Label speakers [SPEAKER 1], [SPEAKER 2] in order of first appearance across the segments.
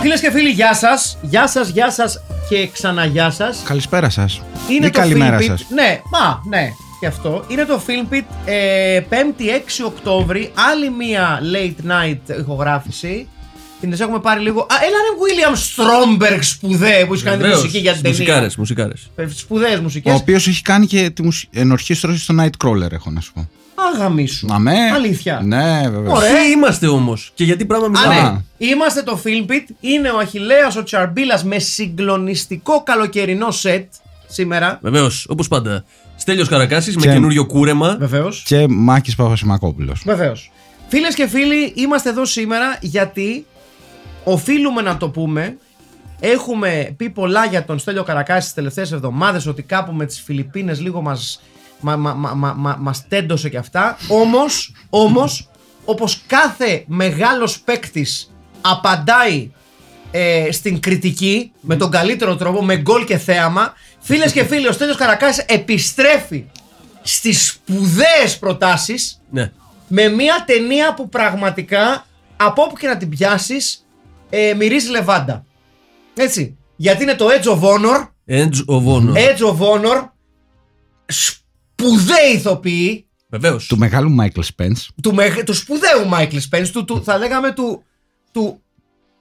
[SPEAKER 1] Φίλε και φίλοι, γεια σας. Γεια σας, γεια σας και ξανά γεια σας.
[SPEAKER 2] Καλησπέρα σας.
[SPEAKER 1] Είναι το
[SPEAKER 2] Ή καλημέρα
[SPEAKER 1] Filmpit.
[SPEAKER 2] σας.
[SPEAKER 1] Ναι, μα, ναι, και αυτό. Είναι το Filmpit ε, 5η 6 Οκτώβρη. Άλλη μία late night ηχογράφηση. Την τις έχουμε πάρει λίγο. Α, έλα ρε William Stromberg σπουδέ που έχει κάνει τη μουσική για την ταινία. Ε,
[SPEAKER 3] Μουσικάρες, μουσικάρες.
[SPEAKER 1] Σπουδαίε
[SPEAKER 2] Ο
[SPEAKER 1] μουσικέ.
[SPEAKER 2] οποίος έχει κάνει και τη μουσ... ενορχήστρωση στο Nightcrawler, έχω να σου πω.
[SPEAKER 1] Αγαμίσου.
[SPEAKER 2] Να με.
[SPEAKER 1] Αλήθεια.
[SPEAKER 2] Ναι, βέβαια.
[SPEAKER 1] Ωραία.
[SPEAKER 3] Ποιοι είμαστε όμως και γιατί πράγμα
[SPEAKER 1] Α,
[SPEAKER 3] μιλάμε.
[SPEAKER 2] Α.
[SPEAKER 1] ναι. Είμαστε το Filmpit. Είναι ο Αχηλέα ο Τσαρμπίλας με συγκλονιστικό καλοκαιρινό σετ σήμερα.
[SPEAKER 3] Βεβαίως, όπως πάντα. Στέλιος Καρακάσης με
[SPEAKER 2] Και-
[SPEAKER 3] καινούριο κούρεμα.
[SPEAKER 1] Βεβαίως.
[SPEAKER 2] Και Μάκης Παπασημακόπουλο.
[SPEAKER 1] Βεβαίως. Φίλες και φίλοι, είμαστε εδώ σήμερα γιατί οφείλουμε να το πούμε. Έχουμε πει πολλά για τον Στέλιο Καρακάση τις τελευταίες εβδομάδες, ότι κάπου με τις Φιλιππίνες λίγο μας μα, μα, μα, μα, μα- μας τέντωσε και αυτά. Όμως, όμως, όπως κάθε μεγάλος παίκτης απαντάει ε, στην κριτική με τον καλύτερο τρόπο, με γκολ και θέαμα, φίλες και φίλοι, ο Στέλιος Καρακάσης επιστρέφει στις σπουδαίες προτάσεις
[SPEAKER 3] Ναι.
[SPEAKER 1] με μια ταινία που πραγματικά από όπου και να την πιάσεις ε, μυρίζει λεβάντα. Έτσι. Γιατί είναι το Edge of Honor.
[SPEAKER 3] Edge of Honor.
[SPEAKER 1] Edge of Honor. Σπουδαίοι ηθοποιοί.
[SPEAKER 3] Βεβαίως.
[SPEAKER 2] Του μεγάλου Μάικλ Σπέντ.
[SPEAKER 1] Του, μεγ- του σπουδαίου Michael Spence. Του, του, θα λέγαμε του, του,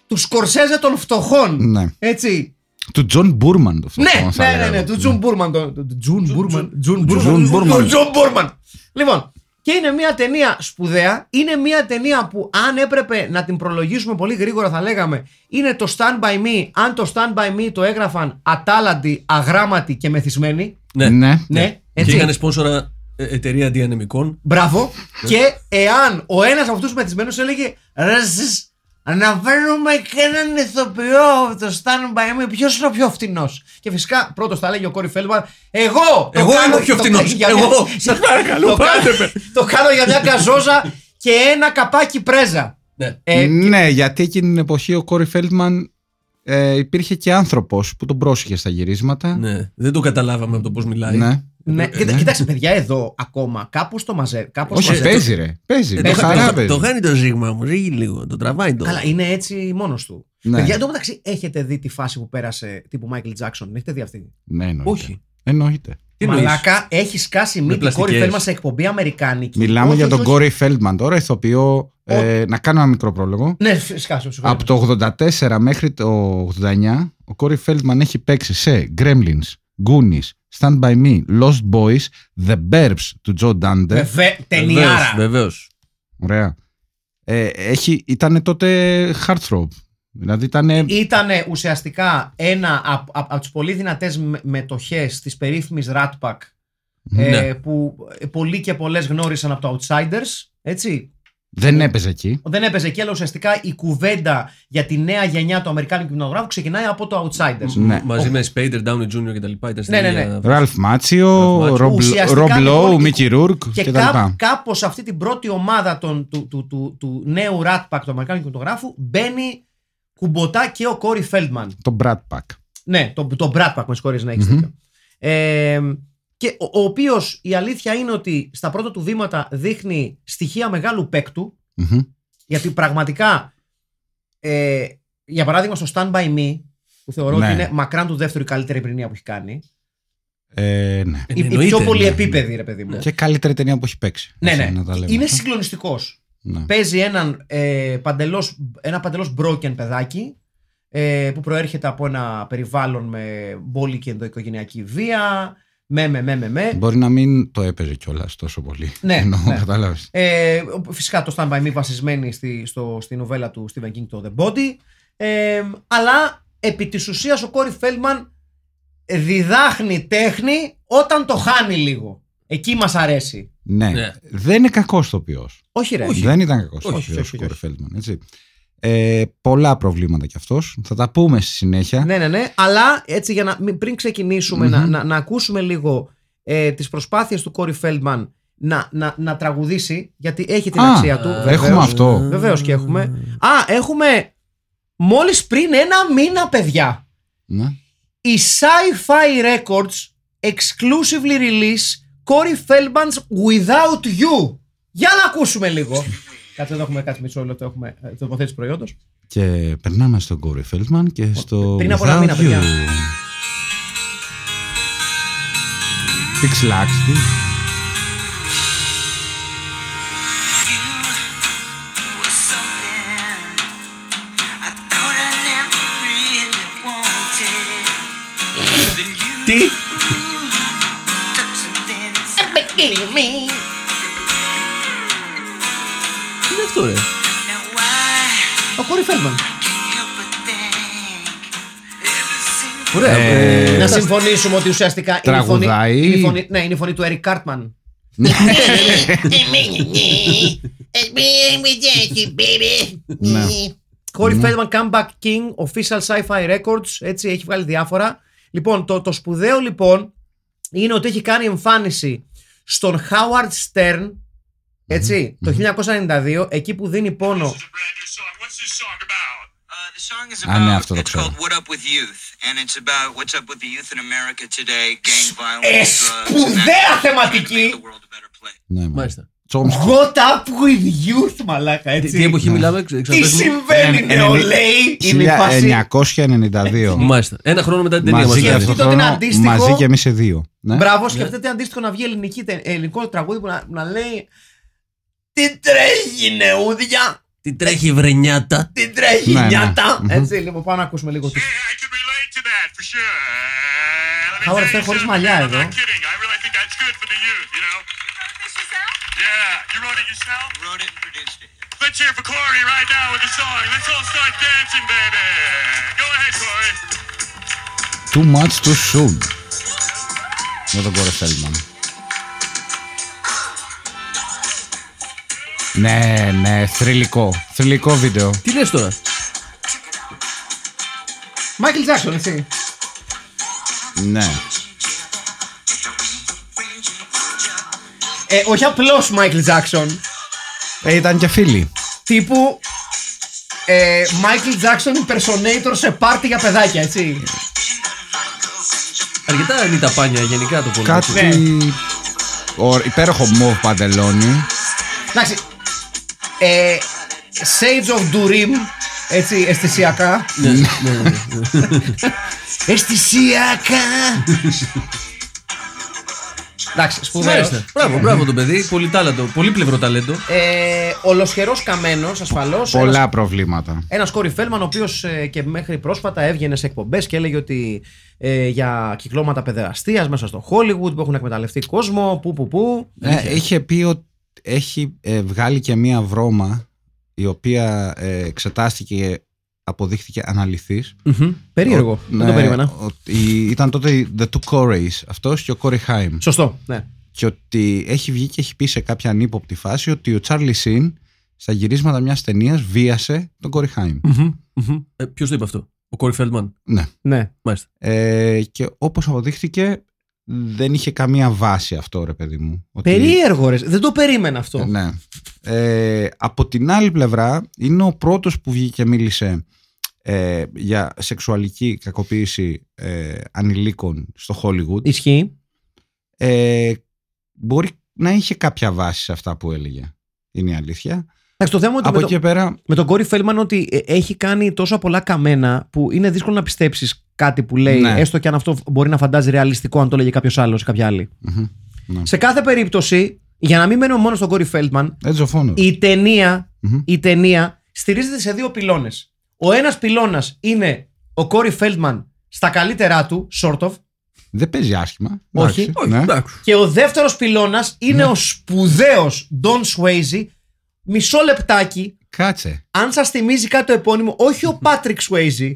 [SPEAKER 1] του Σκορσέζε των φτωχών.
[SPEAKER 2] Ναι.
[SPEAKER 1] Έτσι.
[SPEAKER 2] Του Τζον Μπούρμαν το αυτό.
[SPEAKER 1] Ναι,
[SPEAKER 2] θα
[SPEAKER 1] ναι,
[SPEAKER 2] έλεγα
[SPEAKER 1] ναι, ναι,
[SPEAKER 2] εγώ.
[SPEAKER 1] του Τζουν Μπούρμαν. τον- τον- τον Τζουν Μπούρμαν. Τζουν
[SPEAKER 2] Τζουν Μπούρμαν.
[SPEAKER 1] Του Τζουν Μπούρμαν. Λοιπόν, και είναι μια ταινία σπουδαία. Είναι μια ταινία που αν έπρεπε να την προλογίσουμε πολύ γρήγορα θα λέγαμε είναι το Stand By Me. Αν το Stand By Me το έγραφαν ατάλλαντοι, αγράμματοι και μεθυσμένοι.
[SPEAKER 3] Ναι.
[SPEAKER 2] Ναι.
[SPEAKER 1] Ναι,
[SPEAKER 3] Και
[SPEAKER 1] έτσι.
[SPEAKER 3] είχαν σπόνσορα ε, εταιρεία διανεμικών.
[SPEAKER 1] Μπράβο. και εάν ο ένας από αυτού μεθυσμένου έλεγε Ρε, εσείς, να φέρουμε και έναν ηθοποιό από το Stand By Me, ποιος είναι ο πιο φθηνό. Και φυσικά πρώτος τα λέγει ο Κόρι Φέλμαν, Εγώ! το
[SPEAKER 3] Εγώ
[SPEAKER 1] κάνω-
[SPEAKER 3] είμαι ο πιο
[SPEAKER 1] το-
[SPEAKER 3] φθηνός.
[SPEAKER 1] για μια-
[SPEAKER 3] Εγώ. Σας παρακαλώ,
[SPEAKER 1] το κάνω-
[SPEAKER 3] πάρτε με.
[SPEAKER 1] Το κάνω για μια καζόζα και ένα καπάκι πρέζα.
[SPEAKER 3] Ναι.
[SPEAKER 1] Ε,
[SPEAKER 2] ναι, γιατί εκείνη την εποχή ο Κόρι Φέλτμαν ε, υπήρχε και άνθρωπος που τον πρόσεχε στα γυρίσματα.
[SPEAKER 3] ναι. Δεν το καταλάβαμε από το πώς μιλάει.
[SPEAKER 2] Ναι.
[SPEAKER 1] ναι,
[SPEAKER 2] Ε,
[SPEAKER 1] κοίτα-
[SPEAKER 2] ναι.
[SPEAKER 1] Κοιτάξτε, παιδιά, εδώ ακόμα κάπως το μαζεύει. Κάπως
[SPEAKER 2] Όχι,
[SPEAKER 1] μαζεύει.
[SPEAKER 2] παίζει ρε. Παίζει.
[SPEAKER 3] Ε,
[SPEAKER 2] με
[SPEAKER 3] το,
[SPEAKER 2] χαρά
[SPEAKER 3] το,
[SPEAKER 2] παίζει.
[SPEAKER 3] το κάνει το ζήγμα μου, ζήγει λίγο, το τραβάει το.
[SPEAKER 1] Καλά, είναι έτσι μόνος του.
[SPEAKER 2] Ναι.
[SPEAKER 1] Παιδιά, εν τω μεταξύ, έχετε δει τη φάση που πέρασε τύπου Michael Jackson. Έχετε δει αυτή.
[SPEAKER 2] Ναι, εννοείται.
[SPEAKER 3] Όχι.
[SPEAKER 2] Εννοείται.
[SPEAKER 3] Τι εννοείς?
[SPEAKER 1] Μαλάκα, έχει σκάσει μύτη
[SPEAKER 3] πλαστικές.
[SPEAKER 1] κόρη θέλμα σε εκπομπή Αμερικάνικη.
[SPEAKER 2] Μιλάμε
[SPEAKER 1] Όχι,
[SPEAKER 2] για τον
[SPEAKER 1] όχι,
[SPEAKER 2] Κόρι Φέλτμαν τώρα, ηθοποιό. ε, να κάνω ένα μικρό πρόλογο.
[SPEAKER 1] όχι. Ναι, φυσικά, σου συγχωρείτε.
[SPEAKER 2] Από το 84 μέχρι το 89, ο Κόρι Φέλτμαν έχει παίξει σε Gremlins, Goonies, Stand By Me, Lost Boys, The Burbs του Τζο Ντάντε.
[SPEAKER 1] Βεβαίω, ταινιάρα.
[SPEAKER 3] Βεβαίως.
[SPEAKER 2] Ωραία. Ε, έχει, ήταν τότε Heartthrob. Δηλαδή ήταν.
[SPEAKER 1] Ήταν ουσιαστικά ένα από, από, από τις πολύ δυνατές μετοχές της περίφημης Rat Pack ε,
[SPEAKER 3] Ναι.
[SPEAKER 1] που ε, πολλοί και πολλές γνώρισαν από το Outsiders. Έτσι.
[SPEAKER 2] Δεν έπαιζε εκεί.
[SPEAKER 1] Δεν έπαιζε εκεί, αλλά ουσιαστικά η κουβέντα για τη νέα γενιά του Αμερικάνικου κινηματογράφου ξεκινάει από το Outsiders.
[SPEAKER 2] Ναι.
[SPEAKER 3] Μαζί με Spader, Downey Jr. και τα λοιπά. Ήταν στην
[SPEAKER 1] Ναι, ναι,
[SPEAKER 3] ίδια-
[SPEAKER 1] ναι.
[SPEAKER 2] Ραλφ Μάτσιο,
[SPEAKER 3] Ralph
[SPEAKER 1] Ουσιαστικά,
[SPEAKER 2] Ρομπ Λόου,
[SPEAKER 1] λοιπόν,
[SPEAKER 2] Μίκη Ρούρκ
[SPEAKER 1] Και,
[SPEAKER 2] και τα
[SPEAKER 1] κά,
[SPEAKER 2] λοιπά.
[SPEAKER 1] κάπως αυτή την πρώτη ομάδα των, του, του, του, του νέου Rat Pack του Αμερικάνικου κινηματογράφου μπαίνει κουμποτά και ο Κόρι Φέλτμαν.
[SPEAKER 2] Το Brad Pack.
[SPEAKER 1] Ναι, τον το Brad Pack, με συγχωρείς να έχεις
[SPEAKER 2] Μμμ.
[SPEAKER 1] δίκιο. Ε, και ο, ο οποίος η αλήθεια είναι ότι στα πρώτα του βήματα δείχνει στοιχεία μεγάλου παίκτου,
[SPEAKER 2] Μμμ.
[SPEAKER 1] γιατί πραγματικά, ε, για παράδειγμα στο Stand By Me, που θεωρώ
[SPEAKER 2] Ναι.
[SPEAKER 1] ότι είναι μακράν του δεύτερου η καλύτερη πρινία που έχει κάνει.
[SPEAKER 2] Ε, ναι.
[SPEAKER 3] Ε,
[SPEAKER 1] Η, η
[SPEAKER 3] εννοείται,
[SPEAKER 1] πιο
[SPEAKER 3] ναι.
[SPEAKER 1] πολυεπίπεδη, ρε παιδί μου.
[SPEAKER 2] Και καλύτερη ταινία που έχει παίξει.
[SPEAKER 1] Ναι,
[SPEAKER 2] Έτσι,
[SPEAKER 1] ναι.
[SPEAKER 2] να τα λέμε.
[SPEAKER 1] Είναι συγκλονιστικός.
[SPEAKER 2] Ναι.
[SPEAKER 1] παίζει έναν, ε, παντελώς, ένα παντελώς broken παιδάκι ε, που προέρχεται από ένα περιβάλλον με μπόλικη και ενδοοικογενειακή βία, με, με, με, με, με.
[SPEAKER 2] Μπορεί να μην το έπαιζε κιόλας τόσο πολύ.
[SPEAKER 1] Ναι,
[SPEAKER 2] Εννοώ,
[SPEAKER 1] ναι.
[SPEAKER 2] κατάλαβες.
[SPEAKER 1] Ε, φυσικά το Stand By Me βασισμένη στη, στο, στη νοβέλα του Stephen King, το The Body. Ε, αλλά επί της ουσίας ο Κόρι Φέλμαν διδάχνει τέχνη όταν το χάνει λίγο. Εκεί μας αρέσει.
[SPEAKER 2] Ναι.
[SPEAKER 3] Ναι.
[SPEAKER 2] Δεν είναι κακός ποιό.
[SPEAKER 1] Όχι, ρε.
[SPEAKER 2] Δεν ήταν κακός
[SPEAKER 3] Όχι,
[SPEAKER 2] ποιό
[SPEAKER 1] όχι,
[SPEAKER 2] ο
[SPEAKER 1] όχι.
[SPEAKER 2] Κόρι Φέλτμαν. έτσι. Ε, πολλά προβλήματα κι αυτός. Θα τα πούμε στη συνέχεια.
[SPEAKER 1] Ναι, ναι, ναι. Αλλά έτσι για να, μην- πριν ξεκινησουμε να, να, να ακούσουμε λίγο ε, τις προσπάθειες του Κόρι Φέλντμαν να, να, να τραγουδήσει, γιατί έχει την
[SPEAKER 2] Α,
[SPEAKER 1] αξία του.
[SPEAKER 3] ε,
[SPEAKER 1] βεβαίως.
[SPEAKER 2] Έχουμε αυτό.
[SPEAKER 1] Βεβαίως και έχουμε. Α, έχουμε μόλις πριν ένα μήνα, παιδιά.
[SPEAKER 2] Ναι.
[SPEAKER 1] η Sci-Fi Records exclusively release Corey Feldman's Without You. Για να ακούσουμε λίγο. Κάτσε εδώ έχουμε κάτι μισό λεπτό, έχουμε ε, τοποθέτηση προϊόντος.
[SPEAKER 2] Και περνάμε στον Κόρι Φέλτμαν και στο.
[SPEAKER 1] πριν από ένα
[SPEAKER 2] Without
[SPEAKER 1] μήνα,
[SPEAKER 2] You.
[SPEAKER 1] παιδιά.
[SPEAKER 2] Τι ξυλάξ, τι.
[SPEAKER 3] Τι! Τι είναι αυτό, ρε.
[SPEAKER 1] Ο Corey Feldman. Ωραία.
[SPEAKER 2] Ε,
[SPEAKER 1] να συμφωνήσουμε ότι ουσιαστικά είναι η φωνή,
[SPEAKER 2] τραγουδάει.
[SPEAKER 1] είναι η φωνή- ναι, είναι η φωνή του Eric Cartman.
[SPEAKER 2] Ναι.
[SPEAKER 1] Corey Feldman Comeback King, Official Sci-Fi Records, έτσι έχει βγάλει διάφορα. Λοιπόν, το, το σπουδαίο λοιπόν είναι ότι έχει κάνει εμφάνιση στον Howard Stern, ετσι το 1992, εκεί που δίνει πόνο.
[SPEAKER 4] Uh, the song is
[SPEAKER 2] Ah,
[SPEAKER 4] about.
[SPEAKER 2] ναι, αυτό το
[SPEAKER 4] it's
[SPEAKER 2] ξέρω.
[SPEAKER 4] called "What Up with Youth," and it's about what's up with the youth in America today: gang violence, drugs, and that
[SPEAKER 1] σπουδαία
[SPEAKER 4] to make
[SPEAKER 1] θεματική!
[SPEAKER 4] the world a better place.
[SPEAKER 2] Ναι, μάλιστα.
[SPEAKER 3] Μάλιστα.
[SPEAKER 2] Chomsky.
[SPEAKER 1] What up with youth, μαλάκα,
[SPEAKER 3] Τι, τι
[SPEAKER 1] έτσι.
[SPEAKER 3] εποχή μιλάμε, ξε-
[SPEAKER 1] Τι
[SPEAKER 3] ξαφνικά.
[SPEAKER 1] συμβαίνει,
[SPEAKER 2] Ε, ενενήντα-
[SPEAKER 1] νεολαίοι! Είναι η φάση.
[SPEAKER 2] 1992.
[SPEAKER 3] ε, Μάλιστα. Ένα χρόνο μετά την ταινία
[SPEAKER 2] μαζί και
[SPEAKER 1] Σκεφτείτε
[SPEAKER 3] μας.
[SPEAKER 1] ότι
[SPEAKER 2] αυτό το
[SPEAKER 1] είναι
[SPEAKER 2] χρόνο,
[SPEAKER 1] αντίστοιχο.
[SPEAKER 2] μαζί και εμείς σε δύο. Ναι.
[SPEAKER 1] Μπράβο, σκεφτείτε αντίστοιχο να βγει ελληνική, τε- ε, ελληνικό τραγούδι που να, που να λέει. Τι τρέχει, νεούδια!
[SPEAKER 3] Τι τρέχει η βρενιάτα.
[SPEAKER 1] την τρέχει
[SPEAKER 2] Ναι, ναι.
[SPEAKER 1] νιάτα.
[SPEAKER 2] Μμμ.
[SPEAKER 1] Έτσι, λοιπόν, πάμε να ακούσουμε λίγο. τι- Howard Stern χωρίς μαλλιά εδώ.
[SPEAKER 4] Wrote it and produced it.
[SPEAKER 5] Let's hear for Corey right now with the song. Let's all start dancing, baby. Go ahead, Corey.
[SPEAKER 2] Too much too soon. Με τον Κόρε Φέλμαν. Ναι, ναι, θρηλυκό. Θρηλυκό βίντεο.
[SPEAKER 3] Τι λες τώρα.
[SPEAKER 1] Μάικλ Τζάξον, έτσι.
[SPEAKER 2] Ναι.
[SPEAKER 1] Ε, όχι απλώς Μάικλ Τζάξον.
[SPEAKER 2] Ε, ήταν και φίλοι.
[SPEAKER 1] Τύπου. ε, Μάικλ Τζάξον impersonator σε πάρτι για παιδάκια, έτσι.
[SPEAKER 3] Αρκετά είναι τα πάνια γενικά το πολύ.
[SPEAKER 2] Κάτι. Ω, υπέροχο μοβ παντελόνι.
[SPEAKER 1] Εντάξει. Ε, Sage of Durim, έτσι, αισθησιακά.
[SPEAKER 3] Ναι, ναι, ναι, ναι.
[SPEAKER 1] Αισθησιακά. Εντάξει, σπουδαίος.
[SPEAKER 3] Μάλιστα. Μπράβο, μπράβο το παιδί. Πολύ τάλαντο. Πολύ πλευρό ταλέντο.
[SPEAKER 1] Ε, ολοσχερός καμένος, ασφαλώς. ένας
[SPEAKER 2] Πολλά προβλήματα.
[SPEAKER 1] Ένας Κόρι Φέλμαν, ο οποίος και μέχρι πρόσφατα έβγαινε σε εκπομπές και έλεγε ότι ε, για κυκλώματα παιδεραστίας μέσα στο Hollywood που έχουν εκμεταλλευτεί κόσμο, που που που.
[SPEAKER 2] Ε, είχε πει ότι έχει ε, βγάλει και μία βρώμα η οποία ε, εξετάστηκε και αποδείχθηκε αναλυθής.
[SPEAKER 1] Περίεργο. Δεν το
[SPEAKER 2] Ναι,
[SPEAKER 1] περίμενα.
[SPEAKER 2] Ότι ήταν τότε οι The Two Corys, αυτός και ο Corey Haim.
[SPEAKER 1] Σωστό. Ναι.
[SPEAKER 2] Και ότι έχει βγει και έχει πει σε κάποια ανύποπτη φάση ότι ο Charlie Sheen στα γυρίσματα μιας ταινίας βίασε τον Corey Haim.
[SPEAKER 3] Ε, Ποιος το είπε αυτό. Ο Κόρι Φέλτμαν.
[SPEAKER 2] Ναι.
[SPEAKER 1] ναι.
[SPEAKER 3] Μάλιστα.
[SPEAKER 2] Ε, και όπως αποδείχθηκε δεν είχε καμία βάση αυτό ρε παιδί μου. Ότι-
[SPEAKER 1] Περίεργο, ρε. Δεν το περίμενα αυτό.
[SPEAKER 2] Ε, Ναι. Ε, από την άλλη πλευρά, είναι ο πρώτος που βγήκε και μίλησε ε, για σεξουαλική κακοποίηση ε, ανηλίκων στο Hollywood.
[SPEAKER 1] Ισχύει.
[SPEAKER 2] Ε, μπορεί να είχε κάποια βάση σε αυτά που έλεγε. Είναι η αλήθεια.
[SPEAKER 1] Εντάξει, το θέμα είναι ότι
[SPEAKER 2] από
[SPEAKER 1] με,
[SPEAKER 2] εκεί και
[SPEAKER 1] το,
[SPEAKER 2] πέρα,
[SPEAKER 1] με τον Κόρι Φέλμαν ότι ε, έχει κάνει τόσα πολλά καμένα που είναι δύσκολο να πιστέψεις κάτι που λέει,
[SPEAKER 2] Ναι.
[SPEAKER 1] έστω και αν αυτό μπορεί να φαντάζει ρεαλιστικό αν το λέγει κάποιος άλλος ή κάποια άλλη.
[SPEAKER 2] μμμ, ναι.
[SPEAKER 1] Σε κάθε περίπτωση, για να μην μένουμε μόνο στον Κόρι Φέλτμαν,
[SPEAKER 2] έτσι ο φόνος.
[SPEAKER 1] η ταινία,
[SPEAKER 2] Μμμ.
[SPEAKER 1] η ταινία στηρίζεται σε δύο πυλώνες. Ο ένας πυλώνας είναι ο Κόρι Φέλτμαν στα καλύτερά του, sort of.
[SPEAKER 2] Δεν παίζει άσχημα.
[SPEAKER 1] Όχι,
[SPEAKER 2] Εντάξει,
[SPEAKER 3] Όχι,
[SPEAKER 2] ναι.
[SPEAKER 3] εντάξει.
[SPEAKER 1] Και ο δεύτερος πυλώνας είναι ο σπουδαίος Don Swayze. Μισό λεπτάκι,
[SPEAKER 2] Κάτσε.
[SPEAKER 1] αν σας θυμίζει κάτι το επώνυμο, όχι ο Patrick Swayze.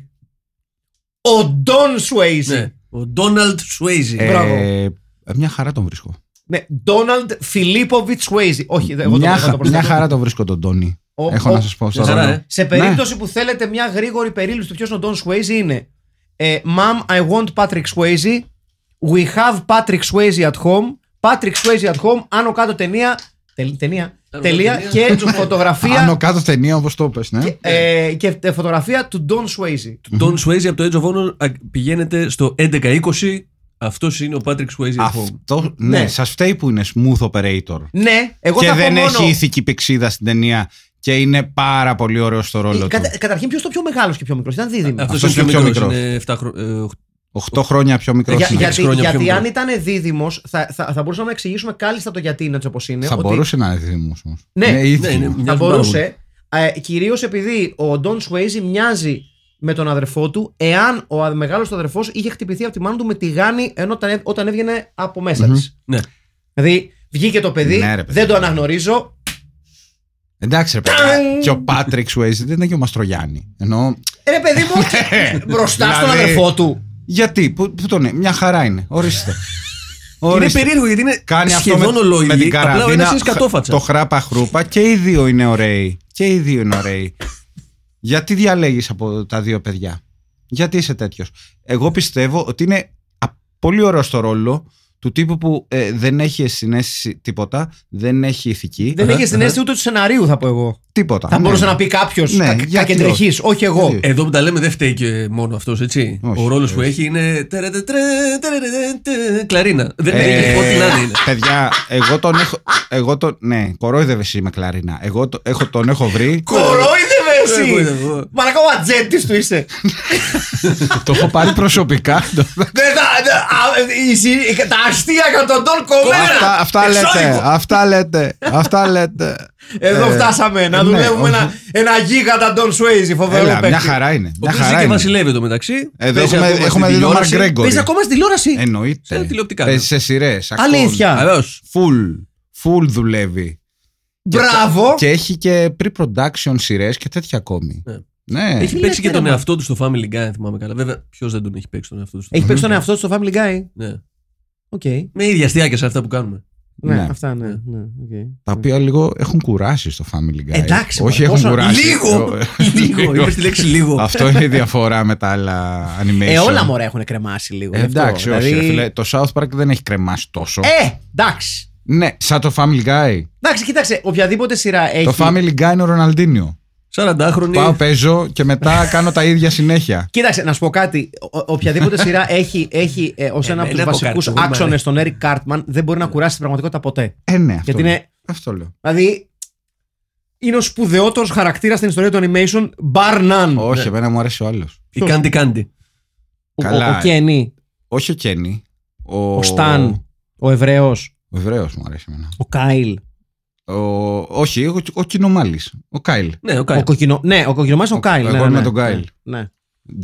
[SPEAKER 1] Ο Don Swayze.
[SPEAKER 3] Ναι. Ο Ντόναλτ Σουέιζι.
[SPEAKER 1] Μπράβο.
[SPEAKER 2] Ε, μια χαρά τον βρίσκω.
[SPEAKER 1] Ναι, Ντόναλντ Φιλίπποβιτ Σουέιζι. Όχι, Ε, εγώ
[SPEAKER 2] μια,
[SPEAKER 1] το, εγώ
[SPEAKER 2] χα-
[SPEAKER 1] το
[SPEAKER 2] μια
[SPEAKER 1] προσθέτω.
[SPEAKER 2] χαρά τον βρίσκω τον Τόνι.
[SPEAKER 1] Ο-
[SPEAKER 2] Έχω
[SPEAKER 1] ο-
[SPEAKER 2] να σας πω. Ναι.
[SPEAKER 3] μια χαρά,
[SPEAKER 2] Σταύρο.
[SPEAKER 3] ε.
[SPEAKER 1] Σε περίπτωση που θέλετε μια γρήγορη περίληψη του ποιος είναι ο Ντόν Σουέιζι, είναι ε, Mom, I want Patrick Swayze. We have Patrick Swayze at home. Patrick Swayze at home. Άνω κάτω ταινία. τε- ταινία.
[SPEAKER 3] Άνω
[SPEAKER 1] Τελεία
[SPEAKER 3] κάτω
[SPEAKER 1] και
[SPEAKER 3] ταινία.
[SPEAKER 2] Άνω
[SPEAKER 1] φωτογραφία.
[SPEAKER 2] κάτω Ναι. ταινία, όπως το είπες. Ναι.
[SPEAKER 1] ε, και ε, φωτογραφία του Ντόν Σουέιζι.
[SPEAKER 3] Τον Σουέιζι από το Edge of Honor α, πηγαίνετε στο 1120. Αυτός είναι ο Patrick Swayze at home.
[SPEAKER 2] Αυτό, ναι,
[SPEAKER 1] Ναι.
[SPEAKER 2] σας φταίει που είναι smooth operator.
[SPEAKER 1] Ναι, εγώ
[SPEAKER 2] και
[SPEAKER 1] θα πω
[SPEAKER 2] δεν
[SPEAKER 1] μόνο-
[SPEAKER 2] έχει ηθική πηξίδα στην ταινία και είναι πάρα πολύ ωραίος στο ρόλο του.
[SPEAKER 1] Ε, Κατα- καταρχήν, ποιος το πιο μεγάλος και πιο μικρός. Ήταν δίδυμο.
[SPEAKER 3] Αυτός
[SPEAKER 2] Αυτός
[SPEAKER 3] είναι
[SPEAKER 2] είναι
[SPEAKER 3] πιο
[SPEAKER 2] πιο
[SPEAKER 3] μικρός.
[SPEAKER 2] μικρός.
[SPEAKER 3] Είναι ε, 7 χρόνια.
[SPEAKER 2] 8 Ε, χρόνια πιο μικρός.
[SPEAKER 1] Για-
[SPEAKER 2] είναι.
[SPEAKER 3] έξι
[SPEAKER 1] γιατί
[SPEAKER 3] χρόνια πιο
[SPEAKER 1] γιατί
[SPEAKER 3] μικρό.
[SPEAKER 1] αν ήταν δίδυμος, θα, θα, θα μπορούσαμε να εξηγήσουμε κάλλιστα το γιατί είναι έτσι όπως είναι.
[SPEAKER 2] θα
[SPEAKER 1] ότι-
[SPEAKER 2] μπορούσε να είναι δίδυμος όμως.
[SPEAKER 1] Ναι, ναι,
[SPEAKER 3] ναι, ναι.
[SPEAKER 1] Θα
[SPEAKER 3] Μοιάζουν
[SPEAKER 1] μπορούσε. Ε, Κυρίως επειδή ο Ντόν Σουέιζι μοιάζει με τον αδερφό του, εάν ο μεγάλο του αδερφός είχε χτυπηθεί από τη μάνα του με τηγάνι ενώ όταν, έ- όταν έβγαινε από μέσα της.
[SPEAKER 3] Ναι.
[SPEAKER 1] Δηλαδή, βγήκε το παιδί,
[SPEAKER 2] Ναι, ρε, παιδί.
[SPEAKER 1] δεν το αναγνωρίζω.
[SPEAKER 2] Εντάξει, ρε παιδιά. και ο Πάτρικ Σουέιζι δεν είναι και ο Μαστρογιάννη. Ενώ.
[SPEAKER 1] Ε, Ρε, παιδί μου, μπροστά στον
[SPEAKER 2] Δηλαδή,
[SPEAKER 1] αδερφό του.
[SPEAKER 2] Γιατί, πού, πού τον είναι, μια χαρά είναι. Ορίστε.
[SPEAKER 3] Είναι
[SPEAKER 2] Ορίστε.
[SPEAKER 3] περίεργο γιατί είναι
[SPEAKER 2] Κάνει αυτό
[SPEAKER 3] σχεδόν
[SPEAKER 2] με, με την
[SPEAKER 3] ολόιδη. Απλά ο ένας
[SPEAKER 2] καραβίνα.
[SPEAKER 3] είναι σκατόφατσα.
[SPEAKER 2] Το χράπα χρούπα και οι δύο είναι ωραίοι. Και οι δύο είναι ωραίοι. Γιατί διαλέγεις από τα δύο παιδιά. Γιατί είσαι τέτοιος. Εγώ πιστεύω ότι είναι α- πολύ ωραίο στο ρόλο του τύπου που ε, δεν έχει συνέστηση τίποτα, δεν έχει ηθική.
[SPEAKER 1] Δεν
[SPEAKER 3] Αχα,
[SPEAKER 1] είχε
[SPEAKER 3] αχα.
[SPEAKER 1] συνέστηση ούτε του σεναρίου, θα πω εγώ.
[SPEAKER 2] Τίποτα.
[SPEAKER 1] Θα
[SPEAKER 2] ναι.
[SPEAKER 1] μπορούσε να πει κάποιος
[SPEAKER 2] Ναι,
[SPEAKER 1] ναι,
[SPEAKER 2] γιατί
[SPEAKER 1] κακεντρεχής, όχι εγώ.
[SPEAKER 2] Γιατί.
[SPEAKER 3] Εδώ που τα λέμε δεν φταίει και μόνο αυτός, έτσι.
[SPEAKER 2] Όχι,
[SPEAKER 3] ο ρόλος
[SPEAKER 2] όχι.
[SPEAKER 3] που έχει είναι. τερετετρε, τερετετρε, Κλαρίνα. Δεν
[SPEAKER 2] Ε,
[SPEAKER 3] έχει ό,τι να είναι.
[SPEAKER 2] Παιδιά, εγώ τον έχω. Εγώ τον, ναι, κορόιδευε εσύ με κλαρίνα. Εγώ το, έχω, τον έχω βρει.
[SPEAKER 1] Κορόιδευε
[SPEAKER 3] Εγώ,
[SPEAKER 1] εσύ!
[SPEAKER 3] εγώ.
[SPEAKER 1] Μαλακά ο ατζέντης του είσαι.
[SPEAKER 2] το έχω πάρει προσωπικά.
[SPEAKER 1] Δεν θα. δε- α, η συ- Τα αστεία κατά τον Ε, Τόλ κομμένα.
[SPEAKER 2] αυτά, αυτά λέτε.
[SPEAKER 1] Εξώδικο.
[SPEAKER 2] Αυτά λέτε. Αυτά λέτε.
[SPEAKER 1] Εδώ
[SPEAKER 2] Ε,
[SPEAKER 1] φτάσαμε να
[SPEAKER 2] ναι,
[SPEAKER 1] δουλεύουμε
[SPEAKER 2] όχι.
[SPEAKER 1] ένα, ένα γίγαντα Ντόν Σουέιζι. Φοβερό
[SPEAKER 2] Έλα,
[SPEAKER 1] παίκτη.
[SPEAKER 2] μια χαρά είναι.
[SPEAKER 3] Ο
[SPEAKER 2] Μια
[SPEAKER 3] οποίο
[SPEAKER 2] χαρά
[SPEAKER 3] και
[SPEAKER 2] είναι.
[SPEAKER 3] βασιλεύει το μεταξύ.
[SPEAKER 2] Εδώ
[SPEAKER 3] Παίζει
[SPEAKER 2] έχουμε,
[SPEAKER 3] ακόμα
[SPEAKER 2] έχουμε
[SPEAKER 3] στην
[SPEAKER 2] δει τον Μαρκ
[SPEAKER 3] τηλεόραση.
[SPEAKER 2] Γκρέγκορη.
[SPEAKER 1] Παίζει ακόμα στη τηλεόραση.
[SPEAKER 2] Ε, Εννοείται.
[SPEAKER 3] Σε τηλεοπτικά.
[SPEAKER 2] Παίζει σε σειρές.
[SPEAKER 1] Αλήθεια.
[SPEAKER 3] Βεβαίως.
[SPEAKER 2] Φουλ. Φουλ δουλεύει.
[SPEAKER 1] Μπράβο.
[SPEAKER 2] Και έχει και pre-production σειρές και τέτοια ακόμη.
[SPEAKER 3] Ναι.
[SPEAKER 2] Ναι.
[SPEAKER 3] Έχει
[SPEAKER 1] Τι λέτε,
[SPEAKER 3] παίξει και τον
[SPEAKER 1] ρε,
[SPEAKER 3] εαυτό του στο Family Guy, αν θυμάμαι καλά. Βέβαια, ποιος δεν τον έχει παίξει τον εαυτό του. στο
[SPEAKER 1] Έχει
[SPEAKER 3] Family
[SPEAKER 1] παίξει τον
[SPEAKER 3] Guy.
[SPEAKER 1] εαυτό του στο Family Guy.
[SPEAKER 3] Ναι.
[SPEAKER 1] Οκ.
[SPEAKER 3] Με ίδια αστεία και σε αυτά που κάνουμε.
[SPEAKER 1] Ναι,
[SPEAKER 2] Ναι.
[SPEAKER 1] αυτά ναι. ναι, οκ.
[SPEAKER 2] Τα οποία λίγο έχουν κουράσει στο Family Guy.
[SPEAKER 1] Εντάξει,
[SPEAKER 2] Ε, Όχι,
[SPEAKER 1] μα,
[SPEAKER 2] έχουν
[SPEAKER 1] πόσο-
[SPEAKER 2] κουράσει. Ε,
[SPEAKER 3] Λίγο! Λίγο! Είπες τη λέξη λίγο.
[SPEAKER 2] Αυτό είναι η διαφορά με τα άλλα animation.
[SPEAKER 1] Ε, όλα μωρά έχουν κρεμάσει λίγο.
[SPEAKER 2] Ε,
[SPEAKER 1] γι' αυτό.
[SPEAKER 2] Εντάξει, όχι.
[SPEAKER 1] Δηλαδή-
[SPEAKER 2] ρε φίλε, το South Park δεν έχει κρεμάσει τόσο.
[SPEAKER 1] Ε, εντάξει.
[SPEAKER 2] Ναι, σαν το Family Guy.
[SPEAKER 1] Εντάξει, κοίταξε, οποιαδήποτε σειρά έχει. Ναι.
[SPEAKER 2] Το Family Guy είναι ο Ροναλντίνιο.
[SPEAKER 3] 40
[SPEAKER 2] Πάω,
[SPEAKER 3] χρόνια.
[SPEAKER 2] παίζω και μετά κάνω τα ίδια συνέχεια.
[SPEAKER 1] Κοίταξε, να σου πω κάτι. Ο- ο- οποιαδήποτε σειρά έχει, έχει ε, ως
[SPEAKER 2] ναι,
[SPEAKER 1] ένα από τους
[SPEAKER 3] Εμένα το
[SPEAKER 1] βασικού
[SPEAKER 3] καρτούν,
[SPEAKER 1] άξονε τον Eric Cartman, δεν μπορεί να κουράσει την πραγματικότητα ποτέ.
[SPEAKER 2] Ε, ναι, αυτό,
[SPEAKER 1] Γιατί είναι-
[SPEAKER 2] αυτό λέω.
[SPEAKER 1] Δηλαδή, είναι ο σπουδαιότερος χαρακτήρας στην ιστορία του animation, bar none. Ο,
[SPEAKER 2] Όχι, εμένα μου αρέσει ο άλλος.
[SPEAKER 3] Η Κάντι Κάντι.
[SPEAKER 1] ο,
[SPEAKER 2] καλά.
[SPEAKER 1] ο Κένι,
[SPEAKER 2] Όχι ο Κένι. Ο,
[SPEAKER 1] ο Σταν, ο Εβραίος,
[SPEAKER 2] Ο Εβραίος μου αρέσει εμένα.
[SPEAKER 1] ο Κάιλ.
[SPEAKER 2] Ο... Όχι, ο, ο Κοινομάλη. Ο Κάιλ.
[SPEAKER 3] Ναι, ο
[SPEAKER 1] Ο
[SPEAKER 3] Κάιν.
[SPEAKER 1] κοκκινο... Ναι, ο κοκκινομάς είναι ο
[SPEAKER 2] Ο-
[SPEAKER 1] Κάιλ.
[SPEAKER 2] εγώ
[SPEAKER 1] ναι,
[SPEAKER 2] είμαι
[SPEAKER 1] ναι,
[SPEAKER 2] τον
[SPEAKER 1] ναι.
[SPEAKER 2] Κάιλ.
[SPEAKER 1] Ναι,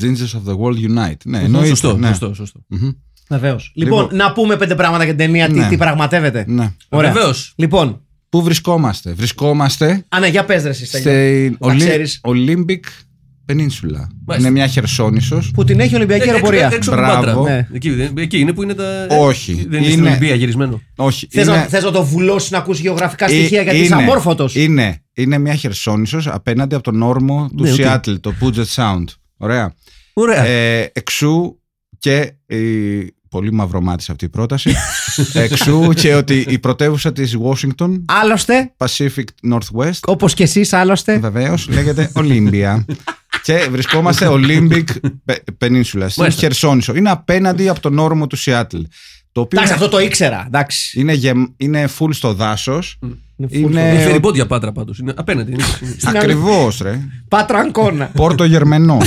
[SPEAKER 2] Gingers of the World Unite. Ναι, εννοείται.
[SPEAKER 3] Σωστό,
[SPEAKER 2] ναι.
[SPEAKER 3] σωστό, σωστό.
[SPEAKER 2] Μμμ.
[SPEAKER 1] βεβαίως. Λοιπόν,
[SPEAKER 2] Λοιπόν.
[SPEAKER 1] να πούμε πέντε πράγματα για την ταινία, τι,
[SPEAKER 2] Ναι.
[SPEAKER 1] τι πραγματεύεται.
[SPEAKER 2] ναι.
[SPEAKER 1] Ωραία.
[SPEAKER 3] Βεβαίως.
[SPEAKER 1] Λοιπόν,
[SPEAKER 2] Πού βρισκόμαστε. Βρισκόμαστε
[SPEAKER 1] α, ναι, για πες ρε εσύ, Στέλιο.
[SPEAKER 2] στην
[SPEAKER 1] τα ξέρεις.
[SPEAKER 2] Olympic Peninsula.
[SPEAKER 3] Μάλιστα.
[SPEAKER 2] Είναι μια χερσόνησος.
[SPEAKER 1] Που την έχει η Ολυμπιακή
[SPEAKER 3] Ε, έξω-
[SPEAKER 1] αεροπορία.
[SPEAKER 3] Έξω από την
[SPEAKER 2] Μπράβο.
[SPEAKER 3] Πάτρα.
[SPEAKER 1] Ναι.
[SPEAKER 3] Εκεί, δεν- εκεί είναι που είναι τα.
[SPEAKER 2] Όχι.
[SPEAKER 3] Δεν είναι στην
[SPEAKER 2] Είναι-
[SPEAKER 3] Ολυμπία γυρισμένο.
[SPEAKER 2] Όχι.
[SPEAKER 1] Θες,
[SPEAKER 2] είναι-
[SPEAKER 1] να, θες να το βουλώσεις να ακούσεις γεωγραφικά
[SPEAKER 2] Ε,
[SPEAKER 1] στοιχεία γιατί είσαι
[SPEAKER 2] είναι- Ε-
[SPEAKER 1] αμόρφωτος.
[SPEAKER 2] Είναι, είναι μια χερσόνησος απέναντι από τον όρμο του
[SPEAKER 3] Ναι, οκ.
[SPEAKER 2] Seattle, το Puget Sound. Ωραία.
[SPEAKER 3] Ωραία.
[SPEAKER 2] Ε, εξού και η... Πολύ μαυρομάτης αυτή η πρόταση. εξού και ότι η πρωτεύουσα της Washington,
[SPEAKER 1] Άλλωστε,
[SPEAKER 2] Pacific Northwest,
[SPEAKER 1] όπως και εσείς άλλωστε,
[SPEAKER 2] βεβαίως λέγεται Olympia. και βρισκόμαστε Olympic Pe- Peninsula, στην
[SPEAKER 3] Μάλιστα.
[SPEAKER 2] Χερσόνησο. Είναι απέναντι από τον όρμο του Seattle. Το οποίο
[SPEAKER 1] Εντάξει, αυτό Mm. το ήξερα. Εντάξει.
[SPEAKER 2] είναι, γεμ- είναι full στο δάσος.
[SPEAKER 3] Ε,
[SPEAKER 2] Είναι...
[SPEAKER 3] δεν φέρει πόντια πάτρα πάντως. Είναι απέναντι. είναι-
[SPEAKER 1] άλλη-
[SPEAKER 2] Ακριβώς ρε.
[SPEAKER 1] Πάτρα Αγκώνα.
[SPEAKER 2] Πόρτο Γερμενό.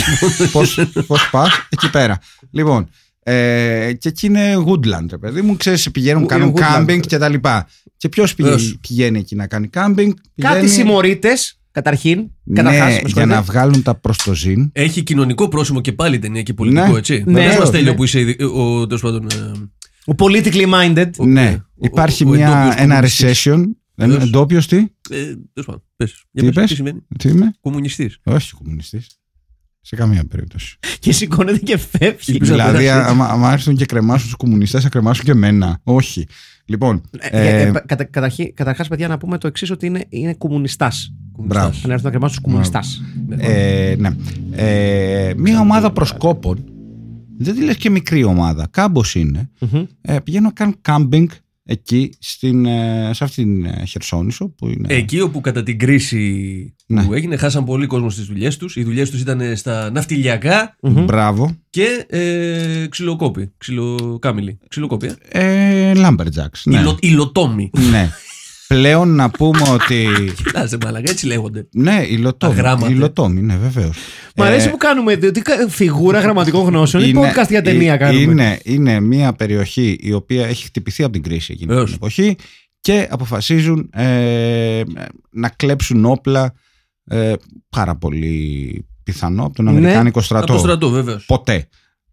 [SPEAKER 2] πώς, πώς πας, εκεί πέρα. Λοιπόν, ε, και εκεί είναι woodland, ρε παιδί μου. Ξέρεις, πηγαίνουν,
[SPEAKER 1] Είναι
[SPEAKER 2] κάνουν
[SPEAKER 1] Ε, woodland,
[SPEAKER 2] κάμπινγκ
[SPEAKER 1] ρε.
[SPEAKER 2] και τα λοιπά. Και ποιος πηγαίνει,
[SPEAKER 3] Βεβαίως.
[SPEAKER 2] πηγαίνει εκεί να κάνει κάμπινγκ.
[SPEAKER 1] Κάτι
[SPEAKER 2] πηγαίνει-
[SPEAKER 1] συμμορίτες, καταρχήν. Καταρχάς, με
[SPEAKER 2] Ναι, για
[SPEAKER 1] συγχωρείτε.
[SPEAKER 2] να βγάλουν τα προς το ζήν.
[SPEAKER 3] Έχει κοινωνικό πρόσημο και πάλι η ταινία και πολιτικό,
[SPEAKER 2] Ναι.
[SPEAKER 3] έτσι.
[SPEAKER 1] Ναι.
[SPEAKER 3] Πες μας τέλειο
[SPEAKER 1] Ναι.
[SPEAKER 3] που είσαι ειδι- ο τέλος πάντων. ε,
[SPEAKER 1] Ο politically minded.
[SPEAKER 3] ο-
[SPEAKER 2] ναι,
[SPEAKER 3] ο-
[SPEAKER 2] υπάρχει
[SPEAKER 3] ο- ο
[SPEAKER 2] μια,
[SPEAKER 3] εντόπιος
[SPEAKER 2] ένα
[SPEAKER 3] κομμουνιστής.
[SPEAKER 2] recession.
[SPEAKER 3] Βεβαίως.
[SPEAKER 2] Εντόπιος τι,
[SPEAKER 3] Ε, τέλος πάντων, πες. Για
[SPEAKER 2] τι
[SPEAKER 3] πες,
[SPEAKER 2] είπες,
[SPEAKER 3] τι σημαίνει.
[SPEAKER 2] τι είμαι,
[SPEAKER 3] Κομμουνιστής.
[SPEAKER 2] όχι κομμουνιστής. Σε καμία περίπτωση.
[SPEAKER 1] Και σηκώνεται και φεύγει.
[SPEAKER 2] δηλαδή, άμα, άμα έρθουν και κρεμάσουν του κομμουνιστές, θα κρεμάσουν και εμένα. Όχι. Λοιπόν.
[SPEAKER 1] Ε,
[SPEAKER 2] ε,
[SPEAKER 1] ε, κατα, καταρχή- καταρχάς, παιδιά, να πούμε το εξής ότι είναι, είναι κομμουνιστάς.
[SPEAKER 2] Μπράβο.
[SPEAKER 1] Αν έρθουν να κρεμάσουν τους κομμουνιστάς.
[SPEAKER 2] Ε, ναι. Ε, μια
[SPEAKER 3] ναι.
[SPEAKER 2] ομάδα προσκόπων, δεν τη λες και μικρή ομάδα, κάμπος είναι,
[SPEAKER 1] Μμμ.
[SPEAKER 2] ε, πηγαίνουν να κάνουν κάμπινγκ εκεί, στην, ε, σε αυτήν την ε, Χερσόνησο που είναι...
[SPEAKER 3] Εκεί όπου κατά την κρίση
[SPEAKER 2] Ναι.
[SPEAKER 3] που έγινε, χάσαν πολύ κόσμο στις δουλειές τους. Οι δουλειές τους ήταν στα ναυτιλιακά
[SPEAKER 2] Mm.
[SPEAKER 1] Μμμ.
[SPEAKER 2] Μπράβο.
[SPEAKER 3] και ε, ξυλοκόπη. Ξυλοκάμιλη. Ξυλοκόπη. ε.
[SPEAKER 2] Ε, Lumberjacks, ναι.
[SPEAKER 3] Οι, λο, οι λοτόμοι.
[SPEAKER 2] ναι. Πλέον να πούμε ότι...
[SPEAKER 3] Κοιτάξτε, μαλακά, έτσι λέγονται.
[SPEAKER 2] Ναι, η Λοτόμη.
[SPEAKER 3] Αγράμματα.
[SPEAKER 2] Η Λοτόμη, ναι, Ε, βεβαίως.
[SPEAKER 1] Μ' αρέσει που κάνουμε διότι κα- φιγούρα γραμματικών γνώσεων. Είναι, podcast για ταινία κάνουμε.
[SPEAKER 2] ε- είναι, είναι μια περιοχή η οποία έχει χτυπηθεί από την κρίση εκείνη την
[SPEAKER 3] Βεβαίως.
[SPEAKER 2] εποχή και αποφασίζουν ε, να κλέψουν όπλα ε, πάρα πολύ πιθανό από τον
[SPEAKER 1] Ναι.
[SPEAKER 2] Αμερικάνικο στρατό.
[SPEAKER 3] Από το στρατό, βέβαια.
[SPEAKER 2] Ποτέ.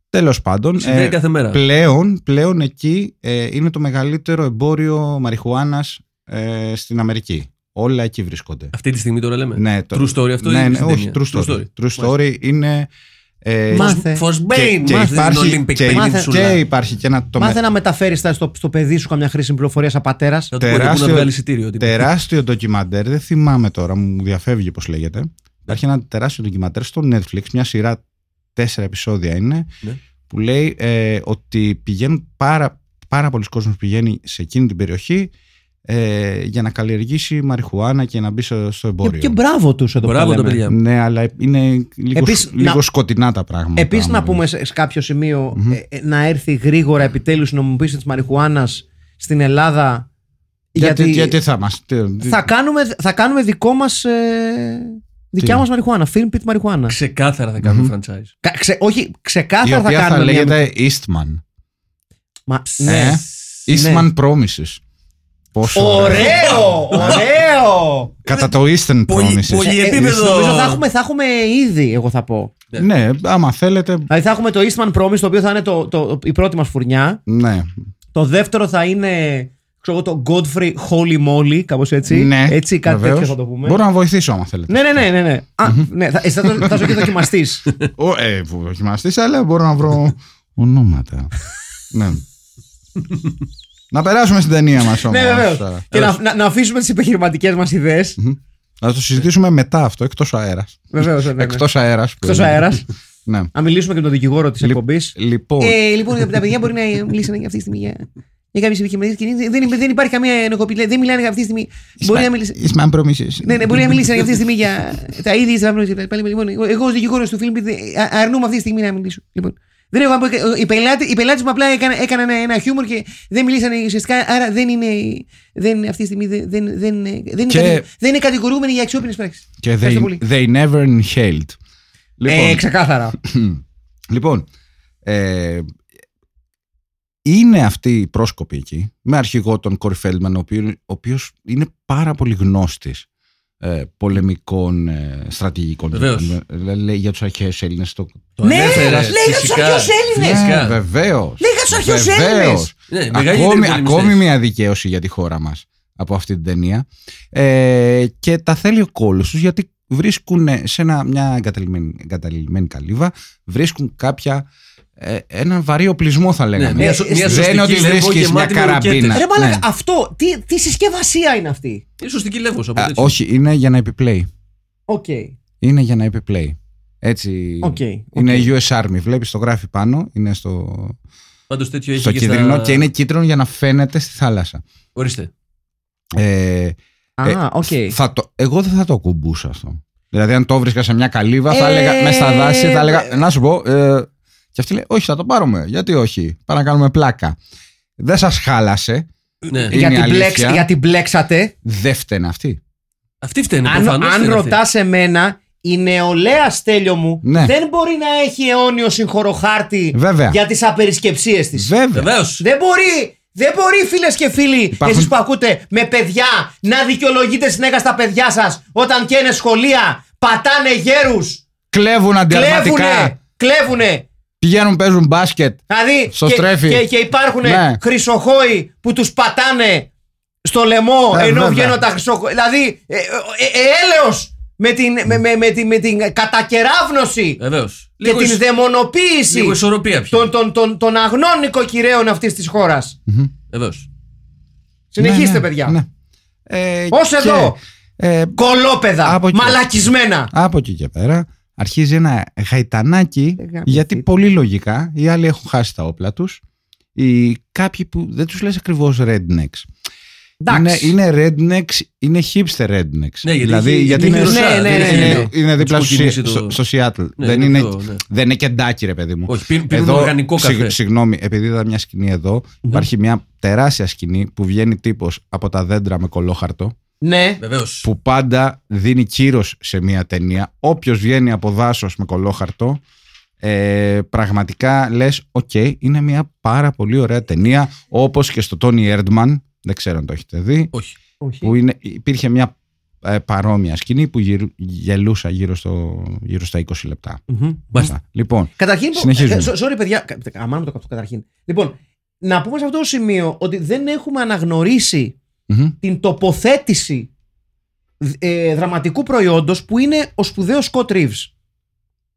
[SPEAKER 2] Τέλος πάντων,
[SPEAKER 3] Συμβαίνει
[SPEAKER 2] ε,
[SPEAKER 3] κάθε μέρα.
[SPEAKER 2] πλέον, πλέον εκεί ε, είναι το μεγαλύτερο εμπόριο μαριχουάνας ε, στην Αμερική. Όλα εκεί βρίσκονται.
[SPEAKER 3] Αυτή τη στιγμή τώρα λέμε.
[SPEAKER 2] Ναι, το-
[SPEAKER 3] True story αυτό
[SPEAKER 2] ναι,
[SPEAKER 3] ή
[SPEAKER 2] ναι,
[SPEAKER 3] στην
[SPEAKER 2] όχι,
[SPEAKER 3] ταινία?
[SPEAKER 2] true story. True story, είναι... ε,
[SPEAKER 1] Μάθε.
[SPEAKER 3] Φοσμπέιν,
[SPEAKER 2] και
[SPEAKER 3] μάθε την Olympic
[SPEAKER 2] και,
[SPEAKER 3] Peninsula.
[SPEAKER 2] και υπάρχει και ένα τομέα-
[SPEAKER 1] Μάθε να μεταφέρεις στο, στο παιδί σου καμιά χρήσιμη πληροφορίας σαν πατέρας.
[SPEAKER 3] Θα του πω και πού να
[SPEAKER 2] τεράστιο-
[SPEAKER 3] βγάλει εισιτήριο. τίποτα.
[SPEAKER 2] τεράστιο ντοκιμαντέρ, δεν θυμάμαι τώρα, μου διαφεύγει πώς λέγεται. Υπάρχει ένα τεράστιο ντοκιμαντέρ στο Netflix, μια σειρά τέσσερα επεισόδια είναι,
[SPEAKER 3] Ναι.
[SPEAKER 2] που λέει ε, ότι πηγαίνουν πάρα, πάρα πολλοί κόσμος πηγαίνει σε εκείνη την περιοχή ε, για να καλλιεργήσει μαριχουάνα και να μπει στο,
[SPEAKER 1] Και,
[SPEAKER 2] στο εμπόριο.
[SPEAKER 1] και μπράβο τους εδώ
[SPEAKER 3] Μπράβο
[SPEAKER 1] που
[SPEAKER 3] τα
[SPEAKER 1] λέμε.
[SPEAKER 3] παιδιά.
[SPEAKER 2] Ναι, αλλά είναι λίγο,
[SPEAKER 1] Επίσης,
[SPEAKER 2] σκ- λίγο
[SPEAKER 1] να-
[SPEAKER 2] σκοτεινά τα πράγματα.
[SPEAKER 1] Επίσης, να
[SPEAKER 2] ναι.
[SPEAKER 1] πούμε σε, σε κάποιο σημείο, ε, ε, να έρθει γρήγορα επιτέλους η νομιμοποίηση της Μαριχουάνας στην Ελλάδα.
[SPEAKER 2] γιατί,
[SPEAKER 1] Γιατί,
[SPEAKER 2] γιατί, θα είμαστε.
[SPEAKER 1] θα, κάνουμε, θα κάνουμε δικό μας. Ε, δικιά
[SPEAKER 2] Τι?
[SPEAKER 1] μας Μαριχουάνα. Film pit Μαριχουάνα.
[SPEAKER 3] Ξεκάθαρα θα κάνουμε franchise.
[SPEAKER 1] Κα- ξε- όχι,
[SPEAKER 2] η
[SPEAKER 1] ξεκάθαρα θα
[SPEAKER 2] οποία θα
[SPEAKER 1] κάνουμε. μια- Ναι.
[SPEAKER 2] λέγεται Eastman.
[SPEAKER 1] Μα- ναι.
[SPEAKER 2] Ε, Eastman Promises. Πόσο
[SPEAKER 1] Ωραίο! Ωραίο! Ε,
[SPEAKER 2] Κατά το Eastern Promises.
[SPEAKER 3] πολυεπίπεδο.
[SPEAKER 1] Νομίζω θα έχουμε, θα έχουμε ήδη, εγώ θα πω.
[SPEAKER 2] Ναι, άμα θέλετε.
[SPEAKER 1] Δηλαδή θα έχουμε το Eastman Promise, το οποίο θα είναι το, το, η πρώτη μας φουρνιά.
[SPEAKER 2] Ναι.
[SPEAKER 1] Το δεύτερο θα είναι ξέρω, εγώ, το Godfrey Holy Moly, κάπως έτσι.
[SPEAKER 2] ναι
[SPEAKER 1] έτσι κάτι
[SPEAKER 2] βεβαίως.
[SPEAKER 1] τέτοιο θα το πούμε.
[SPEAKER 2] Μπορώ να βοηθήσω άμα θέλετε.
[SPEAKER 1] Ναι, ναι, ναι, ναι. ναι. Α, ναι θα, εσύ θα, το- θα είσαι και δοκιμαστής.
[SPEAKER 2] Ο, ε, δοκιμαστής, αλλά μπορώ να βρω ονόματα. ναι. να περάσουμε στην ταινία μας όμω.
[SPEAKER 1] ναι, βεβαίω. και να, να, να αφήσουμε τις επιχειρηματικές μας ιδέες.
[SPEAKER 2] Να το συζητήσουμε μετά αυτό, εκτός αέρας.
[SPEAKER 1] Βεβαίως, ναι, ναι.
[SPEAKER 2] Εκτός αέρας.
[SPEAKER 1] Εκτός αέρας.
[SPEAKER 2] Ναι.
[SPEAKER 1] Να μιλήσουμε και με τον δικηγόρο της
[SPEAKER 2] Λι-
[SPEAKER 1] εκπομπής.
[SPEAKER 2] Λοιπόν,
[SPEAKER 1] Ε, λοιπόν, τα παιδιά μπορεί να μιλήσουν για αυτή τη στιγμή για, για κάποιες επιχειρηματικέ κινήσει. Δεν, δεν υπάρχει καμία ενοχοποιητική. Δεν μιλάνε για αυτή τη στιγμή. Μπορεί να μιλήσει.
[SPEAKER 2] Eastman Promises.
[SPEAKER 1] Ναι, ναι, μπορεί να μιλήσει αυτή τη στιγμή για τα ίδια τη δραπνότητα. Πάλι, λοιπόν, εγώ- εγώ ω δικηγόρο του Φίλιππ αρνούμαι αυτή τη στιγμή να μιλήσω. Λοιπόν. Δεν έχω, να πω- οι πελάτε οι πελάτες μου απλά έκαναν, έκαναν ένα, ένα χιούμορ και δεν μιλήσανε ουσιαστικά, άρα δεν είναι, δεν, είναι αυτή τη στιγμή δεν, δεν, δεν, δεν, είναι,
[SPEAKER 2] Και-
[SPEAKER 1] κατηγο- δεν είναι κατηγορούμενοι για αξιόπινες πράξεις.
[SPEAKER 2] Και
[SPEAKER 1] Ευχαριστώ
[SPEAKER 2] they,
[SPEAKER 1] πολύ.
[SPEAKER 2] they never inhaled.
[SPEAKER 1] Ε, ξεκάθαρα.
[SPEAKER 2] Λοιπόν, ε, είναι αυτοί οι πρόσκοποι εκεί, με αρχηγό τον Κόρι Φέλτμαν, ο οποίος, ο οποίος είναι πάρα πολύ γνώστης ε, πολεμικών ε, στρατηγικών.
[SPEAKER 3] Βεβαίως.
[SPEAKER 2] Ε, λέει για τους αρχαίους Έλληνες. Το... Ε,
[SPEAKER 3] Το
[SPEAKER 1] Ναι,
[SPEAKER 3] ανέφερες,
[SPEAKER 1] λέει για τους
[SPEAKER 3] φυσικά.
[SPEAKER 1] αρχαίους Έλληνες.
[SPEAKER 3] Ναι, Φυσικά.
[SPEAKER 2] βεβαίως.
[SPEAKER 1] Λέει για τους αρχαίους
[SPEAKER 2] Βεβαίως.
[SPEAKER 1] Έλληνες.
[SPEAKER 3] Ναι, μεγαλύτεροι
[SPEAKER 2] ακόμη,
[SPEAKER 3] πολεμιστές.
[SPEAKER 2] ακόμη μια δικαίωση για τη χώρα μας από αυτή την ταινία. Ε, και τα θέλει ο κόλος τους γιατί βρίσκουν σε ένα, μια εγκαταλειμμένη, εγκαταλειμμένη καλύβα, βρίσκουν κάποια ε, έναν βαρύ οπλισμό θα λέγαμε.
[SPEAKER 3] Ναι, μια σο- μια
[SPEAKER 2] Δεν είναι
[SPEAKER 3] σωστική
[SPEAKER 2] ότι
[SPEAKER 3] λευκό
[SPEAKER 2] βρίσκεις μια
[SPEAKER 3] γεμάτη με
[SPEAKER 2] καραμπίνα.
[SPEAKER 3] ρουκέτες.
[SPEAKER 1] Ρε
[SPEAKER 2] Ναι.
[SPEAKER 1] μαλάκα, αυτό, τι, τι συσκευασία είναι αυτή.
[SPEAKER 3] Είναι σωστική λεύος από
[SPEAKER 2] Α,
[SPEAKER 3] τέτοιο.
[SPEAKER 2] όχι, είναι για να επιπλέει.
[SPEAKER 1] Οκ,
[SPEAKER 2] Είναι για να επιπλέει. Έτσι.
[SPEAKER 1] οκ. οκ.
[SPEAKER 2] Είναι US Army. Βλέπεις το γράφει πάνω, είναι στο,
[SPEAKER 3] Πάντως τέτοιο έχει
[SPEAKER 2] στο
[SPEAKER 3] και στα-
[SPEAKER 2] κίτρινο και είναι κίτρινο για να φαίνεται στη θάλασσα.
[SPEAKER 3] Ορίστε.
[SPEAKER 2] Ε,
[SPEAKER 1] Α, οκ.
[SPEAKER 2] Θα το, εγώ δεν θα το ακουμπούσα αυτό. Δηλαδή, αν το βρίσκα σε μια καλύβα, θα
[SPEAKER 1] Ε,
[SPEAKER 2] έλεγα μέσα στα δάση, θα
[SPEAKER 1] ε,
[SPEAKER 2] έλεγα να σου πω. Ε, και αυτή λέει: Όχι, θα το πάρουμε. Γιατί όχι, πάμε να κάνουμε πλάκα. Δεν σας χάλασε.
[SPEAKER 3] Ναι.
[SPEAKER 2] είναι
[SPEAKER 1] Γιατί,
[SPEAKER 2] αλήθεια.
[SPEAKER 1] μπλέξ- γιατί μπλέξατε.
[SPEAKER 2] Δεν φταίνε αυτή.
[SPEAKER 3] Αυτή φταίνε.
[SPEAKER 1] Αν,
[SPEAKER 3] προφανώς
[SPEAKER 1] αν
[SPEAKER 3] φταίνε αυτή.
[SPEAKER 1] ρωτάς εμένα, η νεολαία στέλιο μου
[SPEAKER 2] Ναι.
[SPEAKER 1] δεν μπορεί να έχει αιώνιο συγχωροχάρτη
[SPEAKER 2] Βέβαια.
[SPEAKER 1] για τις απερισκεψίες της.
[SPEAKER 2] Βέβαια.
[SPEAKER 3] Βεβαίως.
[SPEAKER 1] Δεν μπορεί, δεν μπορεί φίλες και φίλοι,
[SPEAKER 2] Υπάρχουν-
[SPEAKER 1] εσείς που ακούτε με παιδιά, να δικαιολογείτε συνέχεια στα παιδιά σας όταν καίνε σχολεία, πατάνε γέρους,
[SPEAKER 2] Κλέβουν αντιαρματικά.
[SPEAKER 1] κλέβουνε, κλέβουνε.
[SPEAKER 2] Πηγαίνουν, παίζουν μπάσκετ.
[SPEAKER 1] Δηλαδή
[SPEAKER 2] Στο
[SPEAKER 1] και,
[SPEAKER 2] στρέφι.
[SPEAKER 1] και, και υπάρχουν
[SPEAKER 2] Ναι.
[SPEAKER 1] χρυσοχόοι που τους πατάνε στο λαιμό
[SPEAKER 2] Ε,
[SPEAKER 1] ενώ
[SPEAKER 2] βέβαια.
[SPEAKER 1] βγαίνουν τα χρυσοχόοι. Δηλαδή ε, ε, ε, έλεος με την, με, με, με, την- με την κατακεράβνωση
[SPEAKER 3] Βεβαίω.
[SPEAKER 1] και την δαιμονοποίηση
[SPEAKER 3] Λίγο ισορροπία πια.
[SPEAKER 1] των, των, των, των αγνών νοικοκυρέων αυτής της χώρας.
[SPEAKER 3] Βεβαίω.
[SPEAKER 1] Συνεχίστε,
[SPEAKER 2] Ναι, ναι,
[SPEAKER 1] παιδιά.
[SPEAKER 2] ναι. Ε,
[SPEAKER 1] Ως
[SPEAKER 2] και,
[SPEAKER 1] εδώ.
[SPEAKER 2] ε,
[SPEAKER 1] Κολόπεδα,
[SPEAKER 2] Από εκεί. Ναι,
[SPEAKER 1] μαλακισμένα.
[SPEAKER 2] από εκεί και πέρα αρχίζει ένα γαϊτανάκι
[SPEAKER 6] Δεν γάμισε.
[SPEAKER 2] γιατί πολύ λογικά οι άλλοι έχουν χάσει τα όπλα τους οι, κάποιοι που δεν τους λες ακριβώς rednecks είναι,
[SPEAKER 1] Εντάξει.
[SPEAKER 2] είναι rednecks, είναι hipster rednecks.
[SPEAKER 3] Ναι, γιατί
[SPEAKER 2] δηλαδή,
[SPEAKER 3] έχει-
[SPEAKER 2] γιατί
[SPEAKER 3] είναι
[SPEAKER 2] είναι,
[SPEAKER 3] γνωστά,
[SPEAKER 2] είναι,
[SPEAKER 1] ναι, ναι, ναι,
[SPEAKER 2] είναι,
[SPEAKER 3] ναι.
[SPEAKER 2] είναι δίπλα
[SPEAKER 3] Τους
[SPEAKER 2] στο,
[SPEAKER 3] κοκκινήσει
[SPEAKER 2] Σι- στο,
[SPEAKER 3] το-
[SPEAKER 2] στο Seattle.
[SPEAKER 3] Ναι,
[SPEAKER 2] δεν,
[SPEAKER 3] είναι
[SPEAKER 2] είναι,
[SPEAKER 3] αυτό, ναι.
[SPEAKER 2] δεν είναι κεντάκι, ρε παιδί μου.
[SPEAKER 3] Όχι, πίνουν- πίνουν οργανικό καφέ. Ναι.
[SPEAKER 2] συγγνώμη, επειδή είδα μια σκηνή εδώ, υπάρχει μια τεράστια σκηνή που βγαίνει τύπος από τα δέντρα με κολόχαρτο
[SPEAKER 1] Ναι.
[SPEAKER 3] Βεβαίως.
[SPEAKER 2] που πάντα δίνει κύρος σε μια ταινία. Όποιος βγαίνει από δάσος με κολόχαρτο, ε, πραγματικά λες, οκ, είναι μια πάρα πολύ ωραία ταινία, όπως και στο Τόνι Έρντμαν, δεν ξέρω αν το έχετε δει,
[SPEAKER 3] Όχι.
[SPEAKER 2] που είναι, υπήρχε μια ε, παρόμοια σκηνή που γυρ- γελούσα γύρω, στο, γύρω στα 20 λεπτα
[SPEAKER 3] Μάλιστα.
[SPEAKER 2] Λοιπόν,
[SPEAKER 1] Καταρχήν. που-
[SPEAKER 2] Συνεχίζουμε.
[SPEAKER 1] ε, σο- Sorry, παιδιά. κα- Αμάν με το καυτό, καταρχήν. Λοιπόν, να πούμε σε αυτό το σημείο ότι δεν έχουμε αναγνωρίσει
[SPEAKER 2] μμμ,
[SPEAKER 1] την τοποθέτηση ε, δραματικού προϊόντος που είναι ο σπουδαίος Σκοτ Ρίβς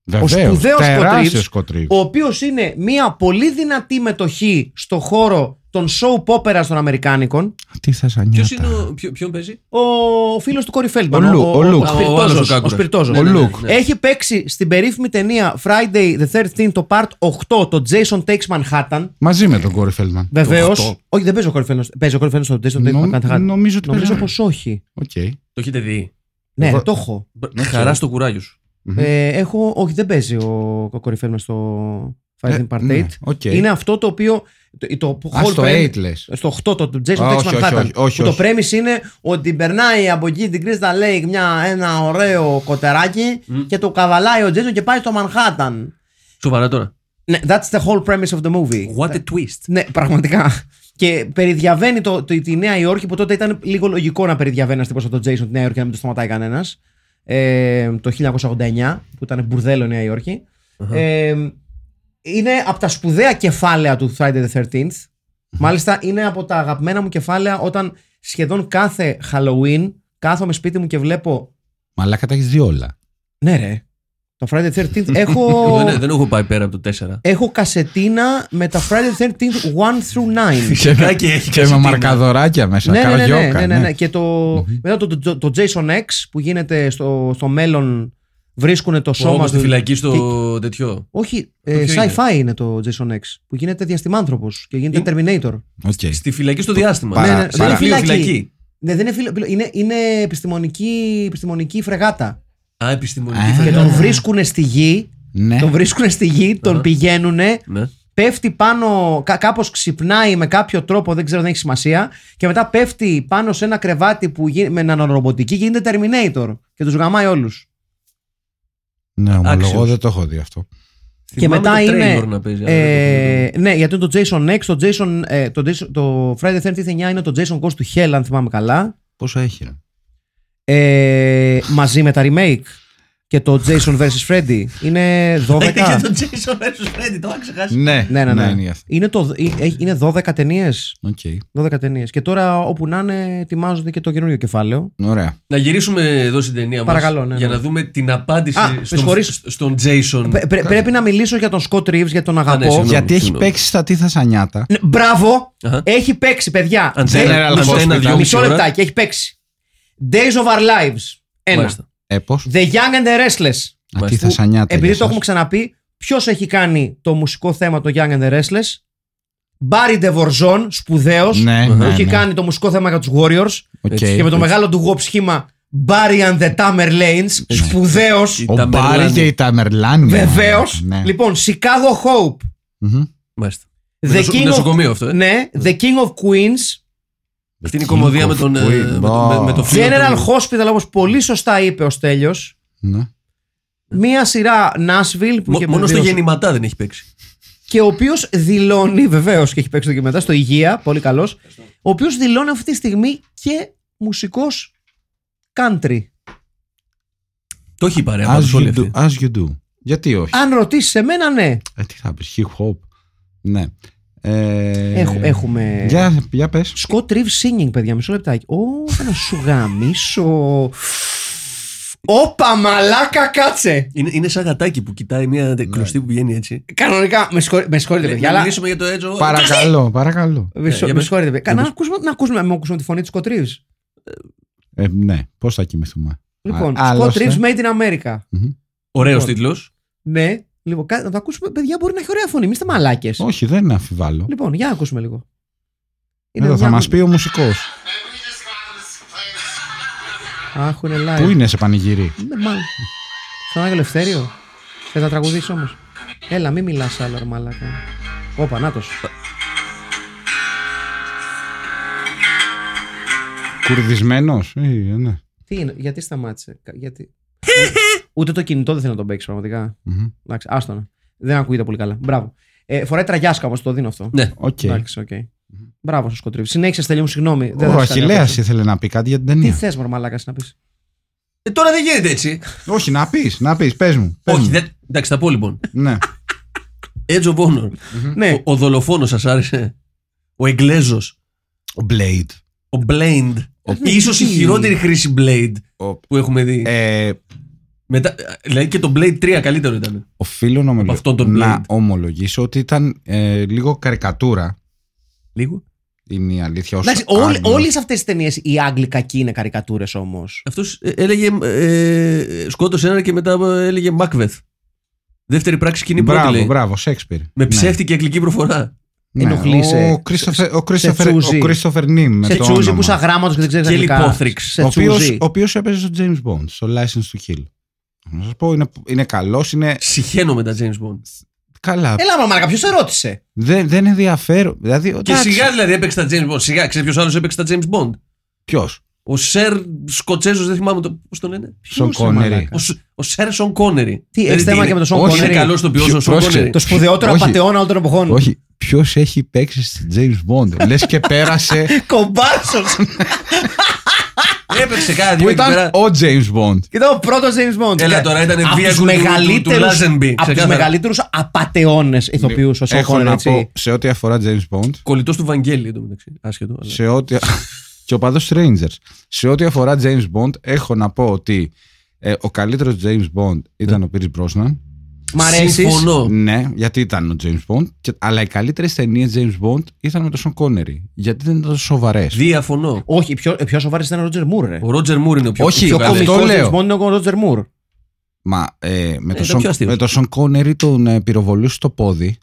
[SPEAKER 2] βεβαίως,
[SPEAKER 1] σπουδαίος
[SPEAKER 2] τεράστιος
[SPEAKER 1] Scott Reeves,
[SPEAKER 2] σκοτρίβ.
[SPEAKER 1] ο οποίος είναι μια πολύ δυνατή μετοχή στο χώρο των soap opera των Αμερικάνικων.
[SPEAKER 2] Τι θα σαν
[SPEAKER 3] Ποιος είναι ο. ποιο- Ποιον παίζει.
[SPEAKER 1] Ο φίλος του Κόρι Feldman,
[SPEAKER 2] Ο Λου- ο Λουκ.
[SPEAKER 3] Ο άλλος ο
[SPEAKER 1] Σπιρτόζος. Ο,
[SPEAKER 3] Κάκουρας.
[SPEAKER 1] Σπιρτόζος.
[SPEAKER 2] Ο
[SPEAKER 3] Ναι, ναι, ναι,
[SPEAKER 2] Λουκ.
[SPEAKER 3] ναι.
[SPEAKER 1] Έχει παίξει στην περίφημη ταινία Friday the 13th το part 8 το Jason Takes Manhattan.
[SPEAKER 2] Μαζί με τον Κόρι Φέλμαν.
[SPEAKER 1] Βεβαίως.
[SPEAKER 3] Το 8.
[SPEAKER 1] Όχι, δεν παίζει ο Κόρι Feldman. Παίζει ο Κόρι Feldman στο Jason Takes
[SPEAKER 2] Νο- Ε,
[SPEAKER 1] Manhattan.
[SPEAKER 2] νομίζω ότι
[SPEAKER 1] Νομίζω
[SPEAKER 2] παίζει.
[SPEAKER 1] πως όχι.
[SPEAKER 2] Οκ.
[SPEAKER 3] Το έχετε δει.
[SPEAKER 1] Ναι,
[SPEAKER 2] Εγώ-
[SPEAKER 1] το έχω.
[SPEAKER 3] Μπ- Χαρά στο κουράγιο σου.
[SPEAKER 2] Μμμ.
[SPEAKER 1] Ε, έχω, όχι, δεν παίζει ο, ο Κορυφαίμα στο Fighting
[SPEAKER 2] Ε,
[SPEAKER 1] Part 8.
[SPEAKER 2] ναι, οκ.
[SPEAKER 1] Είναι αυτό το οποίο. Το, το
[SPEAKER 2] Α,
[SPEAKER 1] whole
[SPEAKER 2] στο
[SPEAKER 1] premise-
[SPEAKER 2] 8 λες.
[SPEAKER 1] Στο 8 το του Jason
[SPEAKER 2] Α,
[SPEAKER 1] Takes
[SPEAKER 2] όχι, όχι,
[SPEAKER 1] Manhattan.
[SPEAKER 2] όχι, όχι,
[SPEAKER 1] που το
[SPEAKER 2] όχι.
[SPEAKER 1] premise είναι ότι περνάει από εκεί την Crystal Lake μια, ένα ωραίο κοτεράκι και το καβαλάει ο Jason και πάει στο Manhattan.
[SPEAKER 3] Σοβαρά τώρα.
[SPEAKER 1] Ναι, that's the whole premise of the movie.
[SPEAKER 3] What a twist.
[SPEAKER 1] Ναι, πραγματικά. Και περιδιαβαίνει το, το, τη Νέα Υόρκη που τότε ήταν λίγο λογικό να περιδιαβαίνει ένας τύπος από τον Jason τη Νέα Υόρκη να μην το σταματάει κανένας. Ε, το 1989, που ήταν μπουρδέλο η Νέα Υόρκη. Ε, είναι από τα σπουδαία κεφάλαια του Friday the 13th. Μάλιστα, είναι από τα αγαπημένα μου κεφάλαια όταν σχεδόν κάθε Halloween κάθομαι σπίτι μου και βλέπω.
[SPEAKER 2] Μαλάκα τα έχεις δει όλα.
[SPEAKER 1] Ναι, ρε. Το Friday the 13th έχω.
[SPEAKER 3] Εγώ Ναι, Δεν, δεν έχω πάει πέρα από το 4.
[SPEAKER 1] έχω κασετίνα με τα Friday the 13th 1 through 9.
[SPEAKER 3] Φυσικάκι έχει
[SPEAKER 2] Και με μαρκαδοράκια μέσα.
[SPEAKER 1] ναι, ναι, ναι,
[SPEAKER 2] καραγιόκα,
[SPEAKER 1] ναι, ναι, ναι. Και το, μετά το, το, το Jason X που γίνεται στο, στο μέλλon βρίσκουν το σώμα
[SPEAKER 3] Σώμα στη
[SPEAKER 1] του-
[SPEAKER 3] φυλακή στο τέτοιο.
[SPEAKER 1] Όχι, ε,
[SPEAKER 3] ποιο
[SPEAKER 1] sci-fi είναι. το Jason X που γίνεται διαστημάνθρωπος και γίνεται Terminator.
[SPEAKER 2] Οκ.
[SPEAKER 3] Στη φυλακή στο διάστημα.
[SPEAKER 2] Παρα-
[SPEAKER 1] ναι, ναι,
[SPEAKER 2] παρα-
[SPEAKER 1] δεν είναι
[SPEAKER 3] Παραφύλιο,
[SPEAKER 1] φυλακή. Ναι, δεν είναι, φιλο- είναι, είναι επιστημονική, επιστημονική φρεγάτα.
[SPEAKER 3] Α, επιστημονική
[SPEAKER 2] Α.
[SPEAKER 1] Και
[SPEAKER 3] φυλακή. Ναι,
[SPEAKER 1] τον βρίσκουν στη γη,
[SPEAKER 2] Ναι.
[SPEAKER 1] τον βρίσκουν στη γη, τον πηγαίνουνε
[SPEAKER 3] Ναι.
[SPEAKER 1] πέφτει πάνω, κά- κάπως ξυπνάει με κάποιο τρόπο, δεν ξέρω, δεν έχει σημασία. Και μετά πέφτει πάνω σε ένα κρεβάτι που γι- με νανορομποτική και γίνεται Terminator. Και τους γαμάει όλους.
[SPEAKER 2] Ναι, ομολογώ,
[SPEAKER 3] Άξιος.
[SPEAKER 2] δεν το έχω δει αυτό.
[SPEAKER 1] και μετά
[SPEAKER 3] το
[SPEAKER 1] είναι.
[SPEAKER 3] Tremor να παίζει, αλλά δεν
[SPEAKER 1] ε, ναι, γιατί είναι το Jason X, το, Jason, ε, το, Jason- το Friday 13th 9 είναι το Jason Goes to Hell, αν θυμάμαι καλά.
[SPEAKER 2] Πόσο έχει, ρε.
[SPEAKER 1] Ε, μαζί με τα remake. Και το Jason vs. Freddy είναι 12.
[SPEAKER 3] Ε, Και τον Jason vs. Freddy, το είχα ξεχάσει.
[SPEAKER 2] Ναι,
[SPEAKER 1] ναι, ναι, ναι.
[SPEAKER 2] είναι αυτό.
[SPEAKER 1] Είναι, το, ε, είναι 12 ταινίες.
[SPEAKER 2] Οκ.
[SPEAKER 1] 12 ταινίες. Και τώρα όπου να είναι, ετοιμάζονται και το καινούριο κεφάλαιο.
[SPEAKER 2] Ωραία.
[SPEAKER 3] Να γυρίσουμε εδώ στην ταινία μας
[SPEAKER 1] Παρακαλώ, ναι,
[SPEAKER 3] για
[SPEAKER 1] ναι.
[SPEAKER 3] να δούμε την απάντηση
[SPEAKER 1] Α, με
[SPEAKER 3] στον,
[SPEAKER 1] συγχωρείς.
[SPEAKER 3] στον Jason.
[SPEAKER 1] Πρέ- πρέ- πρέπει να μιλήσω για τον Σκοτ Ρίβ, για τον
[SPEAKER 3] ναι,
[SPEAKER 1] αγαπώ.
[SPEAKER 3] συγγνώμη.
[SPEAKER 2] Γιατί έχει
[SPEAKER 3] συγγνώμη.
[SPEAKER 2] παίξει στα τίθα σανιάτα.
[SPEAKER 1] Ναι, Μπράβο!
[SPEAKER 3] Αχα.
[SPEAKER 1] Έχει παίξει, παιδιά.
[SPEAKER 3] Αντένα,
[SPEAKER 1] Δε-
[SPEAKER 2] General
[SPEAKER 3] αντένα,
[SPEAKER 2] Hospital.
[SPEAKER 3] δυόμιση
[SPEAKER 1] Μισό
[SPEAKER 3] ώρα.
[SPEAKER 1] λεπτάκι, έχει παίξει. Days of Our Lives. Ένα.
[SPEAKER 3] Μάλιστα.
[SPEAKER 2] Έπω.
[SPEAKER 1] The Young and the Restless.
[SPEAKER 2] Τα
[SPEAKER 3] Μάλιστα.
[SPEAKER 2] τίθα σανιάτα.
[SPEAKER 1] Επειδή
[SPEAKER 2] για
[SPEAKER 1] το
[SPEAKER 2] σας.
[SPEAKER 1] έχουμε ξαναπεί, ποιος έχει κάνει το μουσικό θέμα το Young and the Restless. Barry DeVorzon, σπουδαίος.
[SPEAKER 2] Ναι,
[SPEAKER 3] Που
[SPEAKER 2] ναι,
[SPEAKER 1] Έχει
[SPEAKER 2] ναι.
[SPEAKER 1] κάνει το μουσικό θέμα για τους Warriors.
[SPEAKER 2] Οκ.
[SPEAKER 3] έτσι,
[SPEAKER 1] Και με το μεγάλο του γουόπ σχήμα Barry and the Tamerlanes. Σπουδαίο.
[SPEAKER 3] Η
[SPEAKER 2] Ο Μπάρι
[SPEAKER 3] Ταμερλάνη.
[SPEAKER 2] και η Ταμερλάνη.
[SPEAKER 1] Βεβαίως.
[SPEAKER 2] Ναι. Ναι.
[SPEAKER 1] Λοιπόν, Chicago Hope.
[SPEAKER 2] Μμμ.
[SPEAKER 3] Μάλιστα.
[SPEAKER 1] The
[SPEAKER 3] Νοσο-
[SPEAKER 1] King of-
[SPEAKER 3] Νοσοκομείο αυτό, ε.
[SPEAKER 1] Ναι, The King of Queens.
[SPEAKER 3] Αυτή είναι η κομμωδία με τον. ε,
[SPEAKER 2] Queen.
[SPEAKER 3] με τον- με- με το φίλο
[SPEAKER 1] General
[SPEAKER 3] του-
[SPEAKER 1] Hospital, όπως πολύ σωστά είπε ο Στέλιος.
[SPEAKER 2] Ναι.
[SPEAKER 1] Μία σειρά Nashville που
[SPEAKER 3] Μο-
[SPEAKER 1] είχε
[SPEAKER 3] Μόνο στο
[SPEAKER 1] επιβιώσει.
[SPEAKER 3] γεννηματά δεν έχει παίξει.
[SPEAKER 1] Και ο οποίος δηλώνει, βεβαίως και έχει παίξει το και μετά, στο Υγεία, πολύ καλός. Ο οποίος δηλώνει αυτή τη στιγμή και μουσικός country.
[SPEAKER 3] Το έχει πάρει
[SPEAKER 2] As
[SPEAKER 3] απάντηση όλη
[SPEAKER 2] you do-
[SPEAKER 3] Ε, αυτή.
[SPEAKER 2] As you do. Γιατί όχι.
[SPEAKER 1] Αν ρωτήσεις εμένα, ναι.
[SPEAKER 2] Ε, Τι θα πεις, hip hop. Ναι. Ε,
[SPEAKER 1] Έχου- έχουμε.
[SPEAKER 2] Για, για πες.
[SPEAKER 1] Scott Reeves singing, παιδιά, μισό λεπτάκι. Ω, θα να σου γαμίσω. Όπα μαλάκα κάτσε.
[SPEAKER 3] Είναι, είναι σαν γατάκι που κοιτάει μια κλωστή που πηγαίνει έτσι.
[SPEAKER 1] Κανονικά, με, συγχωρεί- με
[SPEAKER 2] Ε,
[SPEAKER 1] συγχωρείτε, παιδιά,
[SPEAKER 3] Για
[SPEAKER 1] αλλά. Ε,
[SPEAKER 3] να μιλήσουμε για το έτζο.
[SPEAKER 2] Παρακαλώ, παρακαλώ.
[SPEAKER 1] Με, συγχω- με
[SPEAKER 3] για πες.
[SPEAKER 1] συγχωρείτε, παιδιά.
[SPEAKER 3] Για
[SPEAKER 1] Να
[SPEAKER 3] πες.
[SPEAKER 1] ακούσουμε, να ακούσουμε, να ακούσουμε τη φωνή του Σκοτ Ρίβς.
[SPEAKER 2] Ε, ναι, πώς θα κοιμηθούμε.
[SPEAKER 1] Λοιπόν,
[SPEAKER 2] Α,
[SPEAKER 1] Σκοτ
[SPEAKER 2] άλλωστε.
[SPEAKER 1] Ρίβς Made in America.
[SPEAKER 3] Ωραίος
[SPEAKER 1] Λοιπόν.
[SPEAKER 3] τίτλος.
[SPEAKER 1] Ναι, λοιπόν, κα- να το ακούσουμε. Παιδιά, μπορεί να έχει ωραία φωνή, μην είστε μαλάκες.
[SPEAKER 2] Όχι, δεν αμφιβάλλω.
[SPEAKER 1] Λοιπόν, για να ακούσουμε λίγο.
[SPEAKER 2] Εδώ θα
[SPEAKER 1] μια-
[SPEAKER 2] μας πει ο μουσικός.
[SPEAKER 1] Αχ, είναι live.
[SPEAKER 2] Πού είναι σε πανηγύρι.
[SPEAKER 1] Ναι, μάλλον. Στον Άγιο Ελευθέριο. Θες να τραγουδήσει όμως. Έλα, μην μιλάς άλλο, ρε μαλάκα. Όπα, να
[SPEAKER 2] Κουρδισμένο. Ναι.
[SPEAKER 1] Τι είναι, γιατί σταμάτησε. κα- Γιατί... Ούτε το κινητό δεν θέλει να τον παίξει πραγματικά.
[SPEAKER 2] Μμμ.
[SPEAKER 1] Εντάξει, άστονα. Δεν ακούγεται πολύ καλά. Μπράβο. Ε, φοράει τραγιάσκα όμως, το δίνω αυτό.
[SPEAKER 3] Ναι.
[SPEAKER 2] Οκ.
[SPEAKER 1] Εντάξει, οκ. Μπράβο, σας κοτρίβει. Συνέχισε, τελείω, συγγνώμη. δεν θα
[SPEAKER 2] Ο
[SPEAKER 1] σε
[SPEAKER 2] Αχηλέα
[SPEAKER 1] στεναχωρήσω.
[SPEAKER 2] ήθελε να πει κάτι για την
[SPEAKER 1] Τι
[SPEAKER 2] ταινία.
[SPEAKER 1] θε, Μορμαλάκα, να πεις.
[SPEAKER 3] Ε, τώρα δεν γίνεται έτσι.
[SPEAKER 2] Όχι, να πεις, να πεις, πες μου. πες
[SPEAKER 3] Όχι,
[SPEAKER 2] μου.
[SPEAKER 3] δεν. Εντάξει, τα πω λοιπόν.
[SPEAKER 2] Ναι.
[SPEAKER 3] Edge of Honor.
[SPEAKER 1] Ναι,
[SPEAKER 3] Ο, ο δολοφόνος σας άρεσε. Ο Εγγλέζος.
[SPEAKER 2] Ο Blade.
[SPEAKER 3] Ο Blade. Ίσως η
[SPEAKER 1] τι.
[SPEAKER 3] χειρότερη χρήση Blade
[SPEAKER 2] Ο-
[SPEAKER 3] που έχουμε δει.
[SPEAKER 2] Ε,
[SPEAKER 3] Μετά, δηλαδή και το Blade 3 καλύτερο ήταν.
[SPEAKER 2] οφείλω να, ομολογ-
[SPEAKER 3] αυτόν τον
[SPEAKER 2] να
[SPEAKER 3] Blade.
[SPEAKER 2] ομολογήσω ότι ήταν ε, λίγο καρικατούρα.
[SPEAKER 3] Λίγο.
[SPEAKER 2] Είναι η αλήθεια. ως
[SPEAKER 1] Εντάξει, όλε
[SPEAKER 2] άγνωστο.
[SPEAKER 1] όλες αυτές τις ταινίες οι Άγγλοι κακοί είναι καρικατούρες όμως.
[SPEAKER 3] Αυτός έλεγε. Ε, σκότωσε έναν και μετά ε, έλεγε Macbeth. Δεύτερη πράξη κοινή πρώτη
[SPEAKER 2] Μπράβο,
[SPEAKER 3] λέει.
[SPEAKER 2] μπράβο, Σέξπιρ.
[SPEAKER 3] Με
[SPEAKER 1] Ναι.
[SPEAKER 3] ε. ψεύτικη αγγλική προφορά.
[SPEAKER 2] Ναι,
[SPEAKER 1] ενοχλήσε.
[SPEAKER 2] Ο Κρίστοφερ- ο Κρίστοφερ-
[SPEAKER 1] τσούζει.
[SPEAKER 2] ο Κρίστοφερ Νίμ. με
[SPEAKER 1] Σε
[SPEAKER 2] το
[SPEAKER 1] τσούζι
[SPEAKER 2] όνομα.
[SPEAKER 1] που είσαι αγράμματος και δεν ξέρεις
[SPEAKER 3] Και
[SPEAKER 1] αγγλικά.
[SPEAKER 3] λιπόθριξ.
[SPEAKER 1] Σε
[SPEAKER 2] ο οποίος,
[SPEAKER 1] τσούζι.
[SPEAKER 2] ο οποίος έπαιζε στο James Bond, στο License to Kill. Να σας πω, είναι, είναι καλός, είναι
[SPEAKER 3] Συχαίνω με τα James Bond.
[SPEAKER 2] καλά.
[SPEAKER 1] Έλα, μαμάκα, ποιος σε ρώτησε.
[SPEAKER 2] Δεν, δεν ενδιαφέρον. Δηλαδή,
[SPEAKER 3] Και σιγά δηλαδή έπαιξε τα James Bond. Σιγά, ξέρεις ποιος άλλος έπαιξε τα James Bond.
[SPEAKER 2] Ποιος,
[SPEAKER 3] Ο Σερ Σκοτσέζος, δεν θυμάμαι το, πώς τον λένε.
[SPEAKER 2] Σον
[SPEAKER 1] Ποιος,
[SPEAKER 2] Κόνερι.
[SPEAKER 1] μαλάκα.
[SPEAKER 3] Ο, Σ- ο Σερ Σον Κόνερι.
[SPEAKER 1] Τι, έχεις θέμα και με τον Σον
[SPEAKER 3] Όχι,
[SPEAKER 1] Κόνερι.
[SPEAKER 3] είναι καλός το ποιό ο Σον
[SPEAKER 2] Πρόσεξε,
[SPEAKER 3] Κόνερι.
[SPEAKER 1] Το σπουδαιότερο
[SPEAKER 2] Ε, Όχι.
[SPEAKER 1] απαταιώνα όλων των εποχών.
[SPEAKER 2] Όχι, ποιος έχει παίξει στη James Bond. Λες και πέρασε
[SPEAKER 1] Κομπάρσος.
[SPEAKER 3] Έπαιξε κάτι
[SPEAKER 2] που
[SPEAKER 3] εκεί πέρα.
[SPEAKER 2] ήταν ο James Bond.
[SPEAKER 1] Ήταν ο πρώτος James Bond.
[SPEAKER 3] Έλα τώρα, ήτανε
[SPEAKER 1] από
[SPEAKER 3] vehicle
[SPEAKER 1] τους
[SPEAKER 3] του- του
[SPEAKER 1] μεγαλύτερους,
[SPEAKER 3] Lazenby,
[SPEAKER 1] από τους
[SPEAKER 3] ξεκάθαρα.
[SPEAKER 1] μεγαλύτερους απαταιώνες ηθοποιούς ο Sean
[SPEAKER 2] Ναι. Έχω
[SPEAKER 1] Connery,
[SPEAKER 2] να
[SPEAKER 1] έτσι.
[SPEAKER 2] πω σε ό,τι αφορά James Bond,
[SPEAKER 3] Κολλητός του Βαγγέλη εντωμεταξύ. Άσχετο. αλλά-
[SPEAKER 2] σε ό,τι. και ο παδός Strangers. Σε ό,τι αφορά James Bond, έχω να πω ότι ε, ο καλύτερος James Bond ήταν ο Pierce Brosnan.
[SPEAKER 1] Μ' αρέσεις.
[SPEAKER 3] Συμφωνώ.
[SPEAKER 2] Ναι, γιατί ήταν ο James Bond. και- αλλά οι καλύτερες ταινίες James Bond ήταν με τον Σον Κόνερι. Γιατί δεν ήταν τόσο σοβαρές.
[SPEAKER 3] Διαφωνώ.
[SPEAKER 1] Όχι, πιο, πιο σοβαρή ήταν ο Ρότζερ Μουρ, ρε.
[SPEAKER 3] Ο Ρότζερ Μούρ είναι ο πιο
[SPEAKER 2] Όχι,
[SPEAKER 3] πιο
[SPEAKER 2] ο
[SPEAKER 3] καλός.
[SPEAKER 2] κομικός.
[SPEAKER 1] Ο
[SPEAKER 2] το
[SPEAKER 1] James
[SPEAKER 2] λέω.
[SPEAKER 1] Bond είναι ο Ρότζερ Μουρ.
[SPEAKER 2] Μα ε, με,
[SPEAKER 3] ήταν
[SPEAKER 2] τον Sean-
[SPEAKER 3] πιο αστείος.
[SPEAKER 2] με τον Σον Κόνερι τον ε, πυροβολούσε στο πόδι.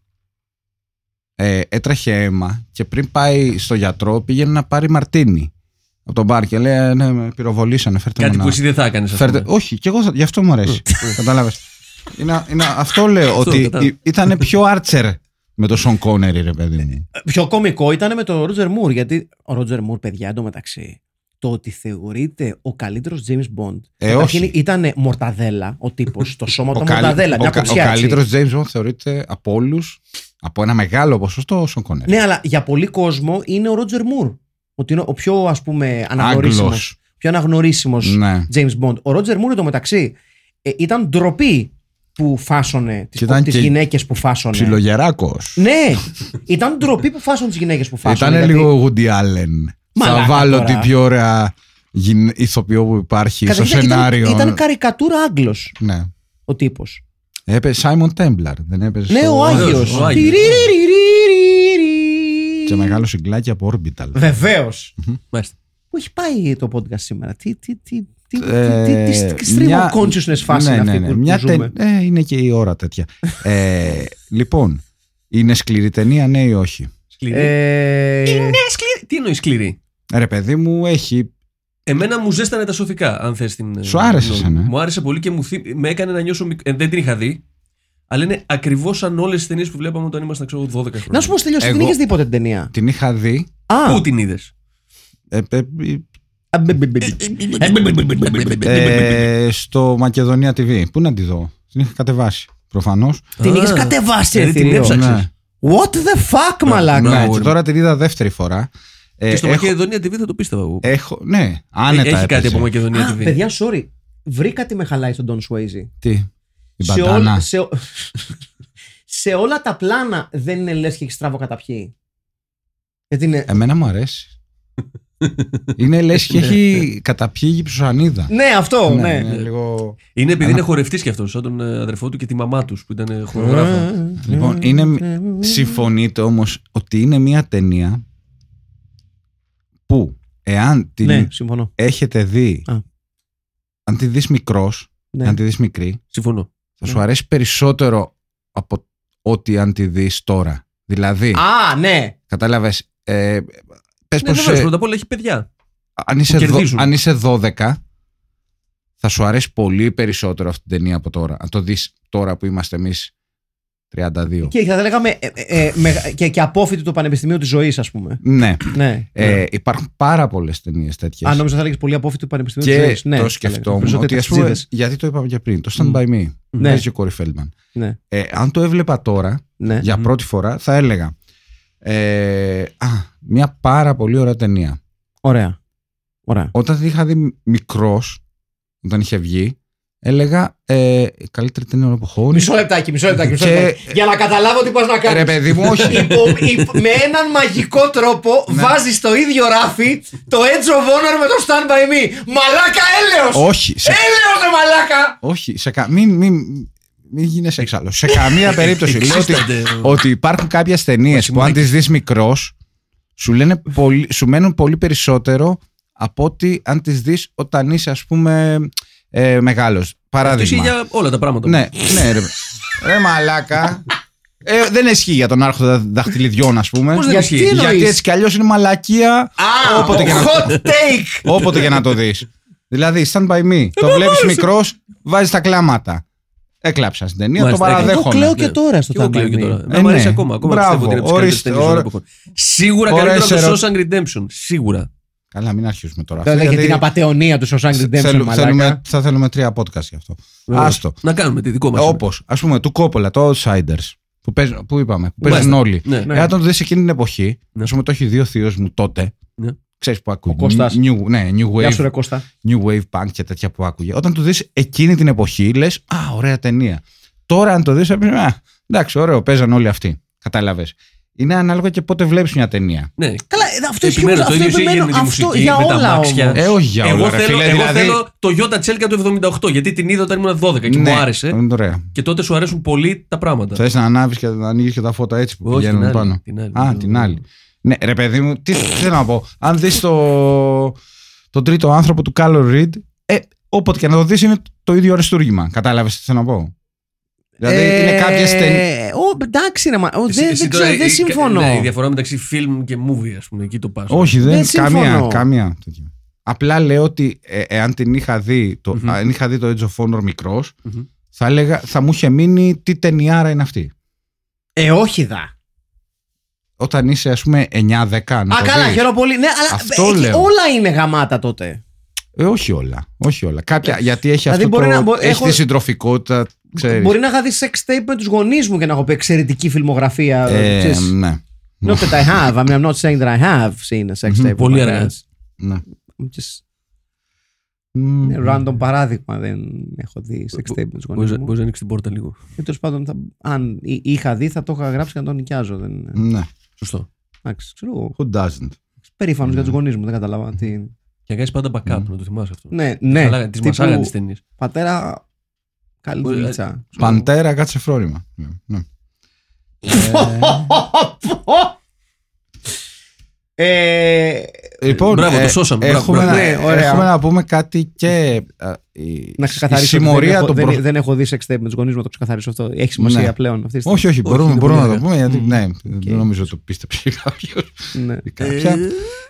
[SPEAKER 2] Ε, έτρεχε αίμα και πριν πάει στο γιατρό πήγαινε να πάρει μαρτίνι από τον μπαρ και λέει «Ε, ναι, με πυροβολήσανε. Φέρτε
[SPEAKER 3] Κάτι
[SPEAKER 2] μου
[SPEAKER 3] που
[SPEAKER 2] να-
[SPEAKER 3] εσύ δεν θα έκανες.
[SPEAKER 2] Φέρτε... Όχι, και εγώ θα- γι' αυτό μου αρέσει. Κατάλαβε. Είναι, είναι, αυτό λέω
[SPEAKER 3] Ε. Αυτό,
[SPEAKER 2] ότι
[SPEAKER 3] κατάλαβα.
[SPEAKER 2] ήταν πιο άρτσερ με τον Σον Κόνερι, ρε παιδί μου.
[SPEAKER 1] πιο κωμικό ήταν με τον Ρότζερ Μουρ. Γιατί ο Ρότζερ Μουρ, παιδιά, εντωμεταξύ, το ότι θεωρείται ο καλύτερος James Bond.
[SPEAKER 2] Ε, όχι.
[SPEAKER 1] ήταν μορταδέλα ο τύπος. το σώμα του
[SPEAKER 2] Ο καλ-
[SPEAKER 1] μορταδέλα.
[SPEAKER 2] ο
[SPEAKER 1] Μια
[SPEAKER 2] κα-
[SPEAKER 1] κοψιά.
[SPEAKER 2] Ο
[SPEAKER 1] έτσι.
[SPEAKER 2] καλύτερος James Bond θεωρείται από όλους, από ένα μεγάλο ποσοστό, ο Σον Κόνερ.
[SPEAKER 1] Ναι, αλλά για πολύ κόσμο είναι ο Ρότζερ Μουρ. Ότι είναι ο πιο ας πούμε αναγνωρίσιμος.
[SPEAKER 2] Άγγλος.
[SPEAKER 1] Πιο αναγνωρίσιμος
[SPEAKER 2] Ναι.
[SPEAKER 1] James Bond. Ο Ρότζερ Μουρ εντωμεταξύ ε, ήταν ντροπή που φάσωνε
[SPEAKER 2] Και
[SPEAKER 1] τι
[SPEAKER 2] ήταν
[SPEAKER 1] τις
[SPEAKER 2] και
[SPEAKER 1] γυναίκες που φάσωνε.
[SPEAKER 2] Ψιλογεράκος.
[SPEAKER 1] Ναι, ήταν ντροπή που φάσωνε τις γυναίκες που φάσωνε.
[SPEAKER 2] Ήταν
[SPEAKER 1] γιατί-
[SPEAKER 2] λίγο Woody Allen.
[SPEAKER 1] Μαλάκα
[SPEAKER 2] Θα βάλω
[SPEAKER 1] τώρα.
[SPEAKER 2] την πιο ωραία γυν- ηθοποιό που υπάρχει στο
[SPEAKER 1] Καταρχήν ήταν-
[SPEAKER 2] σενάριο.
[SPEAKER 1] Ήταν, καρικατούρα Άγγλος
[SPEAKER 2] Ναι.
[SPEAKER 1] ο τύπος.
[SPEAKER 2] Έπαιζε Σάιμον Τέμπλαρ. Δεν έπαιζε.
[SPEAKER 1] Ναι,
[SPEAKER 2] στο-
[SPEAKER 1] ο Άγιος.
[SPEAKER 3] Άγιος, ο Άγιος.
[SPEAKER 2] Και μεγάλο συγκλάκι από Orbital.
[SPEAKER 1] Βεβαίως.
[SPEAKER 3] Μάλιστα.
[SPEAKER 1] Πού έχει πάει το podcast σήμερα, τι, τι, τι, τι, τι,
[SPEAKER 2] Ε,
[SPEAKER 1] τι, τις stream
[SPEAKER 2] μια-
[SPEAKER 1] of consciousness φάση
[SPEAKER 2] ναι,
[SPEAKER 1] είναι
[SPEAKER 2] ναι,
[SPEAKER 1] αυτή
[SPEAKER 2] ναι.
[SPEAKER 1] που,
[SPEAKER 2] Μια
[SPEAKER 1] που ζούμε.
[SPEAKER 2] τε- ε, είναι και η ώρα τέτοια. ε, λοιπόν, είναι σκληρή ταινία, ναι ή όχι.
[SPEAKER 3] Σκληρή.
[SPEAKER 1] Ε,
[SPEAKER 3] σκληρή. Τι εννοείς σκληρή.
[SPEAKER 2] Ρε παιδί μου, έχει
[SPEAKER 3] Εμένα μου ζέστανε τα σωθικά, αν θες την. ε,
[SPEAKER 2] Σου άρεσε
[SPEAKER 3] γνώμη.
[SPEAKER 2] εσένα, ε?
[SPEAKER 3] Μου άρεσε πολύ και μου θυ- με έκανε να νιώσω. μικ- ε, δεν την είχα δει. Αλλά είναι ακριβώς σαν όλες τις ταινίες που βλέπαμε όταν ήμασταν, ξέρω, 12 χρόνια.
[SPEAKER 1] Να σου πω τελειώσει, δεν
[SPEAKER 2] Εγώ-
[SPEAKER 1] είχες δει ποτέ την ταινία.
[SPEAKER 2] την είχα δει.
[SPEAKER 1] Α,
[SPEAKER 3] Πού την είδες.
[SPEAKER 2] ε, ε,
[SPEAKER 1] α, μπι, μπι, μπι.
[SPEAKER 2] ε, στο Μακεδονία TV. Πού να τη δω. Την είχα κατεβάσει προφανώς.
[SPEAKER 1] την είχες κατεβάσει, ρε
[SPEAKER 3] Δηλαδή την
[SPEAKER 1] θηρίο.
[SPEAKER 3] έψαξες.
[SPEAKER 2] Ναι.
[SPEAKER 1] What the fuck,
[SPEAKER 3] μπράβο,
[SPEAKER 1] μαλάκα.
[SPEAKER 2] Ναι, και
[SPEAKER 3] ρε.
[SPEAKER 2] τώρα την είδα δεύτερη φορά. Ε,
[SPEAKER 3] Και στο
[SPEAKER 2] έχω,
[SPEAKER 3] Μακεδονία TV θα το πίστευα εγώ.
[SPEAKER 2] έχω, ναι,
[SPEAKER 3] Έχει
[SPEAKER 2] άνετα.
[SPEAKER 3] κάτι
[SPEAKER 2] έπαιζε.
[SPEAKER 3] από Μακεδονία
[SPEAKER 1] Α,
[SPEAKER 3] TV.
[SPEAKER 1] παιδιά, sorry. Βρήκα τι με χαλάει στον Don Swayze.
[SPEAKER 2] Τι, η
[SPEAKER 1] σε, ό-
[SPEAKER 2] μπατάνα.
[SPEAKER 1] σε, ό- σε όλα τα πλάνα δεν είναι λες και έχεις στραβοκαταπιεί. Γιατί είναι.
[SPEAKER 2] Εμένα μου αρέσει. Είναι λες και
[SPEAKER 3] Ναι.
[SPEAKER 2] έχει καταπιεί ψουσανίδα.
[SPEAKER 1] Ναι, αυτό, ναι.
[SPEAKER 2] είναι λίγο...
[SPEAKER 3] Είναι επειδή είναι χορευτής κι αυτός, σαν τον ε, αδερφό του και τη μαμά τους που ήταν ε, χορογράφο.
[SPEAKER 2] Λοιπόν, είναι... συμφωνείτε όμως ότι είναι μια ταινία που εάν την
[SPEAKER 1] Ναι, συμφωνώ.
[SPEAKER 2] έχετε δει,
[SPEAKER 6] Α.
[SPEAKER 2] αν τη δεις μικρός,
[SPEAKER 6] Ναι.
[SPEAKER 2] αν τη δεις μικρή,
[SPEAKER 3] Συμφωνώ.
[SPEAKER 2] θα σου αρέσει περισσότερο από ό,τι αν τη δεις τώρα. Δηλαδή,
[SPEAKER 1] Α, ναι.
[SPEAKER 2] κατάλαβες, ε, πες
[SPEAKER 3] Ναι,
[SPEAKER 2] πως
[SPEAKER 3] βεβαίως,
[SPEAKER 2] ε,
[SPEAKER 3] πρώτα απ' όλα έχει παιδιά.
[SPEAKER 2] αν, είσαι δο-
[SPEAKER 3] κερδίζουν.
[SPEAKER 2] αν είσαι 12, θα σου αρέσει πολύ περισσότερο αυτή την ταινία από τώρα. Αν το δεις τώρα που είμαστε εμείς 32.
[SPEAKER 1] Και θα λέγαμε ε, ε, ε, με- και, και απόφοιτο του Πανεπιστημίου της Ζωής, ας πούμε.
[SPEAKER 2] Ναι,
[SPEAKER 1] Ναι.
[SPEAKER 2] ε, υπάρχουν πάρα πολλές ταινίες τέτοιες.
[SPEAKER 1] Αν νόμιζα θα λέγε πολύ απόφοιτο του Πανεπιστημίου της
[SPEAKER 2] και
[SPEAKER 1] Ζωής. Ναι,
[SPEAKER 2] το
[SPEAKER 1] θα λέγαμε.
[SPEAKER 2] σκεφτόμουν
[SPEAKER 1] Περισσότεροι
[SPEAKER 2] ότι ας πούμε,
[SPEAKER 1] ταξιτζίδες.
[SPEAKER 2] γιατί το είπαμε και πριν, το Stand By Me,
[SPEAKER 1] Ναι.
[SPEAKER 2] ναι. και ο Κόρι Feldman.
[SPEAKER 1] Ναι.
[SPEAKER 2] Ε, αν το έβλεπα τώρα,
[SPEAKER 1] Ναι.
[SPEAKER 2] για πρώτη φορά θα έλεγα ε, α, μια πάρα πολύ ωραία ταινία.
[SPEAKER 1] Ωραία. Ωραία.
[SPEAKER 2] Όταν την είχα δει μικρός, όταν είχε βγει, έλεγα ε, η καλύτερη ταινία όλων εποχών.
[SPEAKER 1] Μισό λεπτάκι, μισό λεπτάκι. Μισό
[SPEAKER 2] Και-
[SPEAKER 1] λεπτάκι. Για να καταλάβω τι πας να
[SPEAKER 2] Ρε
[SPEAKER 1] κάνει.
[SPEAKER 2] παιδί μου, όχι.
[SPEAKER 1] με έναν μαγικό τρόπο
[SPEAKER 2] Ναι.
[SPEAKER 1] βάζεις στο ίδιο ράφι το Edge of Honor με το Stand By Me. Μαλάκα έλεος!
[SPEAKER 2] όχι, σε,
[SPEAKER 1] Έλεος ρε μαλάκα!
[SPEAKER 2] όχι, σε κα- μην, μην, μην γίνεσαι
[SPEAKER 3] Ε,
[SPEAKER 2] εξάλλου. Σε καμία περίπτωση λέω ότι,
[SPEAKER 3] Εξίστανται.
[SPEAKER 2] ότι υπάρχουν κάποιες ταινίες που αν τις δεις μικρός, σου, λένε πολύ, σου μένουν πολύ περισσότερο από ότι αν τις δεις όταν είσαι ας πούμε ε, μεγάλος.
[SPEAKER 3] Αυτό ισχύει
[SPEAKER 2] Παράδειγμα.
[SPEAKER 3] για όλα τα πράγματα.
[SPEAKER 2] Ναι, ναι, ρε. ρε μαλάκα. Ε, δεν ισχύει για τον άρχοντα δαχτυλιδιών, ας πούμε.
[SPEAKER 3] Πώς δεν
[SPEAKER 2] Γιατί-
[SPEAKER 3] ισχύει?
[SPEAKER 2] Γιατί
[SPEAKER 1] εννοείς?
[SPEAKER 2] έτσι κι αλλιώς είναι μαλακία
[SPEAKER 1] Α,
[SPEAKER 2] Όποτε και να-
[SPEAKER 1] hot take!
[SPEAKER 2] όποτε και να το δεις. Δηλαδή, stand by me. το βλέπει μικρός, βάζεις τα κλάματα. Έκλαψα στην ταινία, το
[SPEAKER 3] Μάλιστα, έκλαψα.
[SPEAKER 6] Εγώ
[SPEAKER 2] παραδέχομαι.
[SPEAKER 6] κλαίω και τώρα στο
[SPEAKER 3] Και ναι. εγώ
[SPEAKER 6] Stand By
[SPEAKER 3] κλαίω και
[SPEAKER 6] Me.
[SPEAKER 3] τώρα.
[SPEAKER 2] Ε,
[SPEAKER 3] Ε, Μ' αρέσει
[SPEAKER 2] ναι.
[SPEAKER 3] ακόμα. Ακόμα
[SPEAKER 2] Μπράβο.
[SPEAKER 3] πιστεύω ότι είναι από τις καλύτερες
[SPEAKER 2] Ορίστε,
[SPEAKER 3] ταινίες όλων
[SPEAKER 2] ωρα-
[SPEAKER 3] εποχών. Σίγουρα
[SPEAKER 2] Ωραίες
[SPEAKER 3] καλύτερα από το
[SPEAKER 2] ερω-
[SPEAKER 3] Shawshank Redemption. Σίγουρα.
[SPEAKER 2] Καλά, μην αρχίσουμε τώρα.
[SPEAKER 1] Τώρα για
[SPEAKER 2] γιατί
[SPEAKER 1] την απαταιωνία του Shawshank
[SPEAKER 2] θ-
[SPEAKER 1] Redemption,
[SPEAKER 2] θέλου-
[SPEAKER 1] μαλάκα.
[SPEAKER 2] θέλουμε, θα θέλουμε τρία podcast γι' αυτό.
[SPEAKER 3] Βεβαίως.
[SPEAKER 2] Άστο.
[SPEAKER 3] Να κάνουμε τη δικό μας.
[SPEAKER 2] Όπως, ας πούμε, του Κόπολα, το Outsiders. Που, παίζουν, που είπαμε, που παίζουν
[SPEAKER 3] Μάλιστα.
[SPEAKER 2] όλοι. Ε,
[SPEAKER 3] Ναι.
[SPEAKER 2] Εάν τον δεις εκείνη την εποχή,
[SPEAKER 3] Ναι.
[SPEAKER 2] ας πούμε, το έχει δει ο θείος μου τότε.
[SPEAKER 3] Ναι.
[SPEAKER 2] Ξέρεις που ακούει.
[SPEAKER 1] Κώστας.
[SPEAKER 2] New, ναι, new
[SPEAKER 1] Γεια
[SPEAKER 2] wave
[SPEAKER 1] σου ρε Κώστα.
[SPEAKER 2] New Wave Punk και τέτοια που άκουγε. Όταν του δεις εκείνη την εποχή, λες Α, ωραία ταινία. Τώρα, αν το δεις, θα πεις Α, εντάξει, ωραίο, παίζαν όλοι αυτοί. Κατάλαβες. Είναι ανάλογα και πότε βλέπεις μια ταινία.
[SPEAKER 3] Ναι.
[SPEAKER 6] Καλά, ε, αυτό ισχύει
[SPEAKER 3] Επιμένω,
[SPEAKER 6] αυτό
[SPEAKER 3] το ίδιο ισχύει
[SPEAKER 6] επιμένω,
[SPEAKER 3] για τη
[SPEAKER 6] αυτό
[SPEAKER 3] μουσική,
[SPEAKER 6] για
[SPEAKER 3] με τα
[SPEAKER 6] όλα όμως.
[SPEAKER 3] αμάξια.
[SPEAKER 2] Ε, όχι για
[SPEAKER 3] Εγώ
[SPEAKER 2] όλα, ρε
[SPEAKER 3] θέλω,
[SPEAKER 2] φίλε.
[SPEAKER 3] εγώ
[SPEAKER 2] δηλαδή,
[SPEAKER 3] θέλω το Ιώτα Τσέλκα του 78 γιατί την είδα όταν ήμουν 12 και
[SPEAKER 2] ναι,
[SPEAKER 3] μου άρεσε.
[SPEAKER 2] είναι Ωραία.
[SPEAKER 3] Και τότε σου αρέσουν πολύ τα πράγματα.
[SPEAKER 2] Θες να ανάβεις και να ανοίγεις και τα φώτα έτσι που
[SPEAKER 3] Όχι, την
[SPEAKER 2] πηγαίνουν
[SPEAKER 3] άλλη,
[SPEAKER 2] πάνω.
[SPEAKER 3] την άλλη.
[SPEAKER 2] Α, την άλλη. Ναι, ρε παιδί μου, τι, τι θέλω να πω. Αν δεις το, τον τρίτο άνθρωπο του Κάλο Ριντ, ε, όποτε και να το δεις είναι το ίδιο αριστούργημα. Κατάλαβες τι θέλω να πω. Δηλαδή είναι
[SPEAKER 6] Ε,
[SPEAKER 2] κάποιε ταινίε.
[SPEAKER 6] ο, εντάξει, ρε, μα, ο,
[SPEAKER 3] Εσύ-
[SPEAKER 6] δεν-
[SPEAKER 3] εσύ
[SPEAKER 6] δεν
[SPEAKER 3] τώρα,
[SPEAKER 6] ξέρω,
[SPEAKER 3] ε,
[SPEAKER 6] δεν συμφωνώ.
[SPEAKER 3] Ναι, η διαφορά μεταξύ film και movie, ας πούμε, εκεί το πας.
[SPEAKER 2] Όχι, δεν,
[SPEAKER 6] Δεν
[SPEAKER 1] Ναι,
[SPEAKER 2] είναι καμία,
[SPEAKER 6] συμφωνώ.
[SPEAKER 2] καμία τέτοια. Απλά λέω ότι ε, εάν την είχα δει το, αν είχα δει το Edge of Honor μικρός,
[SPEAKER 3] Μμμ.
[SPEAKER 2] θα, έλεγα, θα μου είχε μείνει τι ταινιάρα είναι αυτή.
[SPEAKER 1] Ε, όχι δα.
[SPEAKER 2] Όταν είσαι ας πούμε 9-10 να
[SPEAKER 1] Α,
[SPEAKER 2] το
[SPEAKER 1] καλά,
[SPEAKER 2] δεις.
[SPEAKER 1] χαίρομαι πολύ. Ναι, αλλά
[SPEAKER 2] Αυτό
[SPEAKER 1] εκεί
[SPEAKER 2] λέω.
[SPEAKER 1] όλα είναι γαμάτα τότε.
[SPEAKER 2] Ε, όχι όλα. Όχι όλα. Κάποια, γιατί έχει
[SPEAKER 1] Δηλαδή
[SPEAKER 2] αυτό το,
[SPEAKER 1] μπορεί να μπο-
[SPEAKER 2] έχεις
[SPEAKER 1] έχω-
[SPEAKER 2] τη συντροφικότητα, ξέρεις.
[SPEAKER 1] Μπορεί να είχα δει sex tape με τους γονείς μου και να έχω πει εξαιρετική φιλμογραφία.
[SPEAKER 2] Ε,
[SPEAKER 1] ξέρεις.
[SPEAKER 2] ναι,
[SPEAKER 1] Not that I have. I mean, I'm not saying that I have seen a sex tape.
[SPEAKER 3] Πολύ
[SPEAKER 1] but
[SPEAKER 3] αργά.
[SPEAKER 1] that's-
[SPEAKER 2] ναι.
[SPEAKER 1] I'm just-
[SPEAKER 2] Μμ.
[SPEAKER 1] είναι Random παράδειγμα. Δεν έχω δει sex tape με τους γονεί μου.
[SPEAKER 3] Μπορεί να ανοίξει την πόρτα λίγο.
[SPEAKER 1] Και τέλος πάντων, θα- αν εί- είχα δει, θα το είχα γράψει και να τον νοικιάζω. Δεν...
[SPEAKER 2] Ναι.
[SPEAKER 3] Σωστό.
[SPEAKER 1] Εντάξει, ξέρω εγώ.
[SPEAKER 2] Who doesn't.
[SPEAKER 1] Περήφανος για τους γονείς μου, δεν καταλαβα τι.
[SPEAKER 3] Και να κάνει πάντα backup, να το θυμάσαι αυτό.
[SPEAKER 1] Ναι, ναι.
[SPEAKER 3] Καλά, τη
[SPEAKER 1] τύπου
[SPEAKER 3] μασάγα τη ταινία.
[SPEAKER 1] Πατέρα, καλή
[SPEAKER 3] Μπορεί-
[SPEAKER 1] δουλίτσα.
[SPEAKER 2] Παντέρα κάτσε φρόνημα. Ναι, ναι.
[SPEAKER 1] Ε,
[SPEAKER 2] Λοιπόν,
[SPEAKER 3] μπράβο, το σώσαμε. Μπράβο,
[SPEAKER 2] Έχουμε,
[SPEAKER 3] μπράβο.
[SPEAKER 2] να,
[SPEAKER 1] Ναι, ωραία.
[SPEAKER 2] έχουμε να πούμε κάτι και. ε, η,
[SPEAKER 1] Να
[SPEAKER 2] η
[SPEAKER 1] ξεκαθαρίσω. ότι δεν,
[SPEAKER 2] συμμορία
[SPEAKER 1] έχω,
[SPEAKER 2] των
[SPEAKER 1] δεν,
[SPEAKER 2] προ-
[SPEAKER 1] δεν έχω δει sex tape με τους γονείς μου, να το ξεκαθαρίσω αυτό. Έχει σημασία
[SPEAKER 2] Ναι.
[SPEAKER 1] πλέον αυτή τη στιγμή.
[SPEAKER 2] Όχι, όχι, μπορούμε,
[SPEAKER 3] είναι
[SPEAKER 2] μπορούμε
[SPEAKER 3] πολύ
[SPEAKER 2] να το
[SPEAKER 3] αργά.
[SPEAKER 2] πούμε. Γιατί, ναι, δεν νομίζω το πίστεψε κάποιος.
[SPEAKER 1] Ναι.
[SPEAKER 2] κάποια.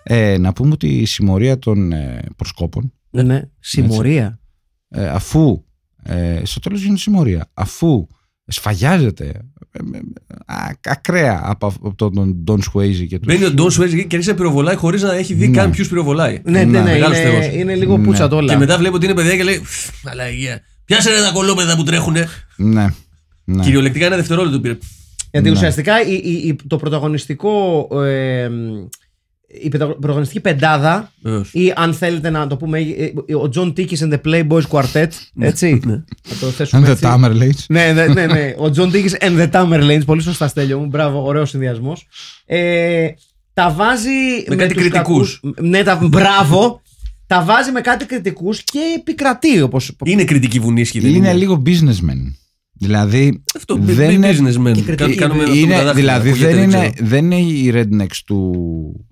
[SPEAKER 2] Ε, να πούμε ότι η συμμορία των ε, προσκόπων,
[SPEAKER 1] Ναι, ναι. Συμμορία.
[SPEAKER 2] ε, αφού. Ε, στο τέλος γίνεται συμμορία. Αφού σφαγιάζεται ε, με- με- α- ακραία από, αυ- από τον Ντόν Σουέιζι και τους.
[SPEAKER 3] Μπαίνει ο Ντόν Σουέζ και αρχίζει να πυροβολάει χωρίς να έχει δει
[SPEAKER 2] Ναι.
[SPEAKER 3] καν ποιο πυροβολάει.
[SPEAKER 1] Ναι, ναι, ναι.
[SPEAKER 3] Μεγάλος
[SPEAKER 1] Είναι,
[SPEAKER 3] θεός.
[SPEAKER 1] είναι λίγο
[SPEAKER 2] Ναι.
[SPEAKER 1] πούτσα το όλα.
[SPEAKER 3] Και μετά βλέπει ότι είναι παιδιά και λέει «Φφ, Αλλαγία. Πιάσε ρε τα κολόπεδα που τρέχουνε.
[SPEAKER 2] Ναι. ναι.
[SPEAKER 3] Κυριολεκτικά ένα δευτερόλεπτο πήρε.
[SPEAKER 1] Γιατί
[SPEAKER 2] Ναι.
[SPEAKER 1] ουσιαστικά η, η, η- το πρωταγωνιστικό. ε, μ, η πετα- πρωταγωνιστική πεντάδα
[SPEAKER 3] Βεβαίως.
[SPEAKER 1] ή αν θέλετε να το πούμε ε, ε, ο John Tickis and the Playboys Quartet
[SPEAKER 2] Ναι.
[SPEAKER 1] έτσι να το θέσουμε
[SPEAKER 2] And the
[SPEAKER 1] έτσι
[SPEAKER 2] Tamerlanes.
[SPEAKER 1] ναι, ναι, ναι, ναι. Ο John Dickens and the Tamerlanes. Πολύ σωστά, Στέλιο μου. Μπράβο, ωραίος συνδυασμός. Ε, τα βάζει.
[SPEAKER 3] Με κάτι
[SPEAKER 1] τους
[SPEAKER 3] κριτικούς.
[SPEAKER 1] κακούς. Ναι, τα, μπράβο. τα βάζει με κάτι κριτικούς και επικρατεί όπως.
[SPEAKER 3] Είναι κριτική βουνίσχη, δεν
[SPEAKER 2] Είναι,
[SPEAKER 3] είναι.
[SPEAKER 2] λίγο businessman. Δηλαδή.
[SPEAKER 3] Αυτό
[SPEAKER 2] δεν
[SPEAKER 3] δεν
[SPEAKER 2] είναι-
[SPEAKER 3] businessman.
[SPEAKER 1] κριτική.
[SPEAKER 3] Κάτι κάνουμε αυτό με τα
[SPEAKER 2] Ε, Είναι,
[SPEAKER 3] δάχτυλα,
[SPEAKER 2] δηλαδή
[SPEAKER 3] ακούγεται,
[SPEAKER 2] δεν
[SPEAKER 3] ξέρω.
[SPEAKER 2] είναι, δεν είναι οι rednecks του,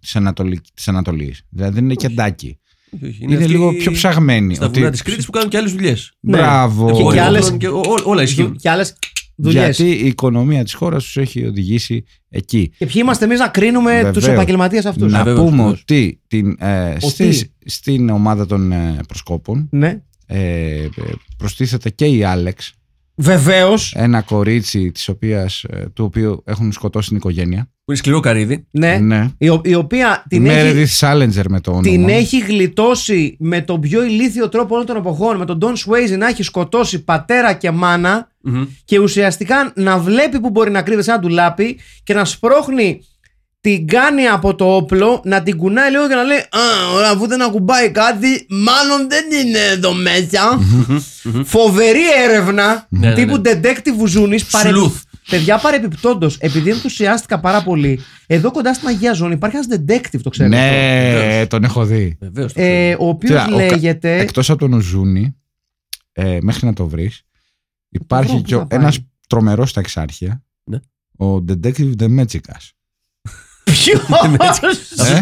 [SPEAKER 2] της, Ανατολή, της Ανατολής. Δηλαδή δεν είναι κεντάκι.
[SPEAKER 3] Όχι, όχι,
[SPEAKER 2] Είναι,
[SPEAKER 3] αυτοί
[SPEAKER 2] λίγο πιο ψαγμένοι.
[SPEAKER 3] Στα βουνά της Κρήτης που κάνουν και άλλες δουλειές.
[SPEAKER 1] Ναι.
[SPEAKER 2] Μπράβο.
[SPEAKER 1] Και- και άλλες-
[SPEAKER 3] Όλα ισχύουν.
[SPEAKER 1] Και άλλες δουλειές.
[SPEAKER 2] Γιατί η οικονομία της χώρας τους έχει οδηγήσει εκεί.
[SPEAKER 1] Και ποιοι είμαστε εμείς να κρίνουμε
[SPEAKER 2] Βεβαίως.
[SPEAKER 1] του επαγγελματίες αυτούς.
[SPEAKER 2] Να
[SPEAKER 3] Βεβαίως,
[SPEAKER 2] πούμε
[SPEAKER 3] βεβαίως.
[SPEAKER 2] ότι, την, ε,
[SPEAKER 1] Ότι.
[SPEAKER 2] στις- στην ομάδα των ε, προσκόπων
[SPEAKER 1] Ναι.
[SPEAKER 2] ε, ε, προστίθεται και η Άλεξ,
[SPEAKER 1] Βεβαίως.
[SPEAKER 2] ένα κορίτσι της οποίας, ε, του οποίου έχουν σκοτώσει την οικογένεια.
[SPEAKER 3] Που είναι σκληρό καρύδι.
[SPEAKER 1] Ναι.
[SPEAKER 2] Ναι.
[SPEAKER 1] Η, ο- η οποία την
[SPEAKER 2] Meredith
[SPEAKER 1] έχει,
[SPEAKER 2] Challenger με το όνομα.
[SPEAKER 1] την έχει γλιτώσει με τον πιο ηλίθιο τρόπο όλων των εποχών. Με τον Don Swayze να έχει σκοτώσει πατέρα και μάνα.
[SPEAKER 3] Μμμ.
[SPEAKER 1] και ουσιαστικά να βλέπει που μπορεί να κρύβεται σε ένα ντουλάπι και να σπρώχνει την κάνει από το όπλο, να την κουνάει λίγο και να λέει «Α, ωραία, αφού δεν ακουμπάει κάτι, μάλλον δεν είναι εδώ μέσα». Φοβερή έρευνα,
[SPEAKER 3] Ναι, ναι,
[SPEAKER 1] τύπου
[SPEAKER 3] ναι.
[SPEAKER 1] detective ζούνης. παρε-
[SPEAKER 3] Sleuth.
[SPEAKER 1] Παιδιά, παρεπιπτόντως, επειδή ενθουσιάστηκα πάρα πολύ, εδώ κοντά στην Αγία Ζώνη υπάρχει ένας detective, το ξέρετε.
[SPEAKER 2] Ναι, τον έχω δει.
[SPEAKER 3] Βεβαίως.
[SPEAKER 1] αυτό. Ε, ο οποίος
[SPEAKER 2] Κοίτα, ο κα-
[SPEAKER 1] λέγεται...
[SPEAKER 2] Εκτός από τον Ουζούνη, ε, μέχρι να το βρεις,
[SPEAKER 1] βρω,
[SPEAKER 2] υπάρχει
[SPEAKER 1] πού
[SPEAKER 2] και
[SPEAKER 1] να
[SPEAKER 2] ο-
[SPEAKER 1] πάει.
[SPEAKER 2] ένας τρομερός στα εξάρχεια,
[SPEAKER 3] Ναι.
[SPEAKER 2] ο Detective Demetsikas.
[SPEAKER 1] Ποιος?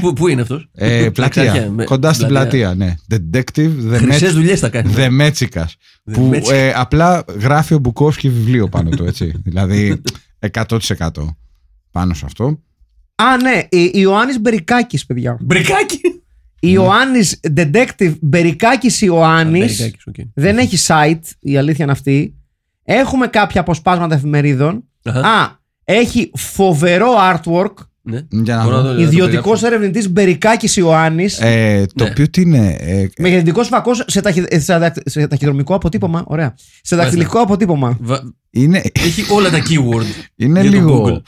[SPEAKER 2] Ε?
[SPEAKER 3] Πού είναι αυτός.
[SPEAKER 2] Ε, πλατεία. Κοντά στην πλατεία, ναι. Detective
[SPEAKER 3] Χρυσές
[SPEAKER 2] Demetsi-
[SPEAKER 3] δουλειές τα κάνει.
[SPEAKER 2] Demetsikas. Που
[SPEAKER 3] Demetsikas.
[SPEAKER 2] ε, απλά γράφει ο Μπουκόφσκι βιβλίο πάνω του, έτσι. δηλαδή 100% πάνω σε αυτό.
[SPEAKER 1] Α, ναι, η- Ιωάννης Μπερικάκης, παιδιά.
[SPEAKER 3] Μπρικάκι.
[SPEAKER 2] Ναι.
[SPEAKER 1] Ιωάννης Detective Μπερικάκης Ιωάννης.
[SPEAKER 3] Μπρικάκης, οκ.
[SPEAKER 1] Δεν έχει site, η αλήθεια είναι αυτή. Έχουμε κάποια αποσπάσματα εφημερίδων.
[SPEAKER 3] Αχα,
[SPEAKER 1] Α, έχει φοβερό artwork.
[SPEAKER 3] ναι.
[SPEAKER 2] Για να
[SPEAKER 3] Μπορώ
[SPEAKER 2] δω.
[SPEAKER 3] να το- να το
[SPEAKER 1] Ιδιωτικός
[SPEAKER 3] περιγράψω.
[SPEAKER 1] ερευνητής Μπερικάκης Ιωάννης.
[SPEAKER 2] Ε, το
[SPEAKER 3] Ναι.
[SPEAKER 2] οποίο τι είναι. ε,
[SPEAKER 1] Με γεννητικό φακός σε, ταχυ... ε, σε δακ- σε ταχυδρομικό αποτύπωμα. Ωραία. Σε
[SPEAKER 2] ναι.
[SPEAKER 1] δακτυλικό αποτύπωμα.
[SPEAKER 3] Βα-
[SPEAKER 2] είναι
[SPEAKER 3] Έχει όλα τα keyword.
[SPEAKER 2] είναι
[SPEAKER 3] Για το Google.
[SPEAKER 2] λίγο.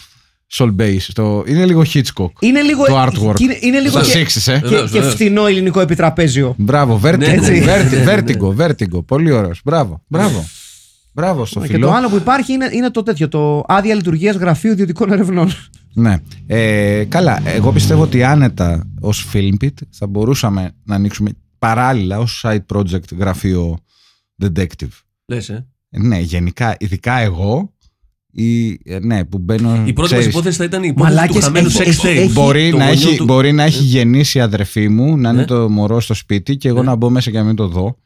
[SPEAKER 2] Soul Bass. Το, είναι λίγο Hitchcock.
[SPEAKER 1] Είναι λίγο.
[SPEAKER 2] Το artwork.
[SPEAKER 1] και Είναι, είναι λίγο
[SPEAKER 2] Σας Ναι,
[SPEAKER 1] και,
[SPEAKER 2] ήξησε.
[SPEAKER 3] Ε.
[SPEAKER 1] και,
[SPEAKER 3] Βεβαίως,
[SPEAKER 1] και
[SPEAKER 3] βεβαίως.
[SPEAKER 1] φθηνό ελληνικό επιτραπέζιο.
[SPEAKER 2] Μπράβο,
[SPEAKER 3] Ναι,
[SPEAKER 2] Vertigo.
[SPEAKER 3] ναι, ναι, ναι,
[SPEAKER 2] Vertigo, Vertigo,
[SPEAKER 3] ναι.
[SPEAKER 2] Vertigo. Πολύ ωραίος. Μπράβο, μπράβο. Μπράβο
[SPEAKER 3] Ναι,
[SPEAKER 2] στο
[SPEAKER 1] Και το
[SPEAKER 2] φιλό.
[SPEAKER 1] άλλο που υπάρχει είναι, είναι το τέτοιο. Το άδεια λειτουργίας γραφείου ιδιωτικών ερευνών.
[SPEAKER 2] Ναι. Ε, καλά, εγώ πιστεύω ότι άνετα ως Filmpit θα μπορούσαμε να ανοίξουμε παράλληλα ως side project γραφείο detective.
[SPEAKER 3] Λες, ε.
[SPEAKER 2] Ε, Ναι, γενικά, ειδικά εγώ, ή, ε, ναι, που μπαίνω...
[SPEAKER 3] Η πρώτη μας
[SPEAKER 2] ξέρεις,
[SPEAKER 3] υπόθεση θα ήταν η υπόθεση του
[SPEAKER 1] Μαλάκες,
[SPEAKER 3] χαμένου
[SPEAKER 1] έχει-
[SPEAKER 3] sex
[SPEAKER 1] έχει-
[SPEAKER 3] tape.
[SPEAKER 1] έχει-
[SPEAKER 2] Μπορεί,
[SPEAKER 3] Το
[SPEAKER 2] να
[SPEAKER 3] γονιό
[SPEAKER 2] έχει,
[SPEAKER 3] του-
[SPEAKER 2] μπορεί να
[SPEAKER 3] Ε,
[SPEAKER 2] έχει γεννήσει η αδερφή μου, να
[SPEAKER 3] Ναι.
[SPEAKER 2] είναι το μωρό στο σπίτι και εγώ
[SPEAKER 3] Ναι.
[SPEAKER 2] να μπω μέσα και να μην το δω.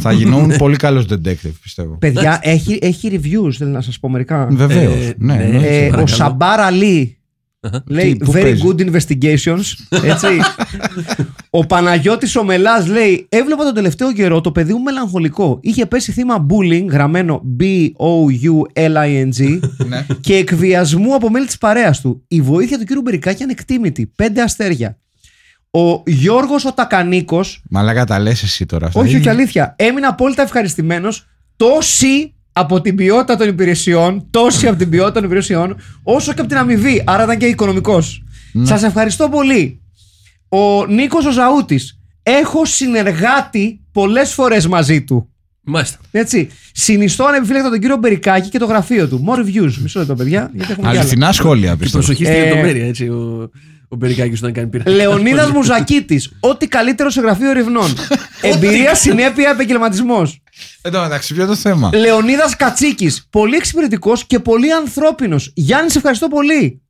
[SPEAKER 2] Θα γινόμουν πολύ καλός detective, πιστεύω.
[SPEAKER 1] Παιδιά, έχει, έχει reviews, θέλω να σας πω μερικά.
[SPEAKER 2] Βεβαίως.
[SPEAKER 3] Ε,
[SPEAKER 2] ναι,
[SPEAKER 3] ναι.
[SPEAKER 2] εννοείται.
[SPEAKER 1] Ε, ο
[SPEAKER 3] παρακαλώ.
[SPEAKER 1] Σαμπάρ Αλή λέει
[SPEAKER 2] Τι, πού
[SPEAKER 1] very
[SPEAKER 2] παίζεις?
[SPEAKER 1] good investigations. Έτσι. ο Παναγιώτης ο Μελάς λέει έβλεπα τον τελευταίο καιρό το παιδί μου μελαγχολικό. Είχε πέσει θύμα bullying γραμμένο B-O-U-L-I-N-G
[SPEAKER 2] Ναι.
[SPEAKER 1] και εκβιασμού από μέλη της παρέας του. Η βοήθεια του κύριου Μπερικάκη ανεκτήμητη. Πέντε αστέρια. Ο Γιώργος ο Τακανίκος
[SPEAKER 2] Μαλάκα τα λες εσύ τώρα. αυτά.
[SPEAKER 1] όχι,
[SPEAKER 2] Είναι-
[SPEAKER 1] όχι, αλήθεια. Έμεινα απόλυτα ευχαριστημένος. Τόση από την ποιότητα των υπηρεσιών, τόση από την ποιότητα των υπηρεσιών, όσο και από την αμοιβή. Άρα ήταν και οικονομικός. Σας Σας ευχαριστώ πολύ. Ο Νίκος ο Ζαούτης. Έχω συνεργάτη πολλές φορές μαζί του.
[SPEAKER 3] Μάλιστα.
[SPEAKER 1] Έτσι. Συνιστώ ανεπιφύλακτα τον κύριο Μπερικάκη και το γραφείο του. More views. Μισό λεπτό, παιδιά. Γιατί έχουμε κι άλλα.
[SPEAKER 2] Αληθινά σχόλια,
[SPEAKER 3] Και
[SPEAKER 2] πιστεύω.
[SPEAKER 3] προσοχή στη
[SPEAKER 1] Ε,
[SPEAKER 3] λεπτομέρεια, έτσι. Ο, ο Μπερικάκης όταν κάνει πειρατικά.
[SPEAKER 1] Λεωνίδας Μουζακίτης. Ό,τι καλύτερο σε γραφείο ερευνών. Εμπειρία, συνέπεια, επαγγελματισμός.
[SPEAKER 2] Εν τω μεταξύ, Ε, ποιο είναι το θέμα.
[SPEAKER 1] Λεωνίδας Κατσίκης. Πολύ εξυπηρετικός και πολύ ανθρώπινος. Γιάννη, σε ευχαριστώ πολύ.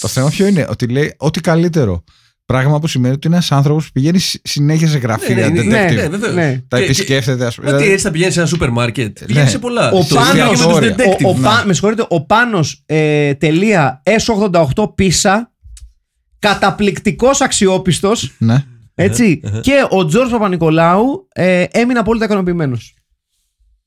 [SPEAKER 2] Το θέμα ποιο είναι, ότι λέει ό,τι καλύτερο. Πράγμα που σημαίνει ότι είναι ένας άνθρωπος που πηγαίνει συ- συνέχεια σε γραφεία,
[SPEAKER 3] Ναι, ναι,
[SPEAKER 2] detective.
[SPEAKER 3] ναι, ναι, βεβαίως.
[SPEAKER 1] ναι.
[SPEAKER 2] Τα
[SPEAKER 3] Και-
[SPEAKER 2] επισκέφτεται, ας
[SPEAKER 3] και-
[SPEAKER 2] πούμε.
[SPEAKER 3] Ότι
[SPEAKER 2] Δηλαδή,
[SPEAKER 3] έτσι θα πηγαίνει σε ένα σούπερ μάρκετ. Ε, Πηγαίνει σε πολλά.
[SPEAKER 1] Ο
[SPEAKER 3] Στο
[SPEAKER 1] Πάνος-
[SPEAKER 3] διάλειμμα
[SPEAKER 2] Ωραία.
[SPEAKER 3] τους
[SPEAKER 1] Ο,
[SPEAKER 3] detective.
[SPEAKER 1] ο, Πα- με συγχωρείτε, ο Πάνος, ε, τελεία S88 πίσα. Καταπληκτικός αξιόπιστος
[SPEAKER 2] ναι.
[SPEAKER 1] Έτσι. και ο Τζόρτ Παπα-Νικολάου ε, έμεινε απόλυτα ικανοποιημένος.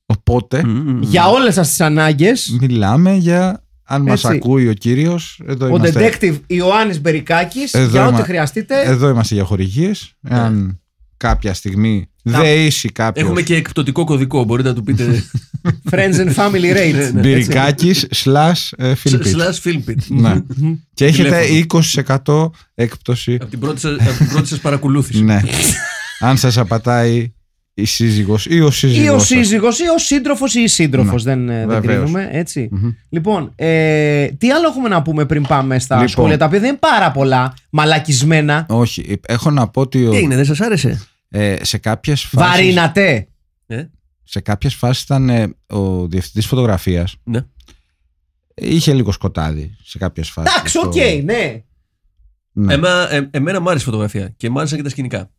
[SPEAKER 2] Οπότε
[SPEAKER 1] Για όλες σας τις ανάγκες,
[SPEAKER 2] μιλάμε για αν μας
[SPEAKER 1] Έτσι.
[SPEAKER 2] ακούει ο κύριος. Εδώ,
[SPEAKER 1] ο
[SPEAKER 2] είμαστε-
[SPEAKER 1] detective Ιωάννης Μπερικάκης,
[SPEAKER 2] Εδώ Ε,
[SPEAKER 1] για ό,τι
[SPEAKER 2] είμα-
[SPEAKER 1] χρειαστείτε.
[SPEAKER 2] εδώ είμαστε για χορηγίες.
[SPEAKER 3] Ναι.
[SPEAKER 2] Εάν κάποια στιγμή δεήσει κάποιος.
[SPEAKER 3] Έχουμε και εκπτωτικό κωδικό. Μπορείτε να του πείτε.
[SPEAKER 1] Friends and family
[SPEAKER 2] ε, ναι,
[SPEAKER 1] rate.
[SPEAKER 2] Μπυρικάκης slash ε, Φιλιππίτ.
[SPEAKER 3] Slash Filmpit.
[SPEAKER 2] Ναι. Και έχετε
[SPEAKER 3] Τηλέφωνο.
[SPEAKER 2] 20% έκπτωση.
[SPEAKER 3] Από την πρώτη σας- από την πρώτη σας παρακολούθηση.
[SPEAKER 2] Ναι. Αν σας απατάει η σύζυγος ή ο σύζυγός
[SPEAKER 1] Ή ο
[SPEAKER 2] σας.
[SPEAKER 1] σύζυγος ή ο σύντροφος ή η σύντροφος.
[SPEAKER 2] Ναι.
[SPEAKER 1] Δεν, ε, δεν
[SPEAKER 2] Βεβαίως.
[SPEAKER 1] κρίνουμε, έτσι.
[SPEAKER 2] Μμμ.
[SPEAKER 1] Λοιπόν, ε, τι άλλο έχουμε να πούμε πριν πάμε στα
[SPEAKER 2] Λοιπόν.
[SPEAKER 1] σχόλια, τα οποία δεν είναι πάρα πολλά μαλακισμένα.
[SPEAKER 2] Όχι, ε, έχω να πω ότι ο-
[SPEAKER 7] Τι έγινε, δεν σας άρεσε.
[SPEAKER 2] ε, σε κάποιες φάσεις...
[SPEAKER 1] Βαρύνατε.
[SPEAKER 3] Ε,
[SPEAKER 2] σε κάποιες φάσεις ήταν ε, ο διευθυντής φωτογραφίας.
[SPEAKER 3] Ναι.
[SPEAKER 2] Είχε λίγο σκοτάδι σε κάποιες φάσεις.
[SPEAKER 1] Εντάξει,
[SPEAKER 2] Το-
[SPEAKER 1] οκ, ναι.
[SPEAKER 2] Ναι.
[SPEAKER 3] Εμένα, ε, εμένα μου άρεσε η φωτογραφία και μου άρεσαν και τα σκηνικά.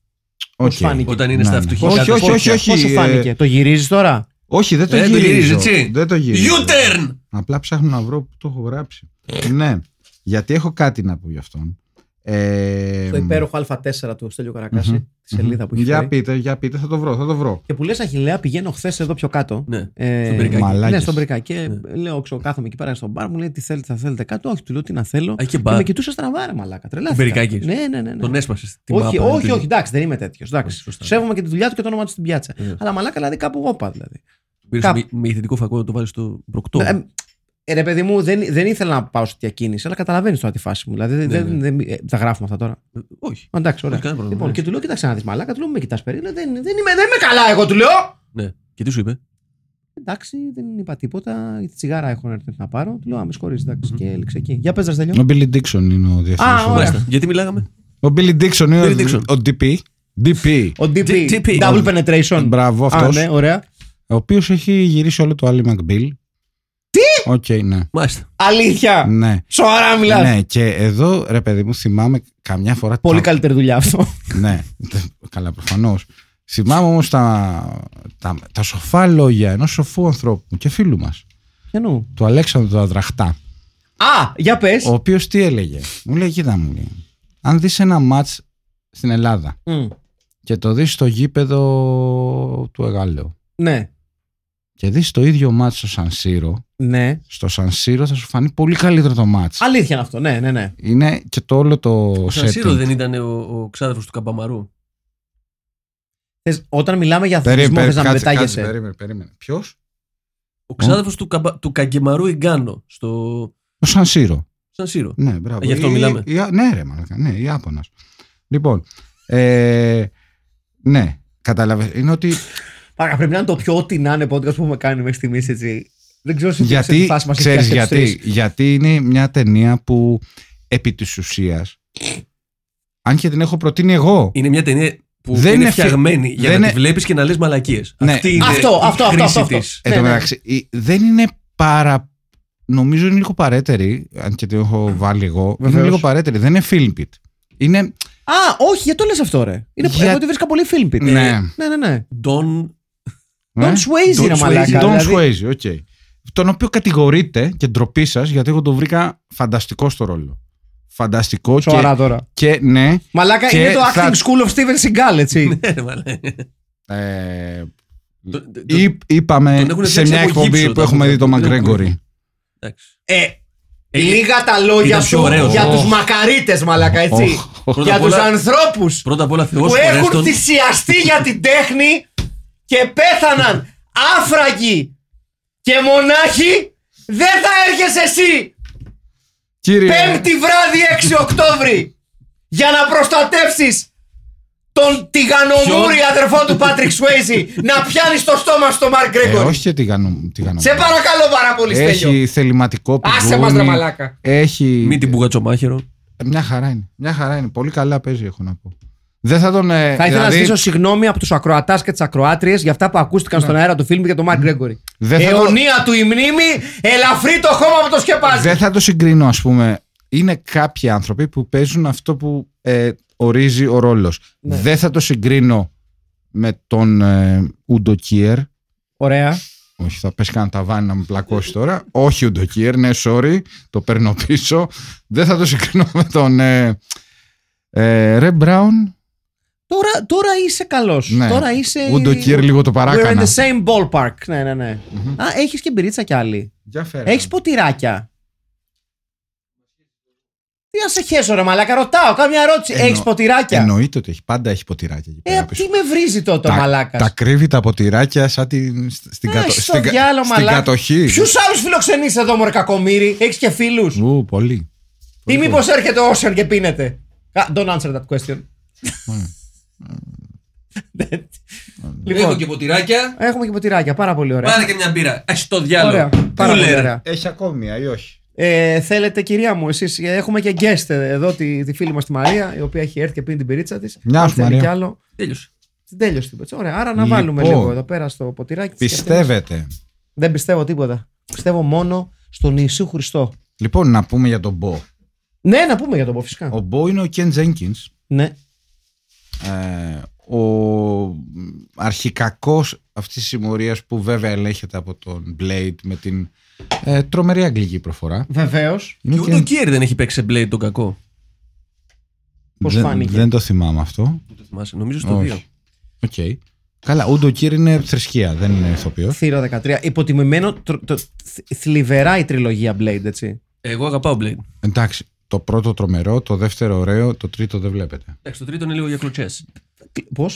[SPEAKER 2] Οκ.
[SPEAKER 1] Πώς φάνηκε.
[SPEAKER 3] Όταν είναι
[SPEAKER 2] Ναι,
[SPEAKER 3] στα
[SPEAKER 2] ναι.
[SPEAKER 3] φτωχικά
[SPEAKER 2] Όχι, όχι, όχι,
[SPEAKER 3] κατσόκια.
[SPEAKER 2] όχι.
[SPEAKER 1] Πώ σου
[SPEAKER 2] ε,
[SPEAKER 1] φάνηκε, το γυρίζεις τώρα.
[SPEAKER 2] όχι, δεν το
[SPEAKER 3] Ε, το
[SPEAKER 2] γυρίζω.
[SPEAKER 3] γυρίζεις, έτσι.
[SPEAKER 2] Δεν το γυρίζω.
[SPEAKER 3] U-turn!
[SPEAKER 2] Απλά ψάχνω να βρω που το έχω γράψει. ναι, γιατί έχω κάτι να πω γι' αυτόν. Ε,
[SPEAKER 8] Το υπέροχο Α4 του Στέλιο Καρακάση,
[SPEAKER 2] Μμμ.
[SPEAKER 8] τη σελίδα που έχει
[SPEAKER 2] Για
[SPEAKER 8] φέρει.
[SPEAKER 2] πείτε, για πείτε, θα το βρω, θα το βρω.
[SPEAKER 1] Και που λες Αχηλέα, πηγαίνω χθες εδώ πιο κάτω.
[SPEAKER 3] Ναι.
[SPEAKER 1] Ε,
[SPEAKER 3] Στον Περικάκι.
[SPEAKER 2] Μαλάκες.
[SPEAKER 1] Ναι, στον Περικάκι. Και λέω, ξέρω, κάθομαι εκεί πέρα στον μπαρ, μου λέει τι θέλετε, θα θέλετε κάτω. Όχι, του λέω τι να θέλω.
[SPEAKER 3] Α, είχε
[SPEAKER 1] Και
[SPEAKER 3] μπαρ.
[SPEAKER 1] με κοιτούσε στραβά, ρε μαλάκα. Τρελάθηκα.
[SPEAKER 3] Περικάκης.
[SPEAKER 1] Ναι, ναι, ναι. ναι.
[SPEAKER 3] Τον έσπασε.
[SPEAKER 1] όχι, όχι, όχι, εντάξει, δεν είμαι τέτοιος.
[SPEAKER 3] Όχι, σωστά.
[SPEAKER 1] Σέβομαι και τη δουλειά του και το όνομά του στην πιάτσα.
[SPEAKER 3] Ε.
[SPEAKER 1] Αλλά μαλάκα, δηλαδή κάπου όπα δηλαδή.
[SPEAKER 3] Πήρες
[SPEAKER 1] Κάπου.
[SPEAKER 3] με ηθετικό φακό να το βάλεις στο μπροκτό.
[SPEAKER 1] Ε, ε, ρε παιδί μου, δεν, δεν ήθελα να πάω σε διακίνηση, αλλά καταλαβαίνεις τώρα τη φάση μου. Δηλαδή, δεν,
[SPEAKER 3] ναι.
[SPEAKER 1] δεν- ε, τα γράφουμε αυτά τώρα.
[SPEAKER 3] όχι.
[SPEAKER 1] Ε, Εντάξει, ωραία.
[SPEAKER 3] Όχι, κανένα πρόβλημα,
[SPEAKER 1] Λοιπόν,
[SPEAKER 3] ναι.
[SPEAKER 1] και του λέω, κοίταξε να δεις μαλάκα, του λέω, με κοιτά περίπου. Δεν, δεν, είμαι, δεν είμαι καλά, εγώ του λέω.
[SPEAKER 3] Ναι. Και τι σου είπε.
[SPEAKER 1] Εντάξει, δεν είπα τίποτα. Η τσιγάρα έχω έρθει να πάρω. Του λέω, α με συγχωρείς, εντάξει, και έληξε εκεί. Για πες Ραστελιό.
[SPEAKER 2] Ο Billy Dixon είναι ο
[SPEAKER 1] Α,
[SPEAKER 2] διευθυντής.
[SPEAKER 1] ωραία.
[SPEAKER 3] Μάλιστα. Γιατί μιλάγαμε.
[SPEAKER 2] Ο Billy Dixon είναι
[SPEAKER 3] Billy Dixon.
[SPEAKER 2] ο, ο DP. DP.
[SPEAKER 1] Ο DP,
[SPEAKER 3] DP.
[SPEAKER 1] Double Penetration.
[SPEAKER 2] Μπράβο
[SPEAKER 1] Α,
[SPEAKER 2] αυτός.
[SPEAKER 1] ναι, ωραία.
[SPEAKER 2] Ο οποίος έχει γυρίσει όλο το Άλλη McBeal. Τι! Οκ, ναι.
[SPEAKER 3] Μάλιστα.
[SPEAKER 1] Αλήθεια.
[SPEAKER 2] Ναι.
[SPEAKER 1] Σοβαρά μιλάς.
[SPEAKER 2] Ναι, και εδώ ρε παιδί μου, θυμάμαι καμιά φορά.
[SPEAKER 1] Πολύ
[SPEAKER 2] τα-
[SPEAKER 1] καλύτερη δουλειά αυτό.
[SPEAKER 2] Ναι, καλά, προφανώς. Θυμάμαι όμως τα, τα, τα σοφά λόγια ενός σοφού ανθρώπου και φίλου μας,
[SPEAKER 1] Ποιανού.
[SPEAKER 2] του Αλέξανδρου του Αδραχτά,
[SPEAKER 1] Α, για πες.
[SPEAKER 2] ο οποίος τι έλεγε. Μου λέει, κοίτα μου, λέει, αν δεις ένα ματ στην Ελλάδα και το δεις στο γήπεδο του Εγάλεο
[SPEAKER 1] Ναι.
[SPEAKER 2] και δεις το ίδιο ματ στο Σανσίρο,
[SPEAKER 1] Ναι.
[SPEAKER 2] στο Σανσίρο θα σου φανεί πολύ καλύτερο το ματ.
[SPEAKER 1] Αλήθεια είναι αυτό. Ναι, ναι, ναι.
[SPEAKER 2] Είναι και το όλο το
[SPEAKER 3] Ο Σανσίρο
[SPEAKER 2] setting.
[SPEAKER 3] δεν ήταν ο, ο ξάδερφος του Καμπαμαρού.
[SPEAKER 1] Θες, όταν μιλάμε για αθλητισμό, θες να με
[SPEAKER 2] κάτσε,
[SPEAKER 1] πετάγεσαι.
[SPEAKER 2] περίμενε, περίμενε. Ποιος?
[SPEAKER 3] Ο ξάδερφος του, Καμπα- του Καγκεμαρού Ιγκάνο στο
[SPEAKER 2] Ο Σανσίρο.
[SPEAKER 3] Σανσίρο.
[SPEAKER 2] Ναι, μπράβο.
[SPEAKER 3] Γι' αυτό
[SPEAKER 2] Ή-
[SPEAKER 3] μιλάμε.
[SPEAKER 2] ή- ναι, ρε, μαλακα, ναι, Ιάπωνα. Λοιπόν. Ε, ναι, κατάλαβες. Είναι ότι.
[SPEAKER 1] Άρα, πρέπει να είναι το πιο ό,τι να είναι podcast που έχουμε κάνει μέχρι στιγμής, έτσι. Δεν ξέρω σε ποια
[SPEAKER 2] γιατί.
[SPEAKER 1] φάση μας έχει
[SPEAKER 2] Ξέρεις
[SPEAKER 1] πιάσει τους
[SPEAKER 2] γιατί.
[SPEAKER 1] τρεις.
[SPEAKER 2] Γιατί είναι μια ταινία που επί της ουσίας. Αν και την έχω προτείνει εγώ.
[SPEAKER 1] Ναι,
[SPEAKER 3] Είναι μια ταινία που
[SPEAKER 2] Δεν
[SPEAKER 3] είναι,
[SPEAKER 2] είναι φι-
[SPEAKER 3] φτιαγμένη για
[SPEAKER 2] δεν
[SPEAKER 3] να
[SPEAKER 2] είναι-
[SPEAKER 3] τη βλέπεις και να λες μαλακίες.
[SPEAKER 2] Ναι.
[SPEAKER 3] Αυτή είναι
[SPEAKER 1] Αυτό,
[SPEAKER 3] η
[SPEAKER 1] αυτό, αυτό,
[SPEAKER 3] χρήση
[SPEAKER 1] αυτό, αυτό.
[SPEAKER 3] της.
[SPEAKER 2] Εν τω
[SPEAKER 1] ναι, ναι.
[SPEAKER 2] μεταξύ, η- δεν είναι πάρα. Νομίζω είναι λίγο παρέτερη. Αν και την έχω βάλει εγώ. Είναι λίγο παρέτερη. Δεν είναι film pit. Είναι.
[SPEAKER 1] Α, όχι, γιατί το λες αυτό, ρε. Είναι
[SPEAKER 2] Για-
[SPEAKER 1] Εγώ τη βρίσκα πολύ film pit.
[SPEAKER 2] Ναι.
[SPEAKER 1] ναι, ναι. ναι.
[SPEAKER 3] Don
[SPEAKER 2] ε?
[SPEAKER 1] Don Swayze, ρε
[SPEAKER 3] Don
[SPEAKER 1] μαλάκα.
[SPEAKER 2] Don
[SPEAKER 1] δηλαδή.
[SPEAKER 2] Swayze, οκ. Τον οποίο κατηγορείτε και ντροπή σας, γιατί εγώ τον βρήκα φανταστικό στο ρόλο. Φανταστικό
[SPEAKER 1] Σοβαρά
[SPEAKER 2] και,
[SPEAKER 1] τώρα.
[SPEAKER 2] και ναι.
[SPEAKER 1] Μαλάκα
[SPEAKER 2] Και
[SPEAKER 1] είναι το
[SPEAKER 2] θα-
[SPEAKER 1] acting school of Steven Seagal, έτσι.
[SPEAKER 3] Ναι, ρε μαλάκα.
[SPEAKER 2] Ε,
[SPEAKER 3] Το- το- το-
[SPEAKER 2] ή- είπαμε
[SPEAKER 3] τον έχουν
[SPEAKER 2] σε
[SPEAKER 3] φτιάξει
[SPEAKER 2] μια
[SPEAKER 3] από γύψο,
[SPEAKER 2] εκπομπή που
[SPEAKER 3] τον
[SPEAKER 2] έχουμε
[SPEAKER 3] έχουν-
[SPEAKER 2] δει το
[SPEAKER 3] τον έχουν-
[SPEAKER 2] Μαγκρέγκορι.
[SPEAKER 3] εντάξει.
[SPEAKER 1] Ε,
[SPEAKER 3] Ε,
[SPEAKER 1] λίγα τα λόγια
[SPEAKER 3] ήταν πιο
[SPEAKER 1] σου
[SPEAKER 3] ωραίος.
[SPEAKER 1] για
[SPEAKER 3] Οχ.
[SPEAKER 1] τους μακαρίτες, μαλάκα, έτσι.
[SPEAKER 2] Οχ, οχ.
[SPEAKER 3] Πρώτα
[SPEAKER 1] Για
[SPEAKER 3] απ'
[SPEAKER 1] τους
[SPEAKER 3] όλα-
[SPEAKER 1] ανθρώπους
[SPEAKER 3] Πρώτα απ' όλα Θεό
[SPEAKER 1] που έχουν
[SPEAKER 3] Φορέστον.
[SPEAKER 1] θυσιαστεί για την τέχνη και πέθαναν άφραγοι και μονάχοι, δεν θα έρχεσαι εσύ
[SPEAKER 2] Κύριε,
[SPEAKER 1] πέμπτη βράδυ 6 Οκτώβρη για να προστατεύσεις τον τηγανομούρη
[SPEAKER 3] Ποιον?
[SPEAKER 1] αδερφό του Πάτρικ Σουέιζι να πιάνεις το στόμα στο Μαρκ
[SPEAKER 2] ε,
[SPEAKER 1] Γκρέγκορ.
[SPEAKER 2] όχι και τι κάνω. τι κάνω.
[SPEAKER 1] Σε παρακαλώ πάρα πολύ, Στέλιο.
[SPEAKER 2] Έχει θεληματικό
[SPEAKER 1] Άσε μας ρε
[SPEAKER 2] πηγούνι,
[SPEAKER 1] μαλάκα.
[SPEAKER 2] Έχει.
[SPEAKER 3] Μην την πουγατσομάχαιρο.
[SPEAKER 2] Μια χαρά είναι. Μια χαρά είναι. Πολύ καλά παίζει, έχω να πω. Δεν θα τον. ε,
[SPEAKER 1] Θα ήθελα
[SPEAKER 2] δηλαδή,
[SPEAKER 1] να ζητήσω συγγνώμη από τους ακροατάς και τις ακροάτριες για αυτά που ακούστηκαν στον αέρα του φιλμ για τον Μαρκ Γκρέγκορη.
[SPEAKER 2] Δεν Ε, θα το-
[SPEAKER 1] Αιωνία του η μνήμη, ελαφρύ το χώμα που το σκεπάζει.
[SPEAKER 2] Δεν θα το συγκρίνω, ας πούμε. Είναι κάποιοι άνθρωποι που παίζουν αυτό που ε, ορίζει ο ρόλος.
[SPEAKER 1] Ναι.
[SPEAKER 2] Δεν θα το συγκρίνω με τον ε, Ούντο Κιέρ.
[SPEAKER 1] Ωραία.
[SPEAKER 2] Όχι, θα πες κανένα ταβάνι να με πλακώσει τώρα. Όχι, Ούντο Κιέρ, ναι, sorry, το παίρνω πίσω. Δεν θα το συγκρίνω με τον ε, ε, Ρε Μπράουν.
[SPEAKER 1] Τώρα, τώρα είσαι καλός.
[SPEAKER 2] Ναι.
[SPEAKER 1] Τώρα είσαι.
[SPEAKER 2] Ούντο Κιέρ λίγο το
[SPEAKER 1] We're in
[SPEAKER 2] παράκανα.
[SPEAKER 1] the same ballpark. Ναι, ναι, ναι. Α, έχεις και μπυρίτσα κι άλλη.
[SPEAKER 2] Για φέρε.
[SPEAKER 1] Έχεις ποτηράκια. Τι να σε χέσω, ρε Μαλάκα, ρωτάω. Κάμια ερώτηση.
[SPEAKER 2] Εννο-
[SPEAKER 1] Έχεις ποτηράκια.
[SPEAKER 2] Εννοείται ότι έχει. Πάντα έχει ποτηράκια εκεί πέρα
[SPEAKER 1] Ε,
[SPEAKER 2] πίσω.
[SPEAKER 1] τι με βρίζει τότε ο
[SPEAKER 2] Τα,
[SPEAKER 1] Μαλάκας.
[SPEAKER 2] τα κρύβει τα ποτηράκια σαν την, στην,
[SPEAKER 1] Α,
[SPEAKER 2] κατο-
[SPEAKER 1] Ε, στο
[SPEAKER 2] στην, κα-
[SPEAKER 1] διάλο,
[SPEAKER 2] στην
[SPEAKER 1] μαλάκα.
[SPEAKER 2] κατοχή.
[SPEAKER 1] Ποιους άλλους φιλοξενείς εδώ, Μωρέ Κακομίρη, έχεις και φίλους.
[SPEAKER 2] Ου, πολύ.
[SPEAKER 1] Ή μήπω έρχεται ο Όσερ και
[SPEAKER 2] Ναι.
[SPEAKER 1] πίνεται. Α, Don't answer that question. Λοιπόν,
[SPEAKER 3] Έχω και ποτηράκια.
[SPEAKER 1] έχουμε και ποτηράκια. Πάρα πολύ ωραία.
[SPEAKER 3] Πάρε και μια μπύρα. Α το
[SPEAKER 1] Ωραία.
[SPEAKER 3] διάλογο.
[SPEAKER 1] Πάρα πολύ ωραία.
[SPEAKER 2] Έχει ακόμη ή όχι.
[SPEAKER 1] Ε, θέλετε, κυρία μου, εσείς, ε, έχουμε και guest ε, εδώ τη, τη φίλη μας τη Μαρία, η οποία έχει έρθει και πίνει την πυρίτσα της.
[SPEAKER 2] Γεια
[SPEAKER 1] Αν
[SPEAKER 2] σου,
[SPEAKER 1] θέλει
[SPEAKER 2] Μαρία.
[SPEAKER 1] κι άλλο.
[SPEAKER 3] Τέλειωσε.
[SPEAKER 1] Την τέλειωσε την πέτσα. Ωραία, άρα να
[SPEAKER 2] Λοιπόν.
[SPEAKER 1] βάλουμε λίγο εδώ πέρα στο ποτηράκι. της και αυτή.
[SPEAKER 2] Πιστεύετε.
[SPEAKER 1] Δεν πιστεύω τίποτα. Πιστεύω μόνο στον Ιησού Χριστό.
[SPEAKER 2] Λοιπόν, να πούμε για τον Μπο.
[SPEAKER 1] Ναι, να πούμε για τον Μπο, φυσικά.
[SPEAKER 2] Ο Μπο είναι ο Κεν Τζένκινς
[SPEAKER 1] Ναι.
[SPEAKER 2] ε, ο αρχικακός αυτής της συμμορίας που βέβαια ελέγχεται από τον Blade με την ε, τρομερή αγγλική προφορά.
[SPEAKER 1] Βεβαίως.
[SPEAKER 2] Είναι
[SPEAKER 3] Και ούτε ο Κέρι δεν έχει παίξει σε Blade τον κακό.
[SPEAKER 1] πώς
[SPEAKER 2] δεν,
[SPEAKER 1] φάνηκε.
[SPEAKER 2] δεν το θυμάμαι αυτό.
[SPEAKER 3] Δεν το θυμάσαι. Νομίζω στο 2.
[SPEAKER 2] Όχι. Οκ. Καλά, ούτε ο Κύρ είναι θρησκεία, δεν είναι ηθοποιός.
[SPEAKER 1] Θύρο 13. Υποτιμημένο, τρο- το, θ- θλιβερά η τριλογία Blade, έτσι.
[SPEAKER 3] Εγώ αγαπάω Blade.
[SPEAKER 2] Εντάξει, το πρώτο τρομερό, το δεύτερο ωραίο, το τρίτο δεν βλέπετε.
[SPEAKER 3] Εντάξει, το τρίτο είναι λίγο για κλωτσές.
[SPEAKER 1] Πώ.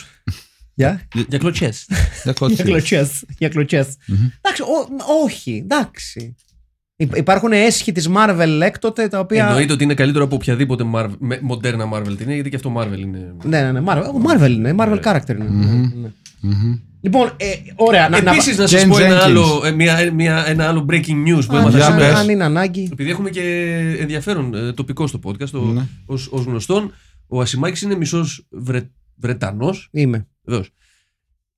[SPEAKER 1] Για.
[SPEAKER 3] Για κλωτσέ.
[SPEAKER 2] Δεν
[SPEAKER 1] Για
[SPEAKER 2] κοτσίζει.
[SPEAKER 1] κλωτσές. Για κλωτσές. Εντάξει, ο- όχι, εντάξει. Υ- Υπάρχουν έσχοι της Marvel έκτοτε τα οποία.
[SPEAKER 3] Εννοείται ότι είναι καλύτερο από οποιαδήποτε Marvel- με- μοντέρνα Marvel ταινία, γιατί και αυτό Marvel είναι.
[SPEAKER 1] Ναι, ναι, ναι. Marvel, Marvel είναι. Marvel character είναι.
[SPEAKER 3] Mm-hmm.
[SPEAKER 1] Ναι. Λοιπόν, ε, ωραία. να- να-
[SPEAKER 3] Επίσης, να σας
[SPEAKER 2] Jane
[SPEAKER 3] πω ένα
[SPEAKER 2] Jenkins.
[SPEAKER 3] άλλο, ε, μια, μια, ένα άλλο breaking news που έμαθα
[SPEAKER 2] Για
[SPEAKER 1] αν,
[SPEAKER 3] σήμερα.
[SPEAKER 2] πες.
[SPEAKER 1] αν είναι ανάγκη.
[SPEAKER 3] Επειδή έχουμε και ενδιαφέρον ε, τοπικό στο podcast, ο,
[SPEAKER 2] Ναι.
[SPEAKER 3] ως, ως γνωστόν, ο Ασημάκης είναι μισός Βρε, Βρετανός,
[SPEAKER 1] Είμαι.
[SPEAKER 3] βεβαίως.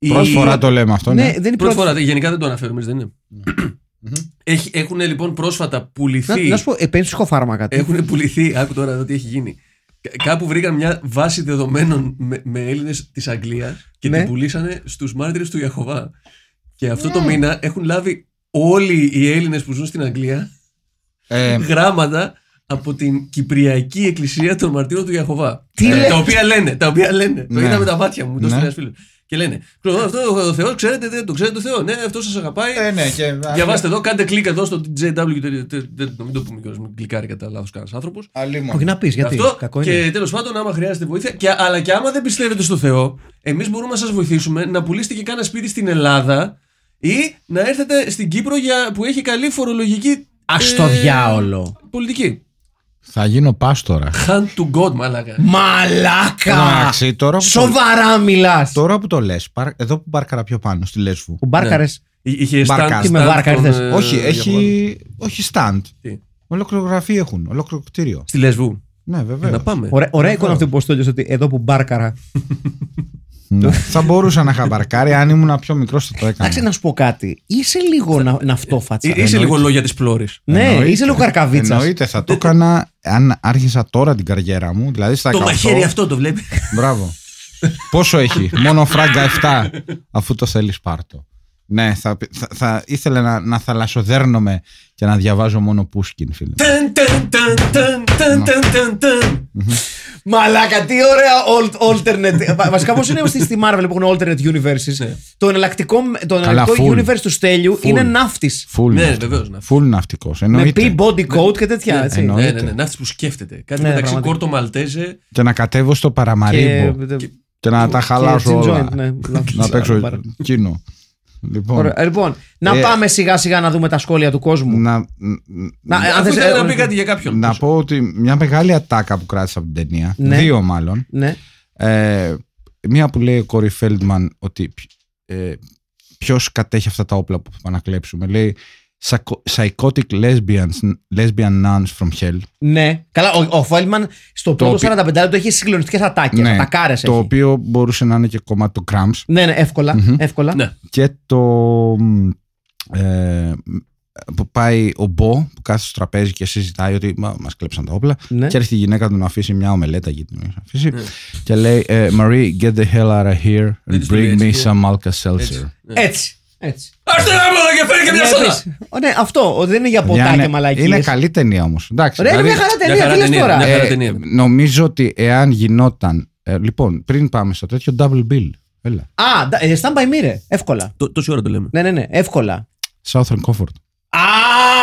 [SPEAKER 2] Πρώτη
[SPEAKER 3] Η-
[SPEAKER 2] φορά το λέμε αυτό,
[SPEAKER 1] Ναι,
[SPEAKER 2] ναι.
[SPEAKER 1] δεν είναι η
[SPEAKER 3] ε. Πρώτη
[SPEAKER 1] πρώτη Ναι.
[SPEAKER 3] φορά, γενικά δεν το αναφέρουμε, έτσι δεν είναι.
[SPEAKER 2] Μμμ.
[SPEAKER 3] Έχει, έχουν λοιπόν πρόσφατα
[SPEAKER 1] Να,
[SPEAKER 3] πουληθεί.
[SPEAKER 1] να σου πω, ε, επένδυση ψυχοφάρμακα.
[SPEAKER 3] Έχουν πουληθεί. Άκου τώρα εδώ τι έχει γίνει. Κα- Κάπου βρήκαν μια βάση δεδομένων με, με Έλληνες της Αγγλίας και
[SPEAKER 1] Ναι.
[SPEAKER 3] την πουλήσανε στους μάρτυρες του Ιαχωβά. Και αυτό το μήνα έχουν λάβει όλοι οι Έλληνες που ζουν στην Αγγλία
[SPEAKER 2] Ε,
[SPEAKER 3] γράμματα από την Κυπριακή Εκκλησία των Μαρτύρων του Ιαχωβά.
[SPEAKER 1] Τι λέτε?
[SPEAKER 3] τα οποία λένε, τα οποία λένε. Το
[SPEAKER 2] Ναι.
[SPEAKER 3] είδα με τα μάτια μου, το
[SPEAKER 2] Ναι.
[SPEAKER 3] στείλε ένας φίλος. Και λένε, «Ξέρω, αυτό ο Θεός, ξέρετε, δεν το ξέρετε το Θεό. Ναι, αυτό σας αγαπάει.
[SPEAKER 2] ε, ναι, και...
[SPEAKER 3] Διαβάστε εδώ, κάντε κλικ εδώ στο JW. Να μην το πούμε κιόλας, μην κλικάρει κατά λάθος κανένας άνθρωπος.
[SPEAKER 2] Αλλήμον.
[SPEAKER 1] Όχι να πεις, γιατί.
[SPEAKER 3] Αυτό
[SPEAKER 1] Κακό είναι.
[SPEAKER 3] και τέλος πάντων, άμα χρειάζεται βοήθεια. Και, αλλά και άμα δεν πιστεύετε στο Θεό, εμείς μπορούμε να σας βοηθήσουμε να πουλήσετε και κάνα σπίτι στην Ελλάδα ή να έρθετε στην Κύπρο για, που έχει καλή φορολογική.
[SPEAKER 1] Ας
[SPEAKER 3] ε,
[SPEAKER 1] το διάολο.
[SPEAKER 3] Πολιτική.
[SPEAKER 2] Θα γίνω πάστορα.
[SPEAKER 3] Hand to God, μαλάκα.
[SPEAKER 2] Εν τω
[SPEAKER 1] Μαλάκα!
[SPEAKER 2] μεταξύ, τώρα που το-
[SPEAKER 1] Σοβαρά μιλάς!
[SPEAKER 2] Τώρα που το λες, εδώ που μπάρκαρα πιο πάνω, στη Λέσβου.
[SPEAKER 1] Που μπάρκαρες.
[SPEAKER 3] Εί- Είχε
[SPEAKER 2] Μπαρκάς.
[SPEAKER 3] stand-
[SPEAKER 2] Τι
[SPEAKER 1] με
[SPEAKER 3] stand
[SPEAKER 1] βάρκα
[SPEAKER 3] των,
[SPEAKER 1] ήρθες.
[SPEAKER 3] ε,
[SPEAKER 2] όχι,
[SPEAKER 3] Ιαχωβά.
[SPEAKER 2] έχει, όχι stand.
[SPEAKER 3] Τι?
[SPEAKER 2] Ολόκληρο γραφείο έχουν, ολόκληρο κτίριο.
[SPEAKER 3] Στη Λεσβού.
[SPEAKER 2] Ναι,
[SPEAKER 3] Να
[SPEAKER 2] βεβαίω.
[SPEAKER 3] πάμε.
[SPEAKER 1] Ωραία, ωραία εικόνα αυτή που ο Στέλιος ότι εδώ που
[SPEAKER 2] Ναι.
[SPEAKER 1] μπάρκαρα.
[SPEAKER 2] θα μπορούσα να είχα μπαρκάρει, αν ήμουν πιο μικρός θα το έκανα.
[SPEAKER 1] Εντάξει, να σου πω κάτι. Είσαι λίγο να- ναυτόφατσα.
[SPEAKER 3] Ε, Είσαι λίγο λόγια της πλώρης.
[SPEAKER 1] Ναι,
[SPEAKER 2] Εννοείται.
[SPEAKER 1] είσαι λίγο καρκαβίτσα.
[SPEAKER 2] Εννοείται, θα το έκανα αν άρχισα τώρα την καριέρα μου, δηλαδή στα
[SPEAKER 3] Το
[SPEAKER 2] 18.
[SPEAKER 3] μαχαίρι αυτό το βλέπεις.
[SPEAKER 2] Μπράβο. Πόσο έχει, μόνο φράγκα 7, αφού το θέλεις πάρτο. Ναι, θα, θα, θα ήθελα να, να θαλασσοδέρνομαι και να διαβάζω μόνο Πούσκιν, φίλε. μου.
[SPEAKER 3] Ταν, ταν, ταν, ταν, ταν, ταν, ταν, ταν.
[SPEAKER 1] Μαλάκα, τι ωραία alt- alternate. Βα- Βασικά, πώς είναι στη στη Marvel που έχουν alternate universes. Το εναλλακτικό, το εναλλακτικό
[SPEAKER 2] Ναι. full.
[SPEAKER 1] universe του Στέλιου είναι ναύτης.
[SPEAKER 2] Full
[SPEAKER 3] Ναι,
[SPEAKER 2] ναυτικός.
[SPEAKER 3] βεβαίως, να-
[SPEAKER 2] Full ναυτικός,
[SPEAKER 1] Με
[SPEAKER 2] εννοείται.
[SPEAKER 1] πει body coat και τέτοια. έτσι.
[SPEAKER 2] εννοείται.
[SPEAKER 3] Ναι, ναι, ναι. Ναύτης που σκέφτεται. Κάτι
[SPEAKER 1] Ναι,
[SPEAKER 3] μεταξύ
[SPEAKER 1] πραγματικά.
[SPEAKER 3] Κόρτο Μαλτέζε.
[SPEAKER 2] Και να κατέβω στο
[SPEAKER 1] Και-
[SPEAKER 2] παραμαρίμπο και,
[SPEAKER 1] και-
[SPEAKER 2] να τα χαλάσω
[SPEAKER 1] και
[SPEAKER 2] όλα.
[SPEAKER 1] joint, ναι.
[SPEAKER 2] Να παίξω
[SPEAKER 1] Πάρα-
[SPEAKER 2] κίνο. Λοιπόν,
[SPEAKER 1] Ωραία, Λοιπόν, να
[SPEAKER 2] Ε,
[SPEAKER 1] πάμε σιγά σιγά να δούμε τα σχόλια του κόσμου.
[SPEAKER 2] να,
[SPEAKER 1] Να, ε, αν
[SPEAKER 3] Αφού
[SPEAKER 1] θες,
[SPEAKER 3] ήθελε
[SPEAKER 1] ε,
[SPEAKER 3] να πει κάτι για κάποιον.
[SPEAKER 2] να πω ότι μια μεγάλη ατάκα που κράτησα από την ταινία,
[SPEAKER 1] Ναι.
[SPEAKER 2] δύο μάλλον,
[SPEAKER 1] Ναι.
[SPEAKER 2] ε, μία που λέει ο Κόρι Φέλντμαν ότι π- ε, ποιος κατέχει αυτά τα όπλα που πάμε να κλέψουμε. Λέει «Psycho- psychotic lesbians, lesbian nuns from hell.
[SPEAKER 1] Ναι. Καλά, ο, ο Φέλμαν στο πρώτο
[SPEAKER 2] οπι-
[SPEAKER 1] 45 λεπτό έχει συγκλονιστικές ατάκες.
[SPEAKER 2] Ναι,
[SPEAKER 1] Ατακάρες
[SPEAKER 2] το
[SPEAKER 1] έχει.
[SPEAKER 2] οποίο μπορούσε να είναι και κομμάτι του Cramps.
[SPEAKER 1] Ναι, ναι, εύκολα. εύκολα.
[SPEAKER 3] Ναι.
[SPEAKER 2] και το μ, ε, που πάει ο Μπο που κάθεται στο τραπέζι και συζητάει ότι μα, μας κλέψαν τα όπλα
[SPEAKER 1] Ναι.
[SPEAKER 2] και έρχεται η γυναίκα του να αφήσει μια ομελέτα γιατί την έχει αφήσει και λέει ε, Marie get the hell out of here
[SPEAKER 3] Δεν
[SPEAKER 2] and
[SPEAKER 3] της το λέει
[SPEAKER 2] bring me
[SPEAKER 3] έτσι,
[SPEAKER 2] some Alka-Seltzer
[SPEAKER 1] Έτσι. έτσι.
[SPEAKER 3] Άρστε να μου και φέρει και ναι. μια σόδα.
[SPEAKER 1] Ναι, πες. ναι, αυτό. ο- Δεν είναι για
[SPEAKER 2] Μια
[SPEAKER 1] ποτά
[SPEAKER 2] είναι-
[SPEAKER 1] και μαλακίες.
[SPEAKER 2] είναι καλή ταινία όμως εντάξει,
[SPEAKER 1] Ρε, είναι
[SPEAKER 2] δηλαδή,
[SPEAKER 1] μια χαρά
[SPEAKER 3] Μια
[SPEAKER 1] ταινία.
[SPEAKER 3] χαρά
[SPEAKER 1] Τι λες
[SPEAKER 3] ταινία,
[SPEAKER 1] τώρα.
[SPEAKER 3] ναι.
[SPEAKER 2] ε,
[SPEAKER 3] χαρά ταινία.
[SPEAKER 2] νομίζω ότι εάν γινόταν ε, λοιπόν πριν πάμε στο τέτοιο double bill έλα
[SPEAKER 1] Α, ντα- ε, stand by me, ρε. Εύκολα.
[SPEAKER 3] Τό- Τόση ώρα το λέμε.
[SPEAKER 1] Ναι, ναι, ναι. Εύκολα.
[SPEAKER 2] Southern Comfort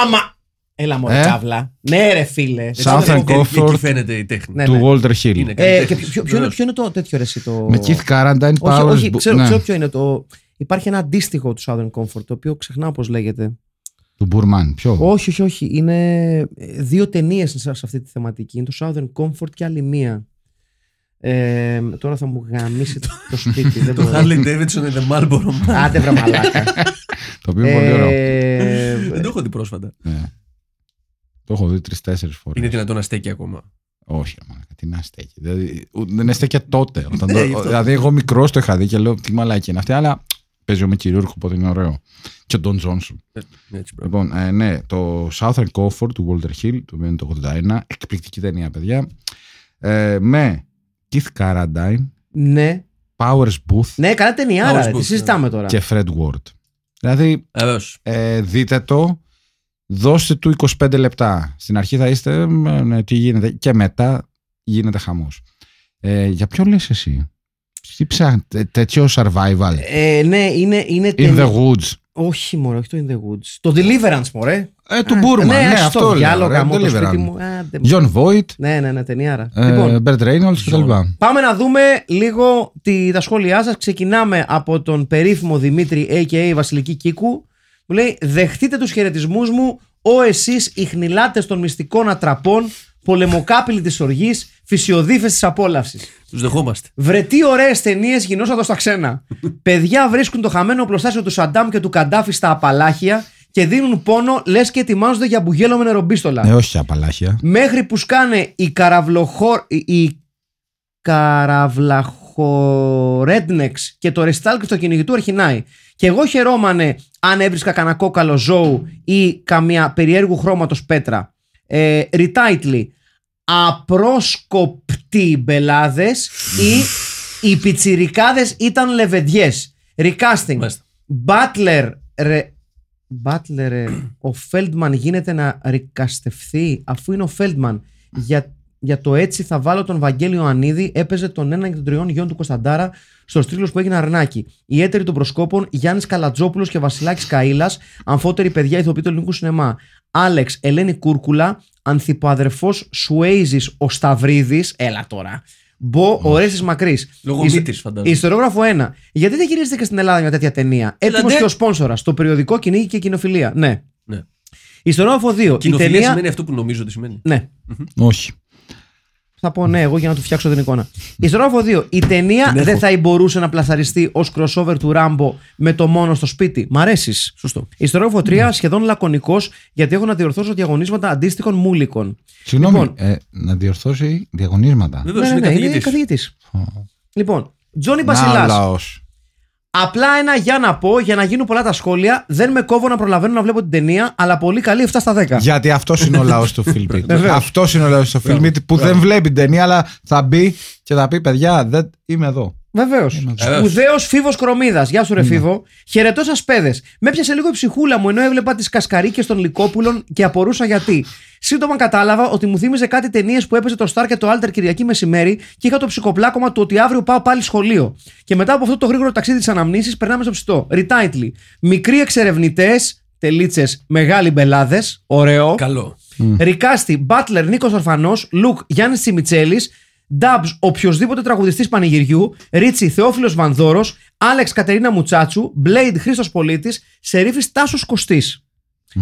[SPEAKER 1] Άμα. Έλα μωρέ
[SPEAKER 2] Ε.
[SPEAKER 1] τσάβλα. Ναι, ρε φίλε.
[SPEAKER 2] Σαν
[SPEAKER 1] Έτσι,
[SPEAKER 2] Southern
[SPEAKER 3] Ε, Εκεί- εκεί-
[SPEAKER 2] Comfort.
[SPEAKER 3] Εκεί φαίνεται η τέχνη.
[SPEAKER 1] Ναι,
[SPEAKER 2] του
[SPEAKER 1] ναι.
[SPEAKER 2] Walter Hill
[SPEAKER 3] Είναι
[SPEAKER 1] Ε, και
[SPEAKER 3] καλλιτέχνης,
[SPEAKER 1] ποιο, ποιο- ποιο είναι,
[SPEAKER 3] βεβαίως.
[SPEAKER 1] ποιο είναι το τέτοιο ρε εσύ, το...
[SPEAKER 2] με Keith Carradine
[SPEAKER 1] όχι,
[SPEAKER 2] Powers
[SPEAKER 1] όχι, ξέρω,
[SPEAKER 2] ναι,
[SPEAKER 1] ξέρω ποιο είναι το... Υπάρχει ένα αντίστοιχο του Southern Comfort, το οποίο ξεχνάω πώς λέγεται.
[SPEAKER 2] του Μπουρμάν ποιο
[SPEAKER 1] Όχι, όχι, όχι. Είναι ε, δύο ταινίες σε σε αυτή τη θεματική. Είναι το Southern Comfort και άλλη μία. Ε, τώρα θα μου γαμίσει το, το σπίτι. δεν
[SPEAKER 3] Το
[SPEAKER 1] μπορώ.
[SPEAKER 3] Harley Davidson and the Marlboro Man.
[SPEAKER 1] Άντε βρε μαλάκα.
[SPEAKER 2] Το οποίο είναι πολύ ωραίο.
[SPEAKER 1] Ε,
[SPEAKER 3] Δεν το έχω δει πρόσφατα.
[SPEAKER 2] Ναι. Το έχω δει τρει-τέσσερι φορές.
[SPEAKER 3] Είναι δυνατόν να στέκει ακόμα.
[SPEAKER 2] Όχι, ρε μαλάκα, τι να στέκει. Δηλαδή, ου- δεν έστεκε τότε. Όταν
[SPEAKER 3] Ναι,
[SPEAKER 2] το-
[SPEAKER 3] γι' αυτό.
[SPEAKER 2] δηλαδή, εγώ μικρός το είχα δει και λέω τι μαλάκι είναι αυτή, αλλά παίζει με κυρίουρχο, οπότε είναι ωραίο. Και ο Ντόν Τζόνσον.
[SPEAKER 3] Ε, Έτσι, μπράβο.
[SPEAKER 2] Λοιπόν, ε, ναι, το Southern Comfort του Walter Hill, του 1981, εκπληκτική ταινία, παιδιά. Ε, με Keith Carradine,
[SPEAKER 1] ναι,
[SPEAKER 2] Powers Booth
[SPEAKER 1] ναι, καλά ταινία.
[SPEAKER 3] House
[SPEAKER 1] Άρα, τι
[SPEAKER 3] Booth,
[SPEAKER 1] συζητάμε τώρα.
[SPEAKER 2] και Fred Ward. Δηλαδή,
[SPEAKER 1] Ναι.
[SPEAKER 3] Βεβαίως.
[SPEAKER 2] ε, δείτε το, δώστε του 25 λεπτά. Στην αρχή θα είστε, μ, ναι, τι γίνεται, και μετά γίνεται χαμός. Ε, για ποιο λες εσύ, τι ψάχνει, τέ- τέτοιο survival,
[SPEAKER 1] Ε, ναι, είναι, είναι
[SPEAKER 2] in
[SPEAKER 1] ταινία.
[SPEAKER 2] the woods.
[SPEAKER 1] Όχι, μωρέ, όχι το In the Woods. Το Deliverance, μωρέ.
[SPEAKER 2] Ε, του
[SPEAKER 1] Α,
[SPEAKER 2] Μπούρμαν, ναι,
[SPEAKER 1] ας
[SPEAKER 2] αυτό
[SPEAKER 1] το
[SPEAKER 2] λέω,
[SPEAKER 1] διάλογο,
[SPEAKER 2] ρε,
[SPEAKER 1] γαμώ το
[SPEAKER 2] Deliverance.
[SPEAKER 1] σπίτι μου. Άντε,
[SPEAKER 2] John Voight,
[SPEAKER 1] Ναι, ναι, ναι, ταινιάρα.
[SPEAKER 2] ε,
[SPEAKER 1] Λοιπόν,
[SPEAKER 2] Bert Reynolds κτλ.
[SPEAKER 1] πάμε να δούμε λίγο τη, τα σχόλιά σας. Ξεκινάμε από τον περίφημο Δημήτρη, a.k.a. Βασιλική Κίκου. Μου λέει, δεχτείτε τους χαιρετισμούς μου, ο εσείς, οι χνηλάτες των μυστικών ατραπών, πολεμοκάπηλοι της οργής, φυσιοδίφες της απόλαυσης.
[SPEAKER 3] Τους δεχόμαστε.
[SPEAKER 1] Βρε τι ωραίες ταινίες γινόσαντο στα ξένα. Παιδιά βρίσκουν το χαμένο οπλοστάσιο του Σαντάμ και του Καντάφη στα απαλάχια και δίνουν πόνο λες και ετοιμάζονται για μπουγέλο με νερομπίστολα.
[SPEAKER 2] Ε, όχι απαλάχια.
[SPEAKER 1] Μέχρι που σκάνε οι καραβλοχόρ. οι- οι καραβλαχορέντνεξ και το ρεστάλκι στο κυνηγητού αρχινάει. Και εγώ χαιρόμανε αν έβρισκα κανένα κόκαλο ζώου ή καμία περίεργου χρώματος πέτρα. Ε, retitle. Απρόσκοπτοι μπελάδες ή οι πιτσιρικάδες ήταν λεβεντιές. Recasting.
[SPEAKER 3] Μάλιστα.
[SPEAKER 1] Butler ρε, Μπάτλερ, ε, ο Φέλντμαν γίνεται να ρικαστευθεί αφού είναι ο Φέλντμαν. Για, για το έτσι θα βάλω τον Βαγγέλιο Ανίδη, έπαιζε τον έναν και των τριών γιών του Κωνσταντάρα στο στρίλο που έγινε Αρνάκη. Οι έτεροι των προσκόπων Γιάννης Καλατζόπουλος και Βασιλάκης Καήλα, αμφότεροι παιδιά ηθοποιοί του ελληνικού σινεμά. Άλεξ, Ελένη Κούρκουλα, ανθυποαδερφό Σουέιζης ο Σταυρίδης, έλα τώρα. Μπο, ο Ρέστη Μακρύ.
[SPEAKER 3] Λογομύτης, φαντάζομαι.
[SPEAKER 1] Ιστορόγραφο 1. Γιατί δεν γυρίζετε και στην Ελλάδα μια τέτοια ταινία. Έτοιμο
[SPEAKER 3] Ελάτε.
[SPEAKER 1] και ο σπόνσορας. Το περιοδικό κυνήγι και κοινοφιλία. Ναι.
[SPEAKER 3] Ναι.
[SPEAKER 1] Ιστορόγραφο 2. Η
[SPEAKER 3] Κοινοφιλία
[SPEAKER 1] ταινία.
[SPEAKER 3] σημαίνει αυτό που νομίζω ότι σημαίνει.
[SPEAKER 1] Ναι.
[SPEAKER 2] Όχι.
[SPEAKER 1] Θα πω ναι, εγώ για να του φτιάξω την εικόνα. Ιστορόγραφο 2. Η ταινία δεν θα μπορούσε να πλασαριστεί ως crossover του Ράμπο με το μόνο στο σπίτι. Μ' αρέσεις.
[SPEAKER 3] Σωστό.
[SPEAKER 1] Ιστορόγραφο 3. Σχεδόν λακωνικός γιατί έχω να διορθώσω διαγωνίσματα αντίστοιχων μούλικων.
[SPEAKER 2] Συγγνώμη,
[SPEAKER 1] Λοιπόν.
[SPEAKER 2] ε, να διορθώσει διαγωνίσματα.
[SPEAKER 3] Βεβαίω
[SPEAKER 1] ναι,
[SPEAKER 3] είναι
[SPEAKER 1] ναι, ναι, είναι
[SPEAKER 3] καθηγητής.
[SPEAKER 1] καθηγητή. Λοιπόν, Τζόνι
[SPEAKER 2] Να,
[SPEAKER 1] Βασιλά.
[SPEAKER 2] λαός.
[SPEAKER 1] Απλά ένα για να πω, για να γίνουν πολλά τα σχόλια. Δεν με κόβω να προλαβαίνω να βλέπω την ταινία, αλλά πολύ καλή 7 στα 10.
[SPEAKER 2] Γιατί αυτός είναι ο λαός του Φιλμπίτ. αυτός είναι ο λαός του Φιλμπίτ που δεν βλέπει την ταινία, αλλά θα μπει και θα πει: Παιδιά, δεν είμαι εδώ.
[SPEAKER 1] Βεβαίως.
[SPEAKER 3] Βεβαίως.
[SPEAKER 1] Σπουδαίος φίβος Κρομίδας. Γεια σου, ρε φίβο. Χαιρετώ σας, παιδες. Με πιάσε λίγο η ψυχούλα μου ενώ έβλεπα τις κασκαρίκες των Λικόπουλων και απορούσα γιατί. Σύντομα κατάλαβα ότι μου θύμιζε κάτι ταινίες που έπαιζε το Σταρ και το Άλτερ Κυριακή μεσημέρι και είχα το ψυχοπλάκωμα του ότι αύριο πάω πάλι σχολείο. Και μετά από αυτό το γρήγορο ταξίδι της αναμνήση περνάμε στο ψητό. Ριτάιτλι. Μικροί εξερευνητές, τελίτσες, μεγάλοι μπελάδες. Ωραίο.
[SPEAKER 3] Καλό.
[SPEAKER 1] Ρικάστη, Μπάτλερ, Νίκος Ορφανός, Λουκ, Γιάννης Τσιμιτσέλης, Νταμπ, οποιοδήποτε τραγουδιστής πανηγυριού, Ρίτσι, Θεόφιλος Βανδόρος, Άλεξ Κατερίνα Μουτσάτσου, Μπλέιντ Χρήστος Πολίτης, Σερίφης Τάσος Κωστής.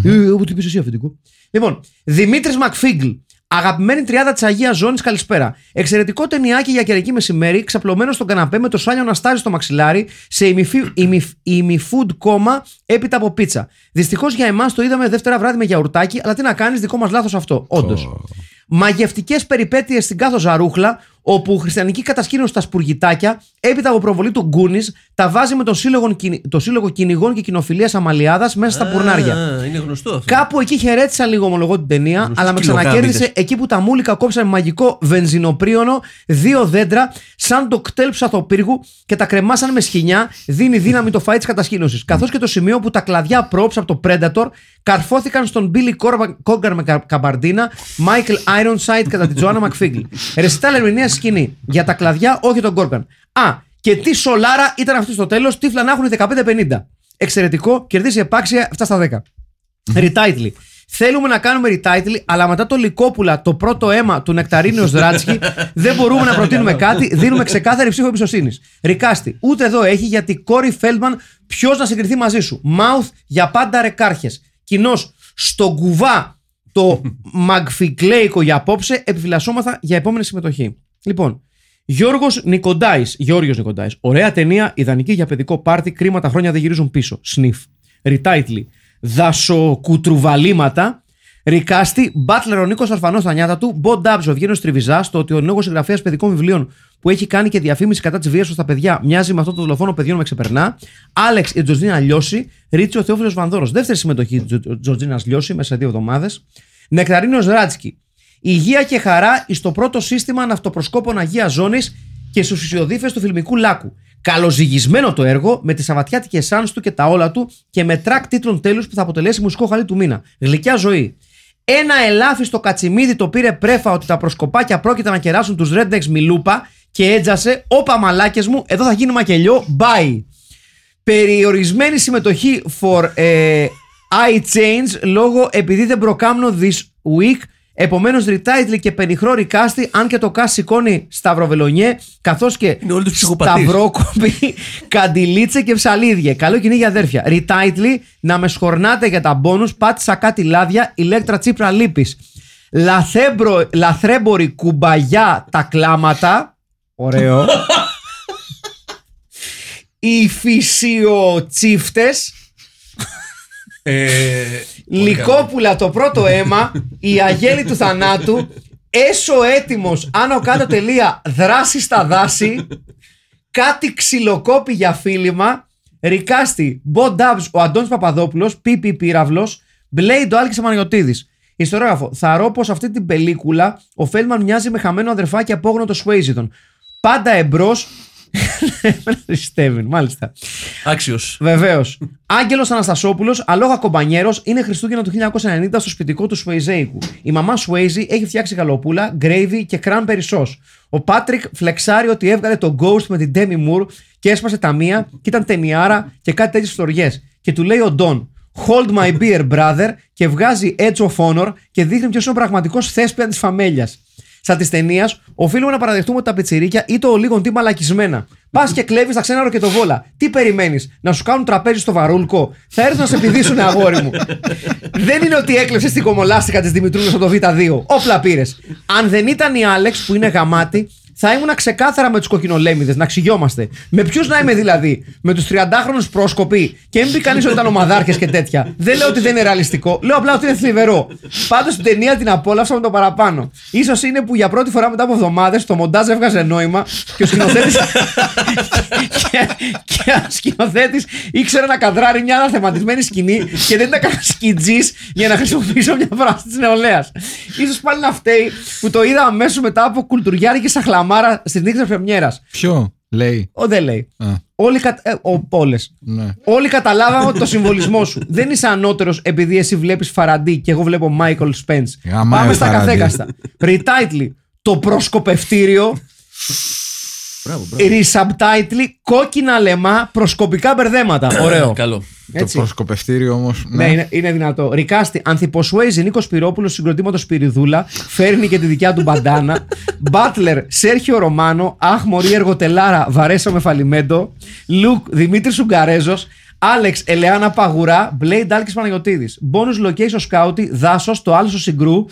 [SPEAKER 1] Εγώ τι πει Ε, εσύ αφεντικό. Λοιπόν, Δημήτρης Μακφίγκλ. Αγαπημένη τριάδα της Αγίας Ζώνης, καλησπέρα. Εξαιρετικό ταινιάκι για καιρική μεσημέρι, ξαπλωμένο στον καναπέ με το σάλιο να στάζει στο μαξιλάρι σε ημιφι- ημιφ- ημιφούντ κόμμα έπειτα από πίτσα. Δυστυχώς για εμάς το είδαμε δεύτερα βράδυ με γιαουρτάκι, αλλά τι να κάνεις, δικό μας λάθος αυτό. Όντως. Μαγευτικές περιπέτειες στην κάθο ζαρούχλα, όπου χριστιανική κατασκήνωση στα σπουργητάκια, έπειτα από προβολή του Γκούνης, τα βάζει με τον σύλλογο, κυνη- το σύλλογο κυνηγών και κοινοφιλίας Αμαλιάδας μέσα
[SPEAKER 3] Ε.
[SPEAKER 1] στα πουρνάρια.
[SPEAKER 3] Α, Είναι γνωστό αυτό.
[SPEAKER 1] Κάπου εκεί χαιρέτησα λίγο, ομολογώ την ταινία,
[SPEAKER 3] Γνωστοί
[SPEAKER 1] αλλά με ξανακέρδισε
[SPEAKER 3] κυλοκάμιδες.
[SPEAKER 1] εκεί που τα μούλικα κόψαν με μαγικό βενζινοπρίονο, δύο δέντρα, σαν το κτέλ ψαθοπύργου και τα κρεμάσαν με σχοινιά, δίνει δύναμη το φάι της κατασκήνωσης. Καθώς και το σημείο που τα κλαδιά props από το Predator καρφώθηκαν στον Billy Corgan- Corgan με κα- καμπαρντίνα, Michael Ironside κατά την Joanna McFigley. Ρεσιτάλ ερμηνεία στη σκηνή. Για τα κλαδιά, όχι τον Corgan. Α, και τι σολάρα ήταν αυτή στο τέλος, τύφλα να έχουν 15-50. Εξαιρετικό, κερδίζει επάξια 7 στα 10. Mm-hmm. Retitle. Θέλουμε να κάνουμε retitle, αλλά μετά το Λικόπουλα, το πρώτο αίμα του Νεκταρίνου Ζράτσκι, δεν μπορούμε να προτείνουμε κάτι. Δίνουμε ξεκάθαρη ψήφο εμπιστοσύνης. Ρικάστη, ούτε εδώ έχει γιατί κόρη Φέλτμαν, ποιος να συγκριθεί μαζί σου. Mouth για πάντα ρεκάρχε. Κοινώ, στον κουβά το μαγφικλέικο για απόψε, επιφυλασσόμαθα για επόμενη συμμετοχή. Λοιπόν, Γιώργος Νικοντάης. Γιώργο Νικοντάης. Ωραία ταινία, ιδανική για παιδικό πάρτι. Κρίμα τα χρόνια δεν γυρίζουν πίσω. Σνιφ. Ριτάιτλι. Δασοκουτρουβαλήματα. Ρικάστη. Μπάτλερ ο Νίκος Αρφανό στα νιάτα του. Μπον Ντάμπζο. Βγαίνει τριβιζά στο ότι ο νέο συγγραφέας παιδικών βιβλίων που έχει κάνει και διαφήμιση κατά της βίας προ τα παιδιά μοιάζει με αυτό το δολοφόνο παιδιών με ξεπερνά. Άλεξ η Τζορτζίνα Λιώση. Ρίτσο Θεόφιλος Βανδόρος. Δεύτερη συμμετοχή τη Τζορτζίνα Λιώση μέσα σε δύο εβδομάδες. Νεκταρίνος Ράτσκι. Υγεία και χαρά εις το πρώτο σύστημα ναυτοπροσκόπων Αγίας Ζώνης και στους ισιοδίφε του φιλμικού λάκου. Καλοζυγισμένο το έργο με τις σαβατιάτικε σάνς του και τα όλα του και με τρακ τίτλων τέλους που θα αποτελέσει μουσικό χαλί του μήνα. Γλυκιά ζωή. Ένα ελάφιστο κατσιμίδι το πήρε πρέφα ότι τα προσκοπάκια πρόκειται να κεράσουν τους Rednecks Μιλούπα και έτζασε. Όπα μαλάκες μου, εδώ θα γίνει μακελιό. Bye. Περιορισμένη συμμετοχή for ε, I change λόγω επειδή δεν προκάμνω this week. Επομένως, ρητάιτλι και πενιχρό ρικάστη, αν και το κά σηκώνει σταυροβελονιέ, καθώς και
[SPEAKER 3] Είναι όλοι τους ψυχοπαθείς.
[SPEAKER 1] σταυρόκοπη, καντιλίτσε και ψαλίδια. Καλό κοινή για αδέρφια. Ρητάιτλι, να με σχορνάτε για τα μπόνους, πάτησα κάτι λάδια, ηλέκτρα τσίπρα λύπης. Λαθέμπρο, λαθρέμπορη κουμπαγιά τα κλάματα. Ωραίο. Οι φυσιοτσίφτες
[SPEAKER 3] Ε, πολύ καλό.
[SPEAKER 1] Λικόπουλα το πρώτο αίμα, η αγέλη του θανάτου, έσω έτοιμος άνω κάτω τελεία δράση στα δάση, κάτι ξυλοκόπη για φίλημα, ρικάστη, μποντάμπ ο Αντώνης Παπαδόπουλος, πίπι πύραυλος, μπλέι το Άλκης Αμανιωτίδης. Ιστορόγραφο. Θαρώ πως αυτή την πελίκουλα ο Φέλμαν μοιάζει με χαμένο αδερφάκι απόγνωτο Σουέιζιτον. Πάντα εμπρός. Ριστεύει, μάλιστα.
[SPEAKER 3] Άξιος.
[SPEAKER 1] Βεβαίως. Άγγελος Αναστασόπουλος, αλόγα κομπανιέρος, είναι Χριστούγεννα του 1990 στο σπιτικό του Σουέιζέικου. Η μαμά Σουέιζι έχει φτιάξει γαλοπούλα, γκρέιβι και κραν περισσό. Ο Πάτρικ φλεξάρει ότι έβγαλε το Ghost με την Demi Moore και έσπασε τα μία και ήταν ταινιάρα και κάτι τέτοιες φλωριές. Και του λέει ο Ντόν, Hold my beer, brother, και βγάζει Edge of Honor και δείχνει ποιος είναι ο πραγματικός θέσπιας της φαμέλιας. Στα της ταινίας, οφείλουμε να παραδεχτούμε ότι τα πιτσιρίκια είτε ο λίγον τι μαλακισμένα. Πας και κλέβεις τα ξένα ροκετοβόλα. Τι περιμένεις, να σου κάνουν τραπέζι στο βαρούλκο. Θα έρθουν να σε πηδήσουν, αγόρι μου. δεν είναι ότι έκλεψες την κομολάστικα της Δημητρούλα από το Β2. Όπλα πήρες. Αν δεν ήταν η Άλεξ που είναι γαμάτη, θα ήμουν ξεκάθαρα με τους κοκκινολέμιδες, να ξυγιόμαστε. Με ποιους να είμαι δηλαδή, με τους 30χρονου πρόσκοποι και μην πει κανείς ότι ήταν ομαδάρχες και τέτοια. Δεν λέω ότι δεν είναι ρεαλιστικό, λέω απλά ότι είναι θλιβερό. Πάντως την ταινία την απόλαυσα με το παραπάνω. σω είναι που για πρώτη φορά μετά από εβδομάδες το μοντάζ έβγαζε νόημα και ο σκηνοθέτης. και, και ο σκηνοθέτης ήξερε να καδράρει μια αναθεματισμένη σκηνή και δεν ήταν κανένας σκιτζής για να χρησιμοποιήσω μια φράση της νεολαίας. σω πάλι να φταίει που το είδα αμέσως μετά από κουλτουριάρικη σαχλαμάρα στη νύχτα πρεμιέρας.
[SPEAKER 2] Ποιο, λέει.
[SPEAKER 1] Ο δεν λέει.
[SPEAKER 2] Α,
[SPEAKER 1] Όλοι, κατα... ε, ο, όλες.
[SPEAKER 2] ναι.
[SPEAKER 1] Όλοι καταλάβαμε ότι το συμβολισμό σου. Δεν είσαι ανώτερος επειδή εσύ βλέπεις Φαραντί και εγώ βλέπω Μάικλ Σπέντ.
[SPEAKER 2] Γαμάει
[SPEAKER 1] Πάμε
[SPEAKER 2] ο
[SPEAKER 1] στα
[SPEAKER 2] Φαραντί.
[SPEAKER 1] καθέκαστα. Ριτάιτλι. Το προσκοπευτήριο. Ρισαμπτάιτλι. Ε, Κόκκινα λεμά. Προσκοπικά μπερδέματα. Ωραίο.
[SPEAKER 3] Ε, Ναι, Καλό.
[SPEAKER 2] Το
[SPEAKER 1] Έτσι.
[SPEAKER 2] προσκοπευτήριο όμως.
[SPEAKER 1] Ναι, είναι, είναι δυνατό. Ρικάστη, Ανθιποσουέιζη, Νίκος Πυρόπουλος, συγκροτήματος Πυριδούλα, φέρνει και τη δικιά του μπαντάνα. Μπάτλερ, Σέρχιο Ρωμάνο, Αχμωρή Εργοτελάρα, Βαρέσο Μεφαλιμέντο, Λουκ, Δημήτρης Ουγγαρέζος, Άλεξ, Ελεάνα Παγουρά, Μπλέιντ Άλκη Παναγιοτήδη. Bonus location σκάουτι, δάσος, το άλλο συγκρού.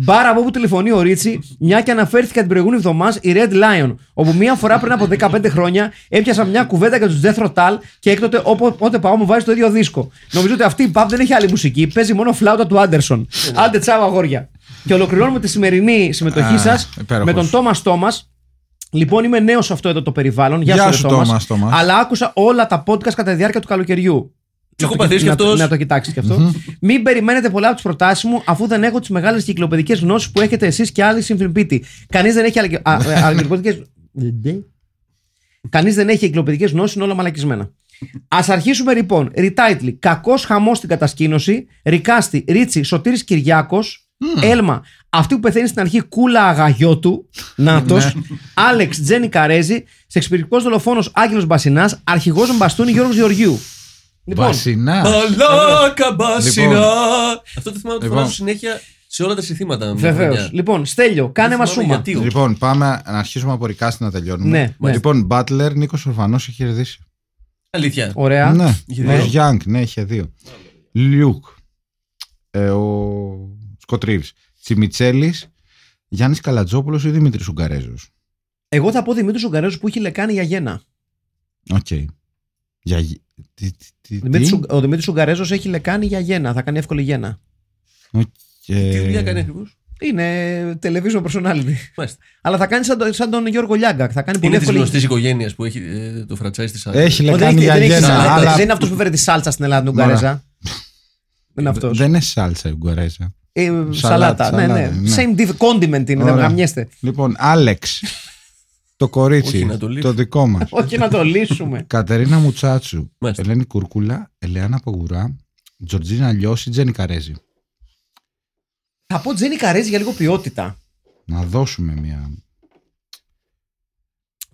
[SPEAKER 1] Μπάρα από όπου τηλεφωνεί ο Ρίτσι, μια και αναφέρθηκα την προηγούμενη εβδομάδα η Red Lion, όπου μία φορά πριν από 15 χρόνια έπιασα μια κουβέντα για τους Death Rotal και έκτοτε όποτε όποτε πάω μου βάζει το ίδιο δίσκο. Νομίζω ότι αυτή η pub δεν έχει άλλη μουσική, παίζει μόνο φλάουτα του Άντερσον. Άντε τσάβα αγόρια. Και ολοκληρώνουμε τη σημερινή συμμετοχή
[SPEAKER 2] Α,
[SPEAKER 1] σας
[SPEAKER 2] υπέροχος.
[SPEAKER 1] με τον Τόμα Τόμα. Λοιπόν, είμαι νέος σε αυτό εδώ το περιβάλλον. Γεια,
[SPEAKER 2] Γεια
[SPEAKER 1] ρε,
[SPEAKER 2] σου,
[SPEAKER 1] Τόμας.
[SPEAKER 2] Τόμας, Τόμας.
[SPEAKER 1] Αλλά άκουσα όλα τα podcast κατά τη διάρκεια του καλοκαιριού.
[SPEAKER 3] Ψυχοπαθής κι
[SPEAKER 1] Να το-
[SPEAKER 3] αυτός.
[SPEAKER 1] Να το κοιτάξεις κι αυτό. Μην περιμένετε πολλά από τις προτάσεις μου, αφού δεν έχω τις μεγάλες κυκλοπαιδικές γνώσεις που έχετε εσείς και άλλοι συμφιλμπίτη. Κανείς δεν έχει αγγλικοπαιδικέ. Κανείς δεν έχει κυκλοπαιδικές γνώσεις, είναι όλα μαλακισμένα. Ας αρχίσουμε λοιπόν. Ριτάιτλι. Κακός χαμός στην κατασκήνωση. Ρικάστη. Ρίτσι. Σωτήρης Κυριάκος. Έλμα. Αυτή που πεθαίνει στην αρχή, κούλα αγαγιώτου. Νάτος. Άλεξ Τζένι Καρέζη. Σεξπυρικό δολοφόνος Άγγελος Μπασινάς. Αρχηγός Μπαστούνι Γιώργος Γεωργιού. Λοιπόν,
[SPEAKER 2] Βασινά.
[SPEAKER 3] Μαλάκα μπασινά.
[SPEAKER 2] Λοιπόν.
[SPEAKER 3] Αυτό το θυμάμαι ότι
[SPEAKER 2] Λοιπόν.
[SPEAKER 3] φωνάζω συνέχεια σε όλα τα συνθήματα. μια
[SPEAKER 1] βεβαίω.
[SPEAKER 3] χρονιά.
[SPEAKER 1] Λοιπόν, Στέλιο, κάνε
[SPEAKER 3] Δεν
[SPEAKER 1] μα
[SPEAKER 3] θυμάμαι
[SPEAKER 1] σούμα.
[SPEAKER 3] γιατί όμως.
[SPEAKER 2] Λοιπόν, πάμε να αρχίσουμε από ρικάστη να τελειώνουμε.
[SPEAKER 1] Ναι, ναι.
[SPEAKER 2] Λοιπόν, Butler, Νίκος Ορφανός έχει κερδίσει.
[SPEAKER 3] Αλήθεια.
[SPEAKER 1] Ωραία.
[SPEAKER 2] Ναι,
[SPEAKER 3] Είχε
[SPEAKER 2] ναι.
[SPEAKER 3] δύο.
[SPEAKER 2] Young, ναι, είχε δύο. Λιούκ. Ε, ο Σκοτρίβ. Τσιμιτσέλης. Γιάννης Καλατζόπουλος ή Δημήτρης Ουγγαρέζος.
[SPEAKER 1] Εγώ θα πω Δημήτρης Ουγγαρέζος που είχε λεκάνη για γένα.
[SPEAKER 2] Οκ. Για... γη- Τι, τι, τι,
[SPEAKER 1] Δημήτρης
[SPEAKER 2] τι?
[SPEAKER 1] Ουγγ- Ο Δημήτρης Ουγγαρέζο έχει λεκάνη για γένα. Θα κάνει εύκολη γένα.
[SPEAKER 2] Οκ. ε,
[SPEAKER 3] Τι δουλειά κάνει ακριβώς.
[SPEAKER 1] Είναι television personality.
[SPEAKER 3] Μάλιστα.
[SPEAKER 1] Αλλά θα κάνει σαν, τον- σαν τον Γιώργο Λιάγκα. Θα κάνει πολύ
[SPEAKER 3] Είναι της
[SPEAKER 1] εύκολη.
[SPEAKER 3] γνωστής οικογένειας που έχει ε, το franchise της Άκη.
[SPEAKER 2] Έχει
[SPEAKER 1] Ο, δεν
[SPEAKER 2] λεκάνη
[SPEAKER 1] έχει-
[SPEAKER 2] για
[SPEAKER 1] δεν έχει
[SPEAKER 2] γένα,
[SPEAKER 1] σάλτσα.
[SPEAKER 2] αλλά
[SPEAKER 1] Δεν είναι αυτός που φέρει τη σάλτσα στην Ελλάδα, την
[SPEAKER 2] Μωρά.
[SPEAKER 1] Ουγγαρέζα. Δεν είναι αυτός.
[SPEAKER 2] δεν είναι σάλτσα η Ουγγαρέζα.
[SPEAKER 1] Σαλάτα,
[SPEAKER 2] σαλάτα,
[SPEAKER 1] ναι, ναι.
[SPEAKER 2] ναι.
[SPEAKER 1] Same div condiment είναι, δεν
[SPEAKER 2] Ωραία.
[SPEAKER 1] γαμιέστε.
[SPEAKER 2] Λοιπόν, Άλεξ, το
[SPEAKER 3] Όχι,
[SPEAKER 2] κορίτσι,
[SPEAKER 3] να το λύσω.
[SPEAKER 2] το δικό μας.
[SPEAKER 1] Όχι να το λύσουμε.
[SPEAKER 2] Κατερίνα Μουτσάτσου,
[SPEAKER 3] Μάλιστα.
[SPEAKER 2] Ελένη Κουρκούλα, Ελεάνα Πογουρά, Τζορτζίνα Λιώση, Τζένι Καρέζη.
[SPEAKER 1] θα πω Τζένι Καρέζη για λίγο ποιότητα.
[SPEAKER 2] Να δώσουμε μια.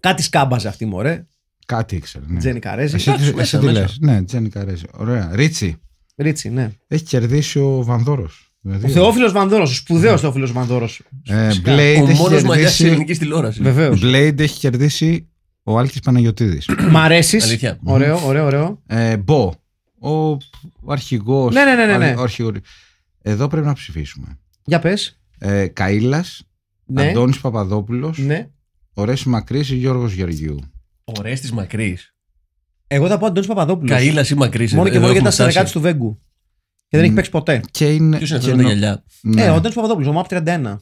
[SPEAKER 1] Κάτι σκάμπαζε αυτή, μωρέ.
[SPEAKER 2] Κάτι ήξερε. Ναι.
[SPEAKER 1] Τζένι Καρέζη.
[SPEAKER 2] Εσύ,
[SPEAKER 1] Εντάξει,
[SPEAKER 2] εσύ,
[SPEAKER 1] μέσα,
[SPEAKER 2] τι
[SPEAKER 1] μέσα.
[SPEAKER 2] λες. Ναι, Τζένι Καρέζη. Ωραία. Ρίτσι.
[SPEAKER 1] Ρίτσι, ναι.
[SPEAKER 2] Έχει κερδίσει ο Βανδόρος. Δηλαδή,
[SPEAKER 1] Ο Θεόφιλος Βανδόρος, ο σπουδαίος Θεόφιλος Βανδόρος.
[SPEAKER 2] Ναι. ε,
[SPEAKER 1] φυσικά.
[SPEAKER 2] Blade,
[SPEAKER 3] Ο μόνο
[SPEAKER 2] έχει
[SPEAKER 3] μαλλιά τη
[SPEAKER 2] κερδίσει...
[SPEAKER 3] ελληνικής τηλεόρασης.
[SPEAKER 1] Βεβαίως.
[SPEAKER 2] Blade έχει κερδίσει ο Άλκης Παναγιωτίδης.
[SPEAKER 1] Μ' αρέσεις.
[SPEAKER 3] Αλήθεια.
[SPEAKER 1] Ωραίο, ωραίο, ωραίο.
[SPEAKER 2] ε, Μπο. Ο, ο αρχηγός.
[SPEAKER 1] Ναι, ναι, ναι, ναι, ναι.
[SPEAKER 2] ο αρχηγόρη- Εδώ πρέπει να ψηφίσουμε.
[SPEAKER 1] Για πες.
[SPEAKER 2] Ε, Καΐλας,
[SPEAKER 1] Ναι.
[SPEAKER 2] Αντώνης Παπαδόπουλος,
[SPEAKER 1] ναι.
[SPEAKER 2] Ωρέση Μακρύς ή Γιώργος Γεωργιού.
[SPEAKER 3] Ωραίε της Μακρύς.
[SPEAKER 1] Εγώ θα πω Αντώνης Παπαδόπουλος.
[SPEAKER 3] Καήλα ή ε, Μακρύς.
[SPEAKER 1] Μόνο και μόνο γιατί ήταν συνεργάτη του Βέγκου. Και δεν έχει παίξει ποτέ.
[SPEAKER 2] Και είναι...
[SPEAKER 3] Ποιος είναι
[SPEAKER 2] και
[SPEAKER 3] αυτό με τα
[SPEAKER 2] νο-
[SPEAKER 3] γυαλιά.
[SPEAKER 2] ναι.
[SPEAKER 1] Ε, ο Αντώνης Παπαδόπουλος, ο MAP 31.
[SPEAKER 3] Ναι, ναι, ναι.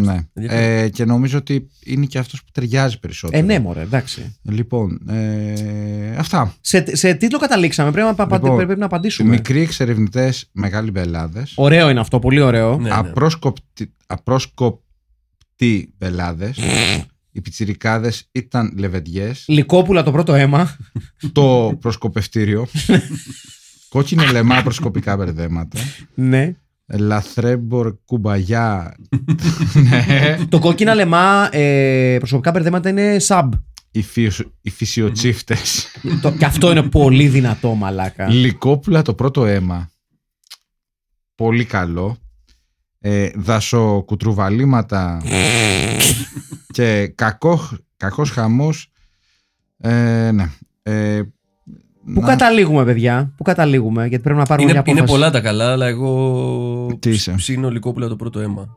[SPEAKER 2] Ναι.
[SPEAKER 3] Ενδιαφέρον.
[SPEAKER 2] Ε, και νομίζω ότι είναι και αυτός που ταιριάζει περισσότερο.
[SPEAKER 1] Ε, ναι, μωρέ, εντάξει.
[SPEAKER 2] Λοιπόν, ε, αυτά.
[SPEAKER 1] Σε, σε τίτλο καταλήξαμε. Πρέπει να, πα-
[SPEAKER 2] Λοιπόν,
[SPEAKER 1] πρέπει να απαντήσουμε.
[SPEAKER 2] Μικροί εξερευνητές, μεγάλοι μπελάδες.
[SPEAKER 1] Ωραίο είναι αυτό, πολύ ωραίο.
[SPEAKER 3] Ναι, ναι.
[SPEAKER 2] Απρόσκοπτοι, απρόσκοπτοι μπελάδες. Οι πιτσιρικάδες ήταν λεβεντιές.
[SPEAKER 1] Λικόπουλα το πρώτο αίμα.
[SPEAKER 2] Το προσκοπευτήριο. Κόκκινο λεμά προσκοπικά μπερδέματα.
[SPEAKER 1] ναι.
[SPEAKER 2] Λαθρέμπορ κουμπαγιά. ναι.
[SPEAKER 1] Το κόκκινα λεμά ε, προσωπικά μπερδέματα είναι sub.
[SPEAKER 2] Οι, φυσιο, οι φυσιοτσίφτες.
[SPEAKER 1] το, και αυτό είναι πολύ δυνατό, μαλάκα.
[SPEAKER 2] Λυκόπουλα το πρώτο αίμα. Πολύ καλό. Ε, δασοκουτρουβαλήματα και κακό, κακός χαμός. Ε, ναι. Ε,
[SPEAKER 1] Πού καταλήγουμε, παιδιά. Πού καταλήγουμε, γιατί πρέπει να πάρουμε
[SPEAKER 3] Είναι,
[SPEAKER 1] μια
[SPEAKER 3] είναι
[SPEAKER 1] απόφαση.
[SPEAKER 3] πολλά τα καλά, αλλά εγώ
[SPEAKER 2] Τι είσαι?
[SPEAKER 3] ψήνω Λικόπουλα το πρώτο αίμα.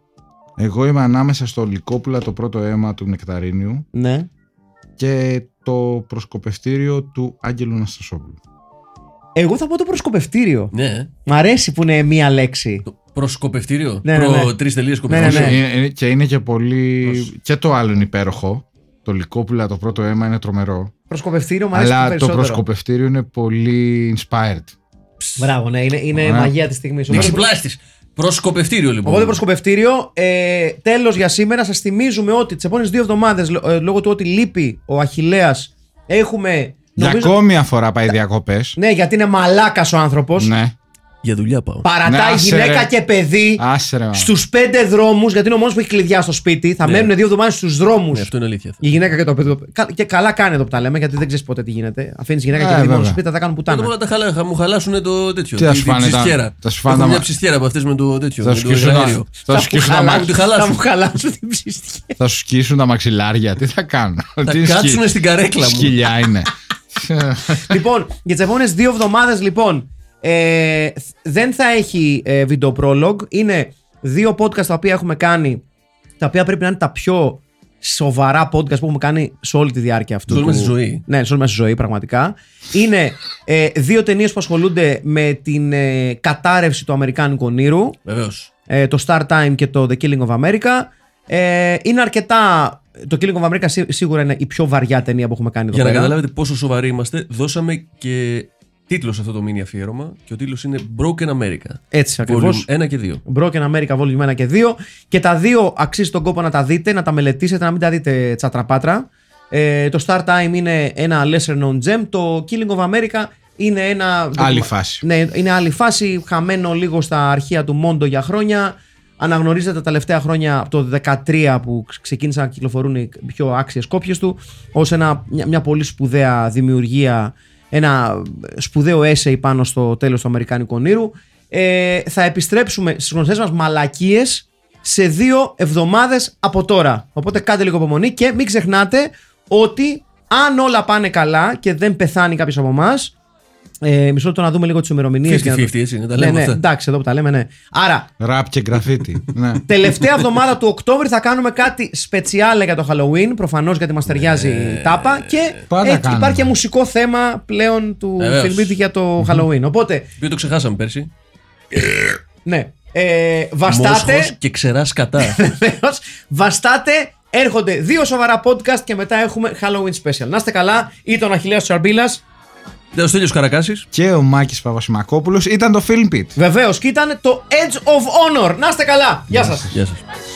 [SPEAKER 2] Εγώ είμαι ανάμεσα στο Λυκόπουλα το πρώτο αίμα του Νεκταρίνιου
[SPEAKER 1] Ναι.
[SPEAKER 2] και το προσκοπευτήριο του Άγγελου Ναστασόπουλου.
[SPEAKER 1] Εγώ θα πω το προσκοπευτήριο.
[SPEAKER 3] Ναι.
[SPEAKER 1] Μ' αρέσει που είναι μία λέξη.
[SPEAKER 3] Το προσκοπευτήριο.
[SPEAKER 1] Ναι, ναι,
[SPEAKER 3] προ...
[SPEAKER 1] ναι.
[SPEAKER 3] Τρεις τελείες
[SPEAKER 1] Ναι, ναι.
[SPEAKER 2] Είναι- είναι- Ε, και είναι και πολύ... Και το άλλο είναι υπέροχο. Το Λυκόπουλα το πρώτο αίμα είναι τρομερό.
[SPEAKER 1] Προσκοπευτήριο μου αρέσει
[SPEAKER 2] Αλλά το
[SPEAKER 1] περισσότερο.
[SPEAKER 2] προσκοπευτήριο είναι πολύ inspired.
[SPEAKER 1] Μπράβο, ναι, είναι, είναι
[SPEAKER 2] Ωραία.
[SPEAKER 1] μαγεία τη στιγμή.
[SPEAKER 3] Δεξιπλάστη. Προσκοπευτήριο λοιπόν.
[SPEAKER 1] Οπότε προσκοπευτήριο. Ε, Τέλος για σήμερα. Σας θυμίζουμε ότι τις επόμενες δύο εβδομάδες, λόγω του ότι λείπει ο Αχηλέα, έχουμε.
[SPEAKER 2] Για
[SPEAKER 1] νομίζω-
[SPEAKER 2] ακόμη αφορά πάει διακοπές.
[SPEAKER 1] Ναι, γιατί είναι μαλάκας ο άνθρωπος.
[SPEAKER 2] Ναι.
[SPEAKER 3] Για δουλειά πάω.
[SPEAKER 1] Παρατάει
[SPEAKER 2] Ναι, άσε,
[SPEAKER 1] γυναίκα
[SPEAKER 2] ρε.
[SPEAKER 1] και παιδί
[SPEAKER 2] Άσε ρε. μα.
[SPEAKER 1] στους πέντε δρόμους, γιατί είναι ο μόνος που έχει κλειδιά στο σπίτι.
[SPEAKER 2] Ναι.
[SPEAKER 1] Θα μένουν δύο εβδομάδες στους δρόμους.
[SPEAKER 3] Ναι, αυτό είναι αλήθεια.
[SPEAKER 1] Η γυναίκα και το παιδί. Κα- Και καλά κάνει εδώ που τα λέμε, γιατί δεν ξέρεις ποτέ τι γίνεται. Αφήνεις γυναίκα
[SPEAKER 2] Ε,
[SPEAKER 1] και παιδί μόνο
[SPEAKER 2] βέβαια.
[SPEAKER 1] στο σπίτι, θα τα κάνουν
[SPEAKER 3] Δεν το
[SPEAKER 1] πουτάνα.
[SPEAKER 3] μπορώ να τα χαλά, θα μου χαλάσουν το τέτοιο.
[SPEAKER 2] ναι. Τι θα
[SPEAKER 3] τη-
[SPEAKER 2] σου
[SPEAKER 3] τη
[SPEAKER 2] φάνε τα-
[SPEAKER 3] ψυχέρα.
[SPEAKER 2] τα σου φάνε
[SPEAKER 3] Έχω
[SPEAKER 2] τα
[SPEAKER 3] μια
[SPEAKER 2] μα-
[SPEAKER 3] ψυχέρα από αυτές με το τέτοιο.
[SPEAKER 2] Θα
[SPEAKER 3] με
[SPEAKER 2] σου
[SPEAKER 3] το
[SPEAKER 2] σκίσουν
[SPEAKER 3] αέριο.
[SPEAKER 2] τα- θα σου σκίσουν τα μα-
[SPEAKER 3] χαλάσουν. τη χαλάσουν.
[SPEAKER 1] Θα μου χαλάσουν την ψυχή.
[SPEAKER 2] θα σου σκίσουν τα μαξιλάρια. Τι θα κάνουν. Τι
[SPEAKER 3] Θα
[SPEAKER 2] σκι-
[SPEAKER 3] κάτσουν στην καρέκλα μου.
[SPEAKER 2] Σκυλιά είναι.
[SPEAKER 1] λοιπόν, για τις επόμενες δύο εβδομάδες, λοιπόν, ε, θ- δεν θα έχει ε, βίντεο πρόλογ. Είναι δύο podcast τα οποία έχουμε κάνει, τα οποία πρέπει να είναι τα πιο σοβαρά podcast που έχουμε κάνει σε όλη τη διάρκεια αυτού.
[SPEAKER 3] Σε όλη
[SPEAKER 1] του-
[SPEAKER 3] μας τη ζωή.
[SPEAKER 1] Ναι, σε όλη μας τη ζωή, πραγματικά. Είναι ε, δύο ταινίες που ασχολούνται με την ε, κατάρρευση του Αμερικάνικου ονείρου
[SPEAKER 3] Βεβαίως.
[SPEAKER 1] ε, το Star Time και το The Killing of America. Ε, είναι αρκετά. Το Killing of America σί- σίγουρα είναι η πιο βαριά ταινία που έχουμε κάνει εδώ
[SPEAKER 3] Για να
[SPEAKER 1] πέρα.
[SPEAKER 3] καταλάβετε πόσο σοβαροί είμαστε, δώσαμε και τίτλος σε αυτό το mini αφιέρωμα και ο τίτλος είναι Broken America.
[SPEAKER 2] Ε,
[SPEAKER 1] Έτσι ακριβώς.
[SPEAKER 3] Volume 1 και 2.
[SPEAKER 1] Broken America Volume 1 και 2. Και τα δύο αξίζει τον κόπο να τα δείτε, να τα μελετήσετε, να μην τα δείτε τσατραπάτρα. Ε, το Star Time είναι ένα lesser known gem. Το Killing of America είναι ένα.
[SPEAKER 2] Άλλη φάση.
[SPEAKER 1] Ναι, είναι άλλη φάση. Χαμένο λίγο στα αρχεία του Μόντο για χρόνια. Αναγνωρίζεται τα τελευταία χρόνια από το 13 που ξεκίνησαν να κυκλοφορούν οι πιο άξιες κόπιες του ως ένα, μια, μια πολύ σπουδαία δημιουργία, ένα σπουδαίο essay πάνω στο τέλος του Αμερικάνικου όνειρου. Ε, θα επιστρέψουμε στις γνωστές μας μαλακίες σε δύο εβδομάδες από τώρα. Οπότε κάντε λίγο υπομονή και μην ξεχνάτε ότι αν όλα πάνε καλά και δεν πεθάνει κάποιος από εμάς, Ε, μισό λεπτό να δούμε λίγο τις ημερομηνίες.
[SPEAKER 3] 50-50, έτσι είναι, τα λέμε
[SPEAKER 1] ναι, ναι,
[SPEAKER 3] αυτά.
[SPEAKER 1] εντάξει, εδώ που τα λέμε, ναι. Άρα,
[SPEAKER 2] Ραπ και γκραφίτι. ναι.
[SPEAKER 1] τελευταία εβδομάδα του Οκτώβρη θα κάνουμε κάτι σπετσιάλε για το Halloween. Προφανώς γιατί μας
[SPEAKER 3] Ναι.
[SPEAKER 1] ταιριάζει η τάπα. Και
[SPEAKER 2] Πάντα
[SPEAKER 1] έτσι
[SPEAKER 2] κάνουμε.
[SPEAKER 1] υπάρχει και μουσικό θέμα πλέον του
[SPEAKER 3] Βεβαίως.
[SPEAKER 1] Φιλμπίτη για το Halloween. Οπότε,
[SPEAKER 3] οποίο το ξεχάσαμε πέρσι.
[SPEAKER 1] ναι. Ε, βαστάτε.
[SPEAKER 3] Μόσχος και ξεράς σκατά.
[SPEAKER 1] Βεβαίως. Βαστάτε, έρχονται δύο σοβαρά podcast και μετά έχουμε Halloween special. Να είστε καλά, ήταν ο Αχιλέας Τσαρμπίλας.
[SPEAKER 3] Ήταν ο Στέλιος Καρακάσης.
[SPEAKER 2] και ο Μάκης Παπασημακόπουλος ήταν το Film Pit.
[SPEAKER 1] Βεβαίως και ήταν το Edge of Honor. Να είστε καλά. Γεια σας.
[SPEAKER 3] Γεια σας.
[SPEAKER 9] Let's